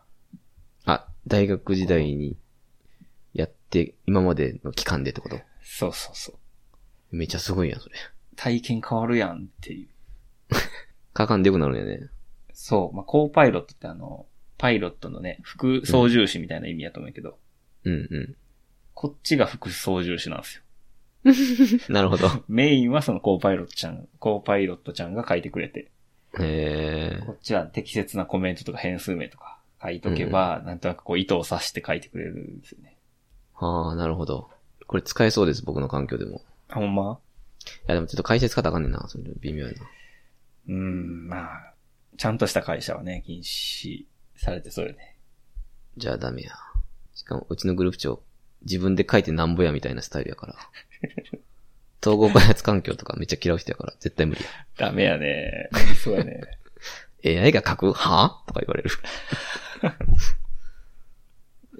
S1: あ、大学時代にやって、今までの期間でってこと
S2: そうそうそう。
S1: めっちゃすごいやん、それ。
S2: 体験変わるやんっていう。
S1: かかんでよくなるんやね。
S2: そう、まあコーパイロットってあの、パイロットのね、副操縦士みたいな意味やと思うけど、
S1: うんう
S2: こっちが副操縦士なんですよ。
S1: ん。なるほど。
S2: メインはそのコーパイロットちゃん、コーパイロットちゃんが書いてくれて、
S1: えー
S2: こっちは適切なコメントとか変数名とか書いとけば、なんとなくこう意図を指して書いてくれるんですよね。、
S1: ああ、なるほど。これ使えそうです、僕の環境でも。
S2: あほんま
S1: いや、でもちょっと解説方あかんねんな。それ微妙やな。
S2: うん、まあ、ちゃんとした会社はね、禁止されてそうよね。
S1: じゃあダメや。しかも、うちのグループ長、自分で書いてなんぼやみたいなスタイルやから。統合開発環境とかめっちゃ嫌う人やから、絶対無理や。
S2: ダメやね。そうやね。
S1: AI が書くはぁとか言われる。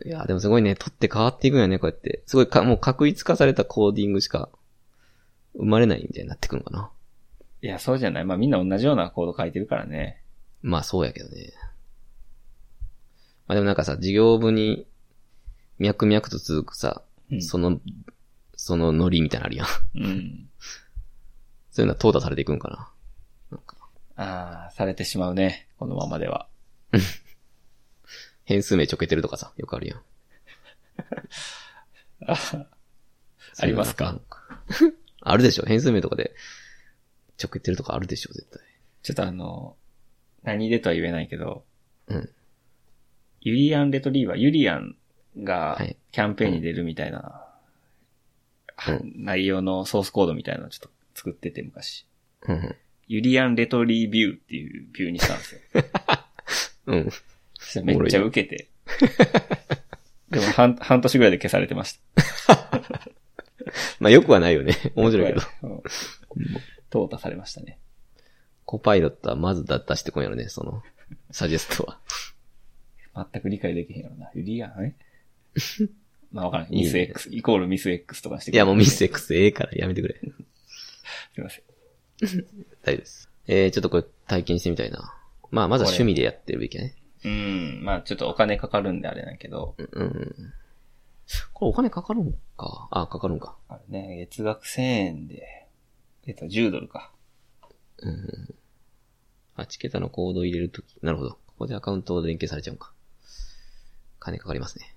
S1: いや、でもすごいね、取って変わっていくんやね、こうやって。すごいか、もう確一化されたコーディングしか生まれないみたいになってくんかな。
S2: いや、そうじゃない。まあみんな同じようなコード書いてるからね。
S1: まあそうやけどね。まあでもなんかさ、事業部に、脈々と続くさ、
S2: うん。
S1: その、そのノリみたいなのあるやん。
S2: うん。
S1: そういうのは淘汰されていくんかな。
S2: ああ、されてしまうね。このままでは。
S1: 変数名ちょけてるとかさ、よくある やん。
S2: ありますか
S1: そういうのなんかあるでしょ変数名とかで、ちょけてるとかあるでしょ絶対。
S2: ちょっとあの、何でとは言えないけど、
S1: うん。
S2: ユリアン・レトリーバー、ユリアンが
S1: はい
S2: キャンペーンに出るみたいな、
S1: うん
S2: は内容のソースコードみたいなのをちょっと作ってて昔。
S1: うん
S2: ユリアン・レトリービューっていうビューにしたんですよ。
S1: うん。うん。
S2: そ したらめっちゃ受けて。 でも半半年ぐらいで消されてました。
S1: まあよくはないよね。 面白いけど。
S2: うん。淘汰されましたね。
S1: コパイロットはまずだ出してこんやろね、その、サジェストは。
S2: 全く理解できへんやろな。ユリア ンえまあわからん。
S1: いいね
S2: ミス X、イコールミス X とかにし てく
S1: い
S2: れ
S1: やもうミス X ええからやめてく れ。
S2: すいません。
S1: 大丈夫です。えー、ちょっとこれ体験してみたいな。まあまずは趣味でやってるべきやね。
S2: うん。まあちょっとお金かかるんであれなんやけど、
S1: うん。これお金かかるんか。あ、かかるんか。
S2: あれね、月額1000円で、えっと、10ドルか。
S1: うん。8桁のコードを入れるとき。なるほど。ここでアカウントを連携されちゃうんか。金かかりますね。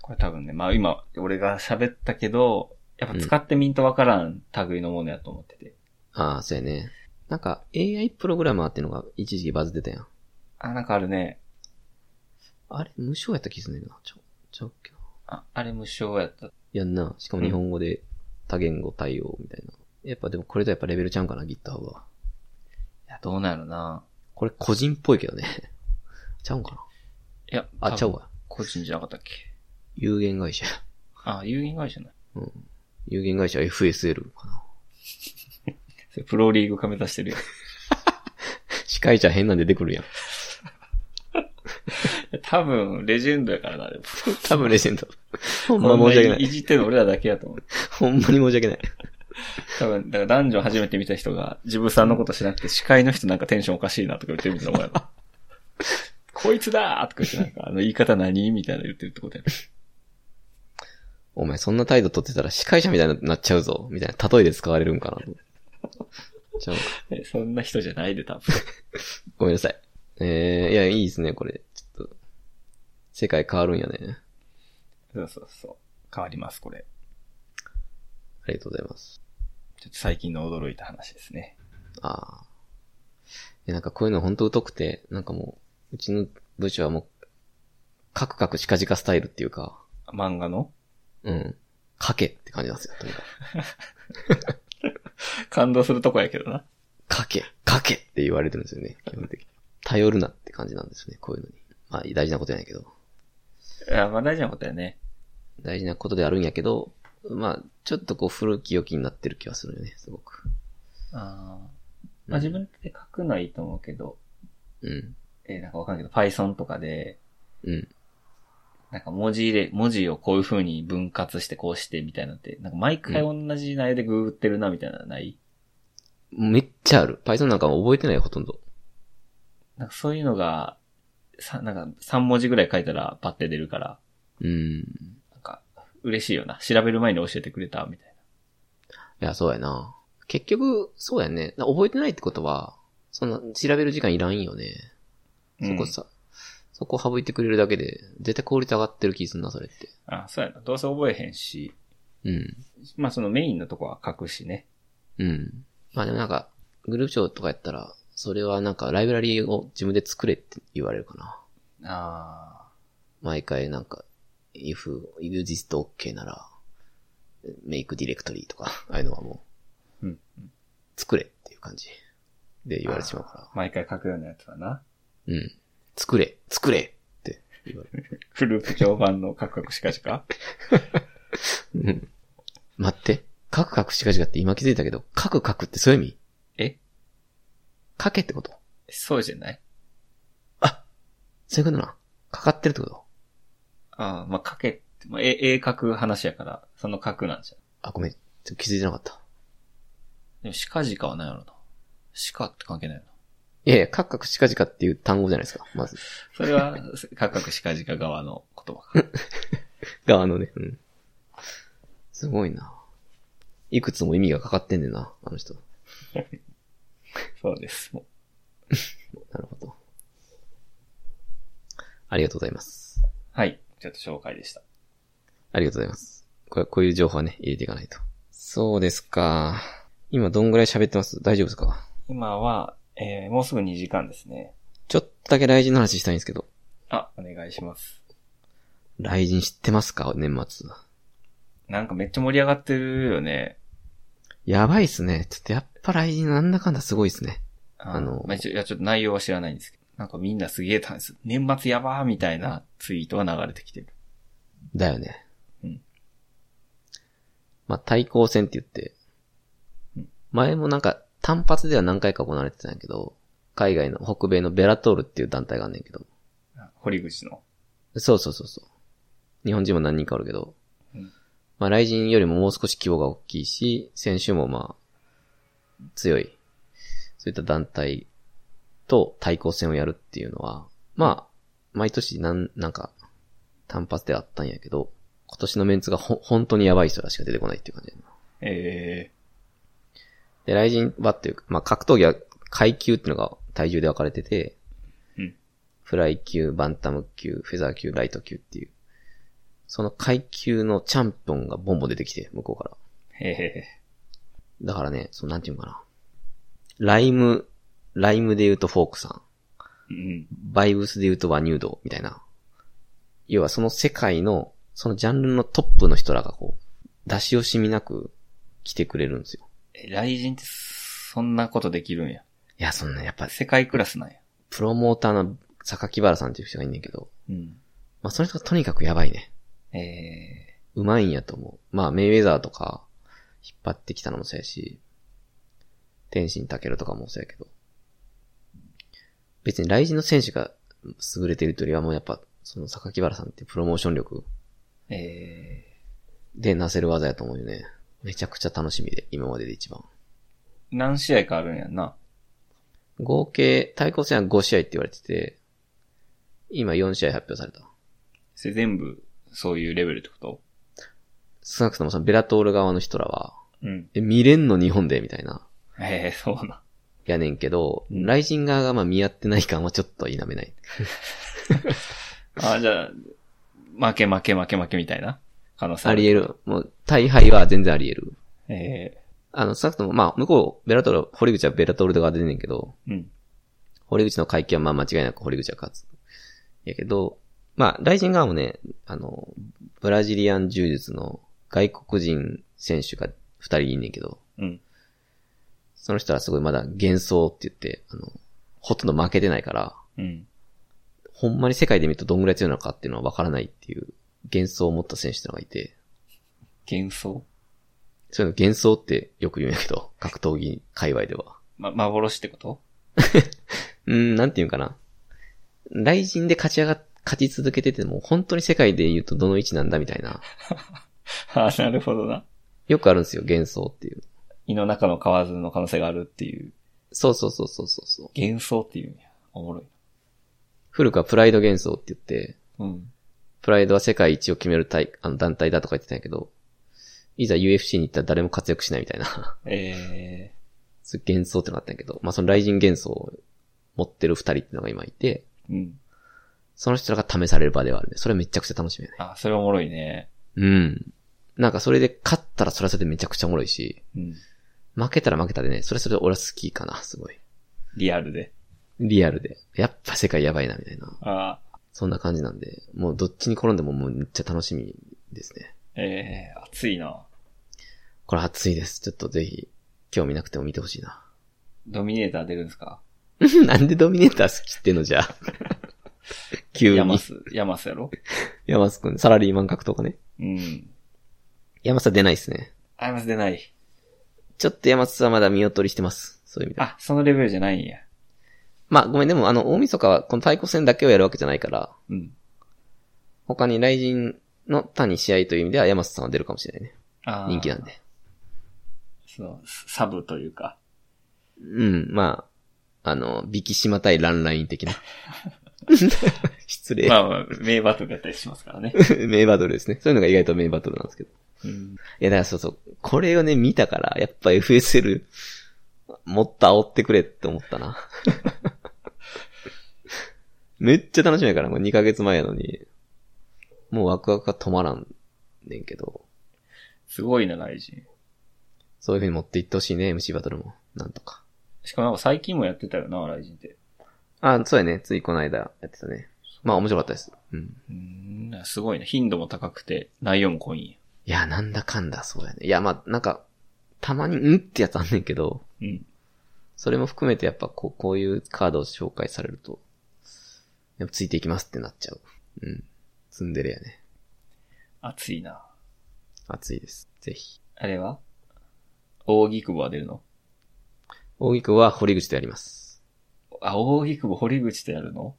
S2: これ多分ね、まあ今、俺が喋ったけど、やっぱ使ってみんとわからん類のものやと思ってて。
S1: ああ、そうやね。なんか AI プログラマーっていうのが一時期バズってたやん。
S2: あ、なんかあるね。
S1: あれ、無償やった気すんねんな。ちょ、ちょっけな。
S2: あ、あれ無償やった。
S1: やんな。しかも日本語で多言語対応みたいな。やっぱでもこれとやっぱレベルちゃうんかな、GitHub は。
S2: いや、どうなるな
S1: これ個人っぽいけどね。 ちゃうんか
S2: いや、
S1: な。あ、ちゃう
S2: 多分
S1: わ。
S2: 個人じゃなかったっけ
S1: 有限会社。
S2: あ、有限会社ない。
S1: 有限会社 FSL かな。
S2: それプロリーグ化目指してるやん。い
S1: 司会者変なん出てくるやん。
S2: や 多分、レジェンドやからな、 でも。
S1: 多分レジェンド。ほん
S2: こん
S1: ま申し訳な
S2: にい
S1: い。
S2: じってるの俺らだけやと思う。
S1: ほんまに申し訳ない。
S2: 多分、だから男女初めて見た人が、自分さんのこと知らなくて、司会の人なんかテンションおかしいなとか言ってるみたいな思え ば、こいつだーとか言ってなんか、あの言い方何みたいな言ってるってことやね。
S1: お前そんな態度取ってたら司会者みたいになっちゃうぞ、みたいな例えで使われるんかなと思って。ちゃうか
S2: えそんな人じゃないで、多分。
S1: ごめんなさい。えー、いや、いいですね、これ。ちょっと、世界変わるんやね。
S2: そうそうそう。変わります、これ。
S1: ありがとうございます。
S2: ちょっと最近の驚いた話ですね。
S1: ああ。いやなんかこういうのほんと疎くて、なんかもう、うちの部署はもう、カクカクシカジカスタイルっていうか、
S2: 漫画の
S1: うん。かけって感じなんですよ、とにかく。
S2: 感動するとこやけどな。
S1: かけかけって言われてるんですよね、基本的に。頼るなって感じなんですよね、こういうのに。まあ、大事なことやないけど。
S2: いや、まあ大事なことやね。
S1: 大事なことであるんやけど、まあ、ちょっとこう古き良きになってる気はするよね、すごく。
S2: ああ。
S1: うん
S2: まあ自分で書くのはいいと思うけど、
S1: うん。
S2: えーなんかわかんないけど、Python とかで、
S1: うん。
S2: なんか文字入れ、文字をこういう風に分割してこうしてみたいなのって、なんか毎回同じ内容でグーってるなみたいなのない、
S1: めっちゃある。Python なんか覚えてないよ、ほとんど。
S2: なんかそういうのが、さ、なんか3文字ぐらい書いたらパッて出るから、
S1: うん。
S2: なんか嬉しいよな。調べる前に教えてくれたみたいな。
S1: いや、そうやな。結局、そうやね。な覚えてないってことは、そんな、調べる時間いらんよね。そこさ、そこ省いてくれるだけで、絶対効率上がってる気すんな、それって。
S2: うん、あ、そうやな。どうせ覚えへんし、
S1: うん。
S2: まあそのメインのとこは書くしね。
S1: うん。まあでもなんか、グループ長とかやったら、それはなんか、ライブラリーを自分で作れって言われるかな。
S2: あ
S1: 毎回なんか、if, if this ok なら、make directory とか、 ああいうのはもう、
S2: うん
S1: 作れっていう感じで言われてしまうか
S2: あ。毎回書くようなやつはな。
S1: ら。うん。作れ作れって言われる。
S2: フループ長版のカクカクしかしか
S1: うん待って。カクカクしかしかって今気づいたけど、カクカクってそういう意味
S2: え
S1: かけってこと
S2: そうじゃない
S1: そういうことな。かかってるってこと
S2: ああ、まあ、書けって、まあ、絵、絵描く話やから、その書くなんじゃん。
S1: あ、ごめん。ちょっと気づいてなかった。
S2: でも、鹿ジカは何やろな。鹿って関係ないよな。
S1: いやいや、カクカクしかじかっていう単語じゃないですか。まず。
S2: それは、 カクカク鹿ジカ側の言葉か。
S1: 側のね。うん。すごいな。いくつも意味がかかってんねんな、あの人。
S2: そうです。も
S1: なるほど。ありがとうございます。
S2: うはい。ちょっと紹介でした。
S1: ありがとうございます。これ、こういう情報はね、入れていかないと。そうですか。今どんぐらい喋ってます大丈夫ですか
S2: 今は、えー、もうすぐ2時間ですね。
S1: ちょっとだけ雷神の話したいんですけど。
S2: あ、お願いします。
S1: 雷神知ってますか年末。
S2: なんかめっちゃ盛り上がってるよね。
S1: やばいっすね。ちょっとやっぱ雷神なんだかんだすごいっすね。
S2: あ
S1: あの
S2: まあ、一応いや、ちょっと内容は知らないんですけど。なんかみんなすげえ楽しい。年末やばーみたいなツイートが流れてきてる。
S1: だよね。
S2: うん
S1: まあ、対抗戦って言って
S2: うん、
S1: 前もなんか単発では何回か行われてたんやけど、海外の北米のベラトールっていう団体があんねんけど、
S2: あ堀口の。
S1: そうそうそうそう。日本人も何人かおるけど、
S2: うん
S1: まあ、雷神よりももう少し規模が大きいし、先週もまあ、強い、そういった団体と対抗戦をやるっていうのは、まあ、毎年なん、なんか、単発ではあったんやけど、今年のメンツがほ、本当にやばい人らしか出てこないっていう感じやな。
S2: え
S1: で、雷神はっていうか、まあ、格闘技は階級っていうのが体重で分かれてて、
S2: うん
S1: フライ級、バンタム級、フェザー級、ライト級っていう、その階級のチャンピオンがボンボン出てきて、向こうから。
S2: ー、え
S1: だからね、その、なんていうのかな。ライム、ライムで言うとフォークさん、
S2: ー、うん。
S1: バイブスで言うとワニュードみたいな。要はその世界の、そのジャンルのトップの人らがこう、出し惜しみなく来てくれるんですよ。
S2: え、雷神ってそんなことできるんや。
S1: いや、そんな、やっぱ
S2: 世界クラスなんや。
S1: プロモーターの榊原さんっていう人がいんねんけど、
S2: うん。
S1: まあその人がとにかくやばいね。
S2: え
S1: うまいんやと思う。まあメイウェザーとか引っ張ってきたのもそうやし、天心たけるとかもそうやけど。別に雷神の選手が優れてるというよりはもうやっぱ、その榊原さんってプロモーション力
S2: ー、え
S1: でなせる技やと思うよね。
S2: ー、
S1: めちゃくちゃ楽しみで、今までで一番。
S2: 何試合かあるんやんな。
S1: 合計、対抗戦は5試合って言われてて、今4試合発表された。
S2: それ全部、そういうレベルってこと
S1: 少なくともそのベラトール側の人らは、
S2: うん。
S1: え、見れんの日本でみたいな。
S2: ええそうな。
S1: やねんけど、
S2: うん
S1: ライジン側がまあ見合ってない感はちょっと否めない。
S2: あ、じゃあ、負け負け負け負けみたいな可能性
S1: あり
S2: え
S1: 得る。もう、大敗は全然あり得る。
S2: え
S1: あの、少なくとも、まあ、向こう、ベラトール、堀口はベラトール側で出んねんけど、
S2: えうん。
S1: 堀口の会見はまあ間違いなく堀口は勝つ。やけど、まあ、ライジン側もね、あの、ブラジリアン柔術の外国人選手が二人いんねんけど、
S2: うん。
S1: その人はすごいまだ幻想って言って、あの、ほとんど負けてないから、
S2: うん。
S1: ほんまに世界で見るとどんぐらい強いのかっていうのはわからないっていう幻想を持った選手ってのがいて、
S2: 幻想
S1: そういうの幻想ってよく言うんやけど、 格闘技界隈では。
S2: ま、幻ってこと
S1: うーん、なんていうんかな。雷神で勝ち上が、勝ち続けてても、本当に世界で言うとどの位置なんだみたいな。
S2: ああ、なるほどな。
S1: よくあるんですよ、幻想っていう。
S2: 胃の中の蛙の可能性があるっていう。
S1: そうそうそうそうそうそう。
S2: 幻想っていうんや。おもろい。
S1: 古くはプライド幻想って言って、
S2: うん。
S1: プライドは世界一を決める大あの団体だとか言ってたんやけど、いざ UFC に行ったら誰も活躍しないみたいな。
S2: ええ
S1: そういう幻想ってのがあったんやけど、まあその雷神幻想を持ってる二人ってのが今いて、
S2: うん。
S1: その人らが試される場ではあるね。それめちゃくちゃ楽しみやね。
S2: あ、それおもろいね。
S1: うん。なんかそれで勝ったらそれはそれでめちゃくちゃおもろいし、
S2: うん。
S1: 負けたら負けたでね、それはそれで俺は好きかな、すごい。
S2: リアルで。
S1: リアルで。やっぱ世界やばいな、みたいな。
S2: あ
S1: そんな感じなんで、もうどっちに転んでももうめっちゃ楽しみですね。
S2: あ、ええ熱いな。
S1: これ熱いです。ちょっとぜひ、興味なくても見てほしいな。
S2: ドミネーター出るんですか
S1: なんでドミネーター好きってんのじゃあ。急
S2: ヤマ
S1: に。
S2: ス、ヤマスやろ
S1: 山スくん、サラリーマン格闘家ね。
S2: うん。
S1: 山スは出ないですね。
S2: あヤマス出ない。
S1: ちょっと山スはまだ見劣りしてます。そういう意味では。
S2: あ、そのレベルじゃないんや。
S1: まあ、ごめん、でも、あの、大晦日は、この対抗戦だけをやるわけじゃないから、
S2: うん。
S1: 他に雷神の他に試合という意味では、山瀬さんは出るかもしれないね。
S2: ああ。
S1: 人気なんで。
S2: その、サブというか。
S1: うん、まあ、あの、ビキシマ対ランライン的 な。失礼。
S2: まあまあ、名バトルだったりしますからね。
S1: 名バトルですね。そういうのが意外と名バトルなんですけど。い
S2: うん。
S1: や、だからそうそう。これをね、見たから、やっぱ FSL、もっと煽ってくれって思ったな。 めっちゃ楽しみやから、もう2ヶ月前やのに。もうワクワクが止まらんねんけど。
S2: すごいな、大臣。
S1: そういう風に持っていってほしいね、MC バトルも。なんとか。
S2: しかもなんか最近もやってたよな、雷神って。
S1: あ、そうやね。ついこの間やってたね。まあ面白かったです。うん。
S2: うーん、すごいな。頻度も高くて、内容も濃いんや。
S1: いや、なんだかんだ、そうやね。いや、まあ、なんか、たまに、うんってやつあんねんけど、
S2: うん。
S1: それも含めてやっぱこう、こういうカードを紹介されると、やっぱついていきますってなっちゃう。うん。ツンデレやね。
S2: 熱いな。
S1: 熱いです。ぜひ。
S2: あれは扇久保は出るの
S1: 大木くんは堀口とやります。
S2: あ、扇久保堀口とやるの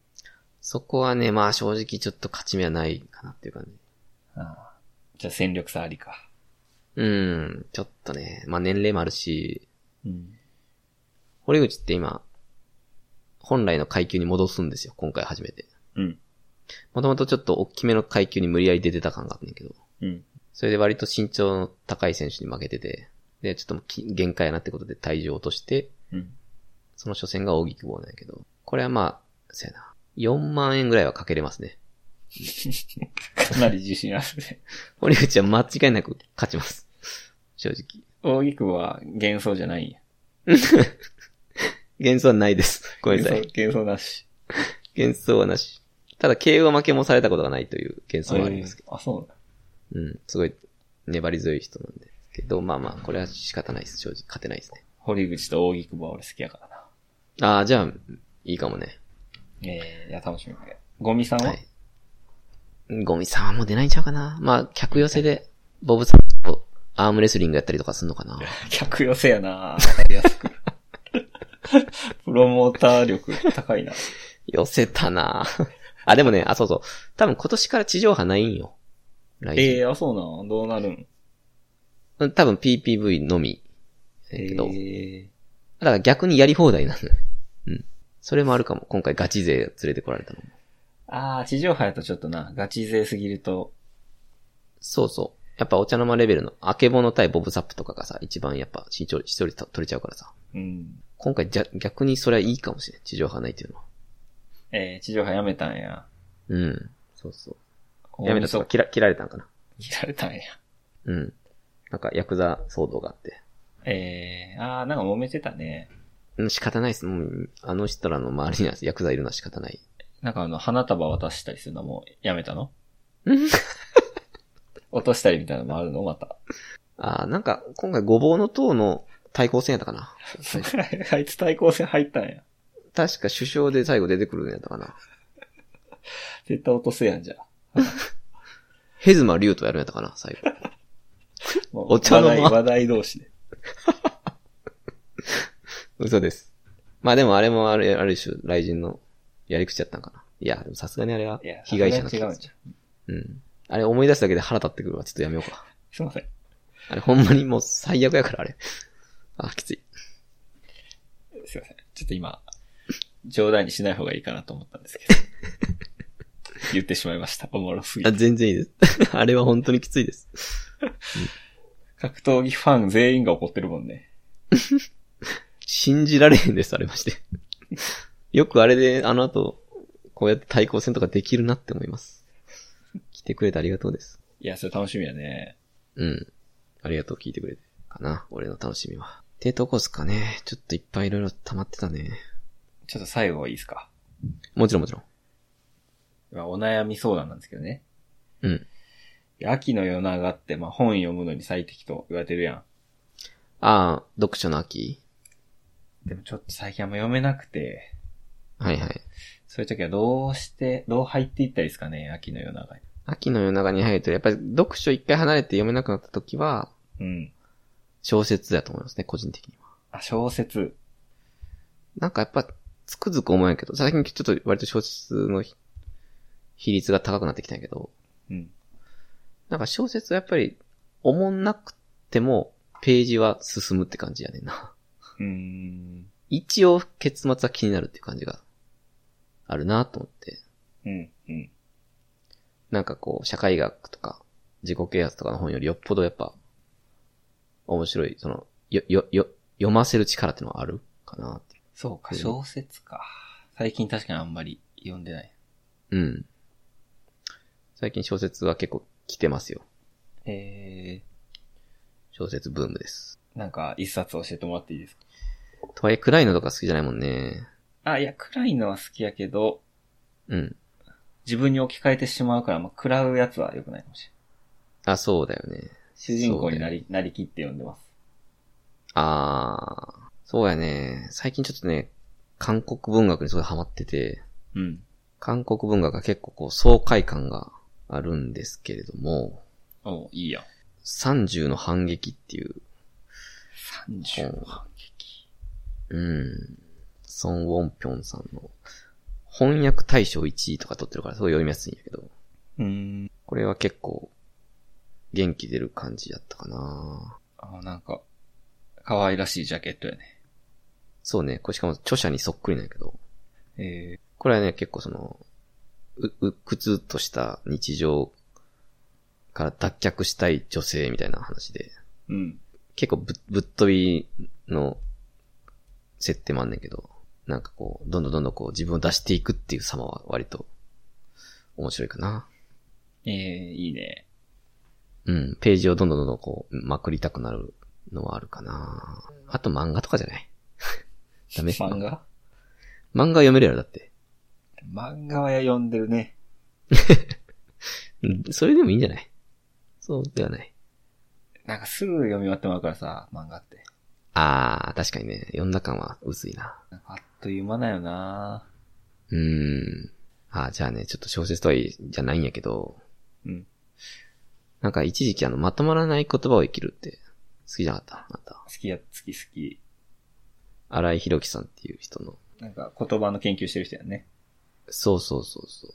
S1: そこはね、まあ正直ちょっと勝ち目はないかなっていう感じ。
S2: ああ。じゃあ戦力差ありか。
S1: うん、ちょっとね、まあ年齢もあるし、
S2: うん。
S1: 堀口って今、本来の階級に戻すんですよ、今回初めて。
S2: うん。
S1: もともとちょっと大きめの階級に無理やり出てた感があったんだけど、
S2: うん。
S1: それで割と身長の高い選手に負けてて、で、ちょっともうき限界やなってことで体重を落として、
S2: うん。
S1: その初戦が大木久保なんやけど、これはまあ、そうやな。4万円ぐらいはかけれますね。
S2: かなり自信あるね。
S1: 堀口は間違いなく勝ちます。正直。
S2: 扇久保は幻想じゃないんや。
S1: 幻想はないです。ごめんな
S2: 幻
S1: さ
S2: 想
S1: い。、
S2: 幻想なし。
S1: 幻想はなし。ただ、KO 負けもされたことがないという幻想はありますけど
S2: えーあ、そうだ。
S1: うん、すごい粘り強い人なんで。けど、まあまあ、これは仕方ないです。正直、勝てないですね。
S2: 堀口と扇久保は俺好きやからな。
S1: ああ、じゃあ、いいかもね。
S2: ええいや、楽しみだけど。ゴミさんは、
S1: はい。ゴミさんはもう出ないんちゃうかな。まあ、客寄せで、ボブさんとアームレスリングやったりとかすんのかな。
S2: 客寄せやなわかりや すく。プロモーター力高いな。
S1: 寄せたな あ、でもね、あ、そうそう。多分今年から地上波ないんよ。来
S2: え
S1: 週。
S2: えあ、そうなんどうなるん
S1: 多分 PPV のみ。だけど、
S2: え
S1: だから逆にやり放題なのよ。うん。それもあるかも。今回ガチ勢連れてこられたのも。
S2: ー、ああ、地上波やとちょっとな、ガチ勢すぎると、
S1: そうそう。やっぱお茶の間レベルの、あけぼの対ボブサップとかがさ、一番やっぱ視聴視聴率取れちゃうからさ。
S2: うん。
S1: 今回じゃ、逆にそれはいいかもしれん。地上波ないっていうのは。
S2: えー、地上波やめたんや。
S1: うん。そうそう。や
S2: 大
S1: めたと
S2: 晦
S1: か
S2: 日
S1: 切ら、切られたんかな。
S2: 切られたんや。
S1: うん。なんか、ヤクザ騒動があって。
S2: えー、ああ、なんか揉めてたね。
S1: うん、仕方ないっす。もう、あの人らの周りにはヤクザいるのは仕方ない。
S2: なんかあの、花束渡したりするのもやめ たの
S1: うん
S2: 落としたりみたいなのもあるのまた。
S1: あーなんか、今回ごぼうの塔の対抗戦やったかな。
S2: あいつ対抗戦入ったんや。
S1: 確か首相で最後出てくるんやったかな。
S2: 絶対落とせやんじゃん。
S1: ヘズマ竜とやるんやったかな、最後。
S2: も
S1: お茶の間
S2: 話題、話題同士で。
S1: 嘘です。まあでもあれもあれ、ある種、雷神のやり口やったんかな。いや、でもさすがにあれはい
S2: や、
S1: 被害者の
S2: さすがに違うん
S1: じ
S2: じゃん。
S1: うん。あれ思い出すだけで腹立ってくるわ。ちょっとやめようか。
S2: すいません。
S1: あれほんまにもう最悪やから、あれ。あ、きつい。
S2: すいません。ちょっと今、冗談にしない方がいいかなと思ったんです けど。言ってしまいました。おもろすぎ
S1: あ、
S2: て。
S1: 全然いいです。 あれは本当にきついです。
S2: 格闘技ファン全員が怒ってるもんね。
S1: 信じられへんです、あれ まして。よくあれで、あの後、こうやって対抗戦とかできるなって思います。来てくれてありがとうです。
S2: いや、それ楽しみやね。
S1: うん。ありがとう、聞いてくれて。かな、俺の楽しみは。ってとこっすかね。ちょっといっぱいいろいろ溜まってたね。
S2: ちょっと最後いいですか。
S1: もちろんもちろん。
S2: まあお悩み相談なんですけどね。
S1: うん。
S2: 秋の夜長って、まあ、本読むのに最適と言われてるやん。
S1: ああ、読書の秋
S2: でもちょっと最近あんま読めなくて、
S1: はいはい。
S2: そういう時はどうして、どう入っていったらいいですかね、秋の夜長に。
S1: 秋の夜長に入ると、やっぱり読書一回離れて読めなくなった時は、
S2: うん。
S1: 小説だと思いますね、個人的には。
S2: あ、小説。
S1: なんかやっぱ、つくづく思うんやけど、最近ちょっと割と小説の比比率が高くなってきたんやけど、
S2: うん。
S1: なんか小説はやっぱり、思んなくても、ページは進むって感じやねんな。
S2: うーん。
S1: 一応、結末は気になるっていう感じが、あるなと思って。
S2: うん。うん。
S1: なんかこう、社会学とか、自己啓発とかの本よりよっぽどやっぱ、面白い、その、よ、よ、よ、読ませる力ってのはあるかなって。
S2: そうか、
S1: うん
S2: 小説か。最近確かにあんまり読んでない。
S1: うん。最近小説は結構来てますよ。
S2: え
S1: 小説ブームです。
S2: ー、なんか一冊教えてもらっていいですか
S1: とはいえ、暗いのとか好きじゃないもんね。
S2: あ、いや、暗いのは好きやけど、
S1: うん。
S2: 自分に置き換えてしまうから、まあ、食らうやつは良くないかもしれない。
S1: あ、そうだよね。
S2: 主人公になり、なりきって読んでます。
S1: あー、そうやね。最近ちょっとね、韓国文学にすごいハマってて、
S2: うん。
S1: 韓国文学が結構こう爽快感があるんですけれども、
S2: おういいやん。
S1: 30の反撃っていう、
S2: 30の反撃。
S1: うん、ソン・ウォンピョンさんの翻訳大賞1位とか取ってるからすごい読みやすいんやけど、
S2: うーん。
S1: これは結構元気出る感じやったかな
S2: あ、なんか、可愛らしいジャケットやね。
S1: そうね、これしかも著者にそっくりなんやけど、
S2: え
S1: これはね、結構その、う、うっくつとした日常から脱却したい女性みたいな話で、
S2: ー、うん。
S1: 結構ぶぶっ飛びの設定もあんねんけど、なんかこう、どんどんどんどんこう自分を出していくっていう様は割と面白いかな。
S2: えー、いいね。
S1: うん、ページをどんどんどんどんこう、まくりたくなるのはあるかな。あと漫画とかじゃないダメ
S2: 漫画
S1: 漫画読めるやろ、だって。
S2: 漫画は読んでるね。
S1: うんそれでもいいんじゃないそうではない。
S2: なんかすぐ読み終わってもらうからさ、漫画って。
S1: あー、確かにね、読んだ感は薄いな。
S2: なんかあっという間だよな
S1: うーん。あー、じゃあね、ちょっと小説とはいいじゃないんやけど、
S2: うん。
S1: なんか一時期あの、まとまらない言葉を生きるって、好きじゃなかったあんた。
S2: 好きや、好き好き。
S1: 荒井博樹さんっていう人の。
S2: なんか言葉の研究してる人やね。
S1: そうそうそうそう。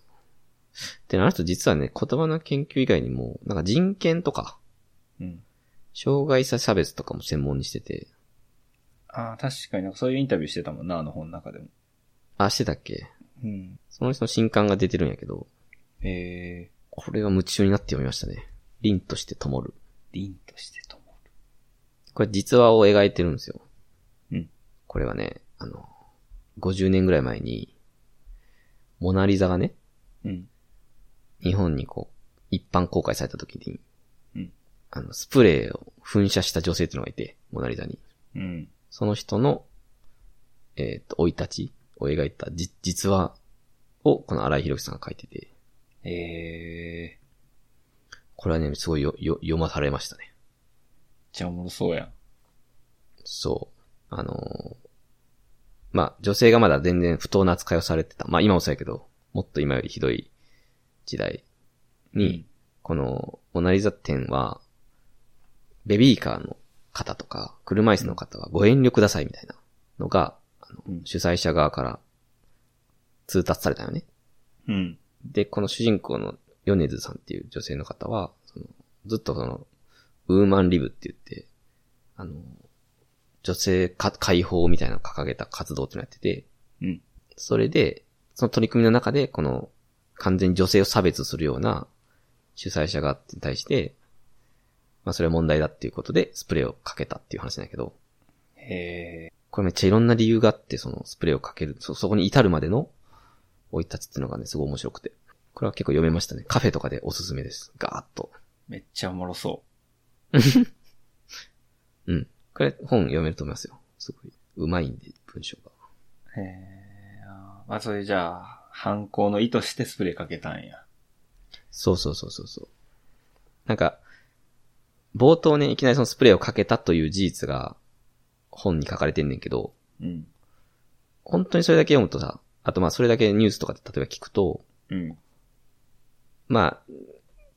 S1: で、あの人実はね、言葉の研究以外にも、なんか人権とか、
S2: うん。
S1: 障害者差別とかも専門にしてて、
S2: ああ、確かになんかそういうインタビューしてたもんな、あの本の中でも。
S1: あ、してたっけ
S2: うん。
S1: その人の新刊が出てるんやけど、
S2: え
S1: これは夢中になって読みましたね。凛として灯る。
S2: ー、凛としてとも。
S1: これ実話を描いてるんですよ。
S2: うん。
S1: これはね、あの、50年ぐらい前に、モナリザがね、
S2: うん。
S1: 日本にこう、一般公開された時に、
S2: うん
S1: あの、スプレーを噴射した女性っていうのがいて、モナリザに。
S2: うん。
S1: その人の、えっ、と、生い立ちを描いたじ実話を、この荒井博樹さんが書いてて、
S2: えー、
S1: これはね、すごいよよ読まされましたね。
S2: じゃあおもろそうやん。
S1: そう。あのーまあ、女性がまだ全然不当な扱いをされてた。まあ、今もそうやけど、もっと今よりひどい時代に、この、モナリザ展は、ベビーカーの方とか、車椅子の方はご遠慮くださいみたいなのが、あの
S2: うん
S1: 主催者側から通達されたよね。
S2: うん。うん。
S1: で、この主人公のヨネズさんっていう女性の方は、そのずっとその、ウーマンリブって言って、あの、女性か解放みたいなのを掲げた活動っていうのをやってて、
S2: うん。
S1: それで、その取り組みの中で、この、完全に女性を差別するような主催者がに対して、まあそれは問題だっていうことで、スプレーをかけたっていう話なんだけど、
S2: え
S1: これめっちゃいろんな理由があって、そのスプレーをかける、そ、そこに至るまでの追い立ちっていうのがね、すごい面白くて。これは結構読めましたね。カフェとかでおすすめです。ガーッと。
S2: ー、めっちゃおもろそ
S1: うん。これ本読めると思いますよ。すごい。うまいんで、文章が。
S2: う。えー、あーまあそれじゃあ、犯行の意図してスプレーかけたんや。
S1: そうそうそうそうそう。なんか、冒頭ね、いきなりそのスプレーをかけたという事実が本に書かれてんねんけど、
S2: うん。
S1: 本当にそれだけ読むとさ、あとまあそれだけニュースとかで例えば聞くと、
S2: うん。
S1: まあ、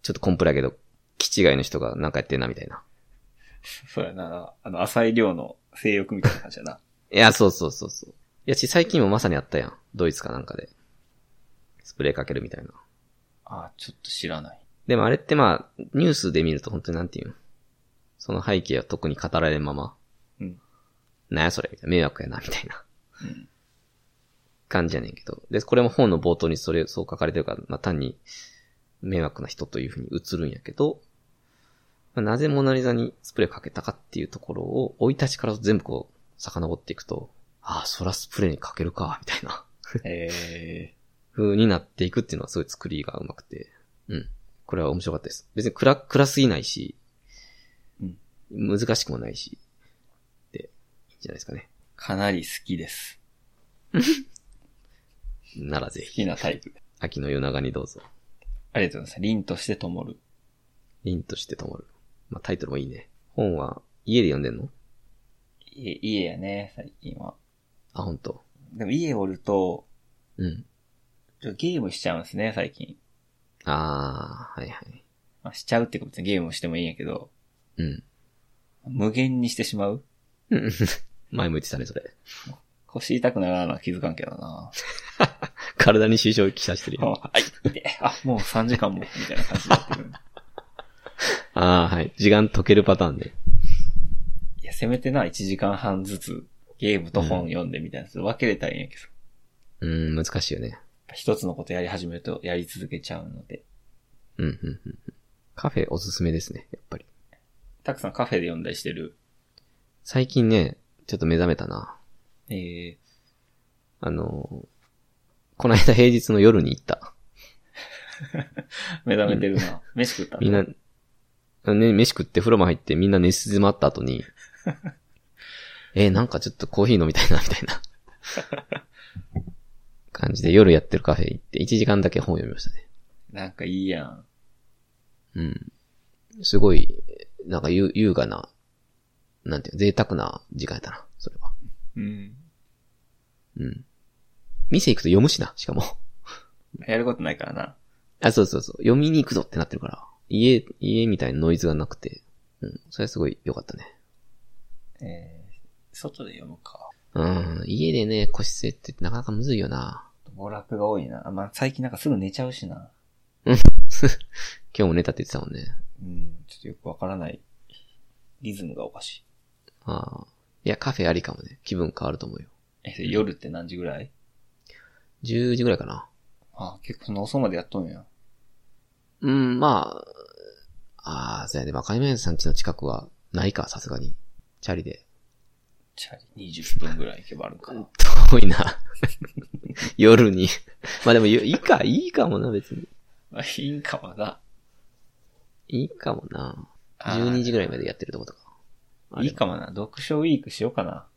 S1: ちょっとコンプラやけど、気違いの人がなんかやってんなみたいな。
S2: そうやな。あの、浅い量の性欲みたいな感じやな。
S1: いや、そうそうそうそう。いや、ち、最近もまさにあったやん。ドイツかなんかで。スプレーかけるみたいな。
S2: あー、ちょっと知らない。
S1: でもあれってまあ、ニュースで見ると本当になんていうのその背景は特に語られんまま。
S2: うん。
S1: なんやそれみたいな。迷惑やな、みたいな
S2: うん。
S1: 感じやねんけど。で、これも本の冒頭にそれ、そう書かれてるから、まあ単に迷惑な人というふうに映るんやけど、まあなぜモナリザにスプレーかけたかっていうところを、生い立ちから全部こう、遡っていくと、ああ、そらスプレーにかけるか、みたいな。
S2: え
S1: 風になっていくっていうのはすごい作りがうまくて、うん。これは面白かったです。別に暗、暗すぎないし、
S2: うん
S1: 難しくもないし、で、いいんじゃないですかね。
S2: ー、かなり好きです。
S1: ならぜ
S2: 好
S1: ひ、
S2: きなタイプ。
S1: 秋の夜長にどうぞ、
S2: ありがとうございます。凛として灯る。
S1: 凛として灯る。まあ、タイトルもいいね。本は、家で読んでんの
S2: 家、家やね、最近は。
S1: あ、本当。
S2: でも家おると、
S1: うん。
S2: ちょゲームしちゃうんですね、最近。
S1: あー、はいはい。
S2: まあ、しちゃうっていうか別にゲームをしてもいいんやけど、
S1: うん。
S2: 無限にしてしまう
S1: 前向いてたね、それ。
S2: 腰痛くならんのは気づかんけどな。
S1: 体に支障をきたしてる
S2: あ
S1: よ。
S2: はい、痛い あ、もう3時間も、みたいな感じになってくる。
S1: あー、はい。時間解けるパターンで。
S2: いや、せめてな、1時間半ずつ、ゲームと本読んでみたいなやつ分けれたらいいんやけど、やっ
S1: うーん、難しいよね。
S2: ぱ一つのことやり始めるとやり続けちゃうので、
S1: うん、うん、うんうん。カフェおすすめですね、やっぱり。
S2: たくさんカフェで読んだりしてる。
S1: 最近ね、ちょっと目覚めたな。
S2: えー、
S1: あの、この間平日の夜に行った。
S2: 目覚めてるな。飯食った
S1: みんな、
S2: う
S1: ね、飯食って風呂も入ってみんな寝静まった後に、えなんかちょっとコーヒー飲みたいな、みたいな。感じで夜やってるカフェ行って1時間だけ本読みましたね。
S2: なんかいいやん。
S1: うん。すごい、なんか優優雅な、なんていうの贅沢な時間やったな、それは。
S2: うん。
S1: うん。店行くと読むしな、しかも。
S2: やることないからな。
S1: あ、そうそうそう。読みに行くぞってなってるから。家、家みたいなノイズがなくて。うん。それはすごい良かったね。
S2: えー、外で読むか。
S1: うん。家でね、個室ってなかなかむずいよな。
S2: 娯楽が多いな。あまあ、最近なんかすぐ寝ちゃうしな。
S1: 今日も寝たって言ってたもんね。
S2: うん、ちょっとよくわからないリズムがおかし
S1: ああ。いや、カフェありかもね。気分変わると思うよ。
S2: い。え、それ夜って何時ぐらい
S1: 10時ぐらいかな。
S2: あ、結構その遅までやっとんや。
S1: うん、まあ、ああ、そうやね。若宮さん家の近くはないか、さすがに。チャリで。
S2: チャリ20分ぐらい行けばあるかな。
S1: 遠いな。 夜に。 まあでも、ゆいいか、いいかもな、別に。
S2: ま あ、いいんかもな。
S1: いいかもな。
S2: あー
S1: 12時ぐらいまでやってるとことか。あれ
S2: いいかもな。読書ウィークしようかな。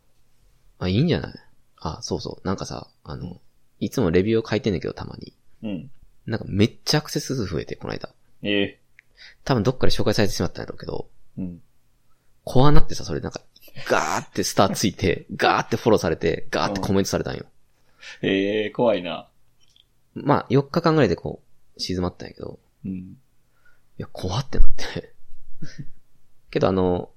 S1: あ、いいんじゃないあ、そうそう。なんかさ、あの、いつもレビューを書いてんだけど、たまに。
S2: うん。
S1: なんかめっちゃアクセス数増えて、この間。
S2: ええ
S1: 多分どっかで紹介されてしまったんだろうけど、
S2: うん。
S1: コアなってさ、それなんか、ガーってスターついて、ガーってフォローされて、ガーってコメントされたんよ。
S2: ええ怖いな。
S1: まあ、4日間ぐらいでこう、静まったんやけど、
S2: うん。
S1: いや、怖ってなって。 けどあの、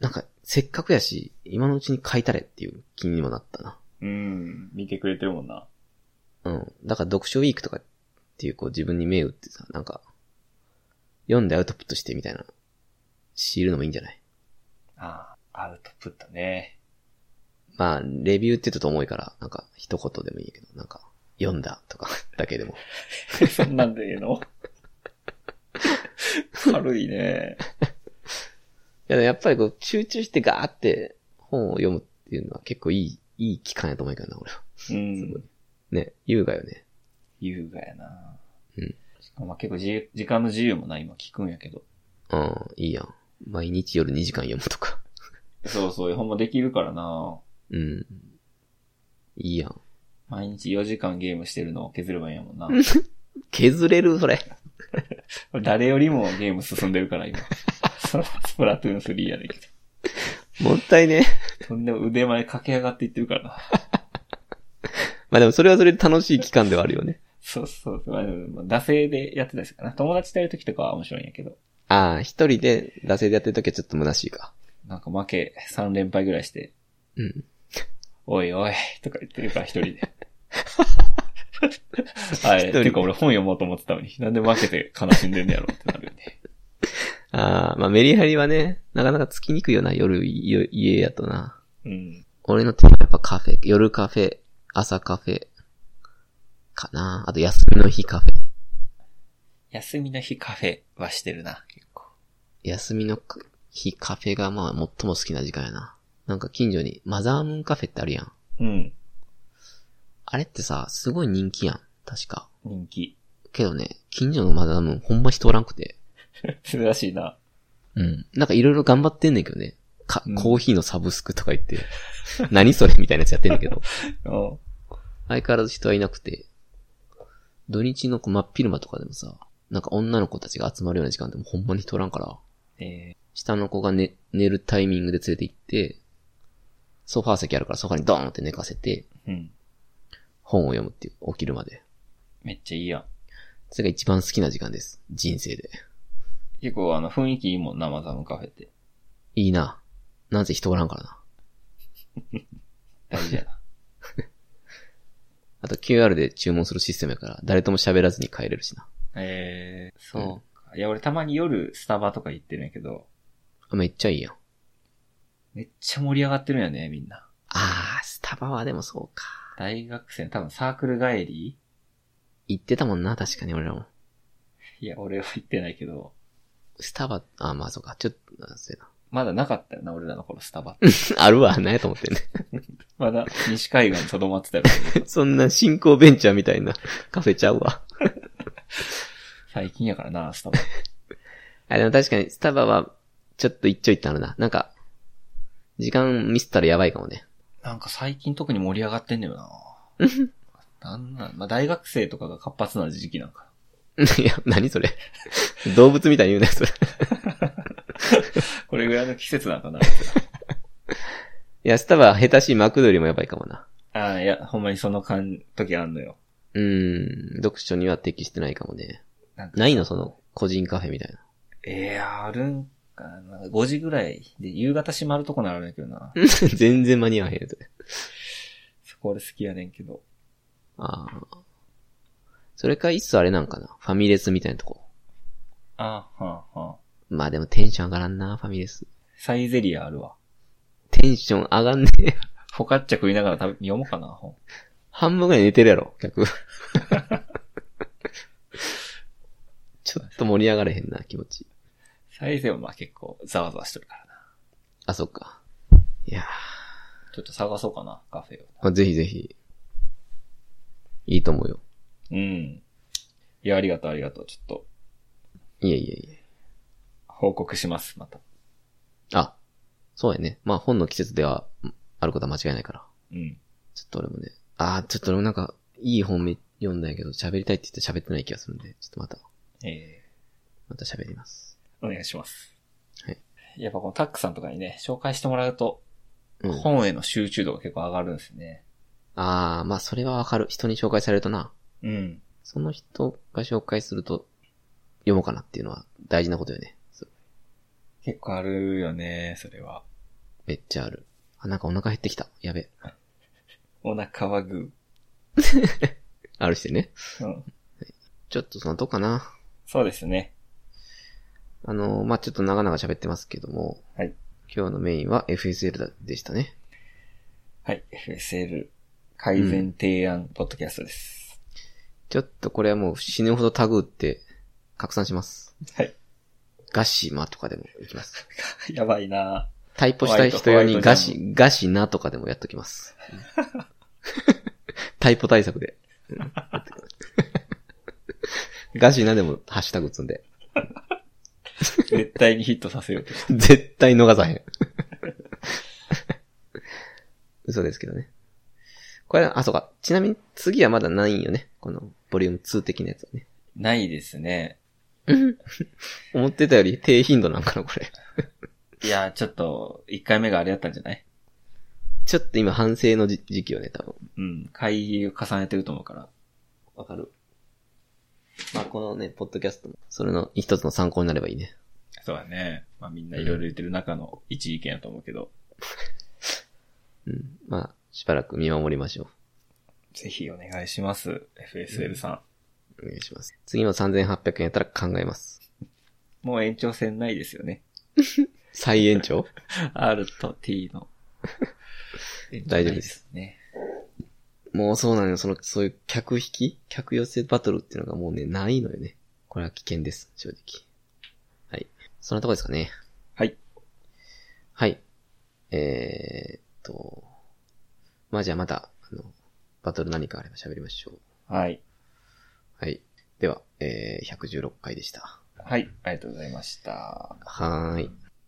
S1: なんか、せっかくやし、今のうちに書いたれっていう気にもなったな。
S2: うん。見てくれてるもんな。
S1: うん。だから読書ウィークとかっていうこう自分に銘打ってさ、なんか、読んでアウトプットしてみたいな、シールのもいいんじゃない
S2: ああ、アウトプットね。
S1: まあ、レビューって言うと重いから、なんか、一言でもいいけど、なんか、読んだとか だけでも。
S2: そんなんで言うの軽いね。
S1: いや、やっぱりこう、集中してガーって本を読むっていうのは結構いい、いい期間やと思うけどな、俺は。
S2: うん。
S1: ね、優雅よね。
S2: 優雅やな。
S1: うん。
S2: まあ結構自由時間の自由もな、今聞くんやけど。
S1: うん、いいやん。毎日夜2時間読むとか。
S2: そうそう、ほんまできるからな。
S1: うん。いいやん。
S2: 毎日4時間ゲームしてるのを削ればいいんやもんな。
S1: 削れるそれ。
S2: 誰よりもゲーム進んでるから、今。そスプラトゥーン3やねんけ
S1: もったいね。
S2: ど。とんでも腕前駆け上がっていってるからな。
S1: まあでもそれはそれで楽しい期間ではあるよね。
S2: そうそうそう。まあでも、まあ惰性でやってたりするかな。友達とやるときとかは面白いんやけど。
S1: ああ、一人で惰性でやってる時はちょっと虚しいか。
S2: なんか負け3連敗ぐらいして、
S1: うん。
S2: おいおい、とか言ってるから、一人で。 はい。て
S1: 人で
S2: いうか俺本読もうと思ってたのに、なんで負けて悲しんでんねやろってなるよね。
S1: ああ、まあメリハリはね、なかなかつきにくいよな、夜、い家やとな。
S2: うん。
S1: 俺のテーマはやっぱカフェ、夜カフェ、朝カフェ、かな。あと休みの日カフェ。
S2: 休みの日カフェはしてるな、結構。
S1: 休みの日カフェがまあ最も好きな時間やな。なんか近所にマザームーンカフェってあるやん。
S2: うん。
S1: あれってさ、すごい人気やん。確か。
S2: 人気。
S1: けどね、近所のマザームーンほんま人おらんくて。
S2: 珍しいな。
S1: うん。なんかいろいろ頑張ってんねんけどね。か
S2: うん、
S1: コーヒーのサブスクとか言って、 何それみたいなやつやってんだけど。
S2: うん。
S1: 相変わらず人はいなくて、土日のこう真っ昼間とかでもさ、なんか女の子たちが集まるような時間でもほんまに人おらんから、
S2: え
S1: 下の子が寝、寝るタイミングで連れて行って、ソファー席あるからソファーにドーンって寝かせて、
S2: ー、うん。
S1: 本を読むっていう、起きるまで。
S2: めっちゃいいやん。
S1: それが一番好きな時間です。人生で。
S2: 結構あの雰囲気いいもんな、マザームカフェって。
S1: いいな。なんせ人おらんからな。
S2: 大事やな。
S1: あと QR で注文するシステムやから、誰とも喋らずに帰れるしな。
S2: えー、そうか。いや、俺たまに夜スタバとか行ってるんやけど、
S1: あめっちゃいいやん。
S2: めっちゃ盛り上がってるんやね、みんな。
S1: あー、スタバはでもそうか。
S2: 大学生、多分サークル帰り
S1: 行ってたもんな、確かに俺らも。
S2: いや、俺は行ってないけど、
S1: スタバ、あ、まあそうか、ちょっと、あそうや
S2: まだなかったよな、俺らの頃スタバって。
S1: な。あ るわ、なんやと思ってんね。
S2: まだ西海岸にとどまってたよ。
S1: そんな 新興ベンチャーみたいな カフェちゃうわ。
S2: 最近やからな、スタバ。
S1: あ、でも確かにスタバは、ちょっと一丁一短あるな。なんか、時間ミスったらやばいかもね。
S2: なんか最近特に盛り上がってんだよな。なんなん、まあ、大学生とかが活発な時期なんか。
S1: いや、何それ。 動物みたいに言うなよ、それ。い
S2: これぐらいの季節なん かな。
S1: や、スタバ下手しいマクドよりもやばいかもな。
S2: ああ、いや、ほんまにその感、時あんのよ。
S1: うーん、読書には適してないかもね。
S2: なんか
S1: ないの、その、個人カフェみたいな。
S2: えー、あるんかな。5時ぐらいで、夕方閉まるとこならあるんだけどな。
S1: 全然間に合わへんよ、それ。
S2: そこ俺好きやねんけど。
S1: ああ。それか、いっそあれなんかな。ファミレスみたいなとこ。
S2: あーはあ、はあ。
S1: まあでもテンション上がらんな、ファミレス。
S2: サイゼリアあるわ。
S1: テンション上がんねえ。
S2: フォカッチャ食いながら食べ、読もうかな、本。
S1: 半分ぐらい寝てるやろ、客。 ちょっと盛り上がれへんな、気持ち。
S2: サイゼはまあ結構ざわざわしてるからな。
S1: あ、そっか。いやー
S2: ちょっと探そうかな、カフェを。
S1: まあ、ぜひぜひ。いいと思うよ。
S2: うん。いや、ありがとう、ありがとう。ちょっと、
S1: いえいえいえ。
S2: 報告します、また。
S1: あ、そうやね。まあ本の季節では、うんあることは間違いないから。
S2: うん。
S1: ちょっと俺もね。あー、ちょっと俺もなんか、いい本め読んだんやけど、喋りたいって言って喋ってない気がするんで、ちょっとまた、
S2: え
S1: また喋ります。
S2: ー、お願いします。
S1: はい。
S2: やっぱこのタックさんとかにね、紹介してもらうと、
S1: うん。
S2: 本への集中度が結構上がるんですね。
S1: あー、まあそれはわかる。人に紹介されるとな。
S2: うん。
S1: その人が紹介すると、読もうかなっていうのは大事なことよね。そう
S2: 結構あるよね、それは。
S1: めっちゃある。あ、なんかお腹減ってきた。やべ。
S2: お腹はグ
S1: あるしてね。
S2: ー。うん。
S1: ちょっとそのとこかな。
S2: そうですね。
S1: あのー、まあ、ちょっと長々喋ってますけども。
S2: はい。
S1: 今日のメインは FSL だでしたね。
S2: はい。FSL 改善提案ポッドキャストです。
S1: ちょっとこれはもう死ぬほどタグ打って拡散します。
S2: はい。
S1: ガシマとかでもいきます。
S2: やばいな
S1: タイプしたい人用に
S2: ホワ
S1: ガ
S2: イトホワイト
S1: シ、ガシナとかでもやっときます。 タイプ対策で。うんやっときますガシナでもハッシュタグ打つんで。
S2: 絶対にヒットさせようとして。
S1: 絶対逃さへん。 嘘ですけどね。これ、あ、そうか。ちなみに次はまだないんよね。この、ボリューム2的なやつはね。
S2: ないですね。
S1: 思ってたより低頻度なんかな、これ。
S2: いや、ちょっと、1回目があれやったんじゃない
S1: ちょっと今反省の時時期よね、多分。
S2: うん。会議を重ねてると思うから。
S1: わかる。まあ、このね、ポッドキャストも、それの一つの参考になればいいね。
S2: そうだね。まあみんないろいろ言ってる中の一意見やと思うけど、
S1: うん。まあ、しばらく見守りましょ
S2: ぜひお願いします。FSL さん。
S1: う。お願いします。次も3800円やったら考えます。
S2: もう延長戦ないですよね。
S1: 再延 長
S2: R と T の。
S1: 大丈夫です。
S2: ね。
S1: もうそうなのよ。その、そういう客引き客寄せバトルっていうのがもうね、ないのよね。これは危険です、正直。はい。そんなとこですかね。
S2: はい。
S1: はい。えー、っと、まあじゃあまた、あの、バトル何かあれば喋りましょう。
S2: はい。
S1: はい。では、えー、116回でした。
S2: はい。ありがとうございました。
S1: はーい。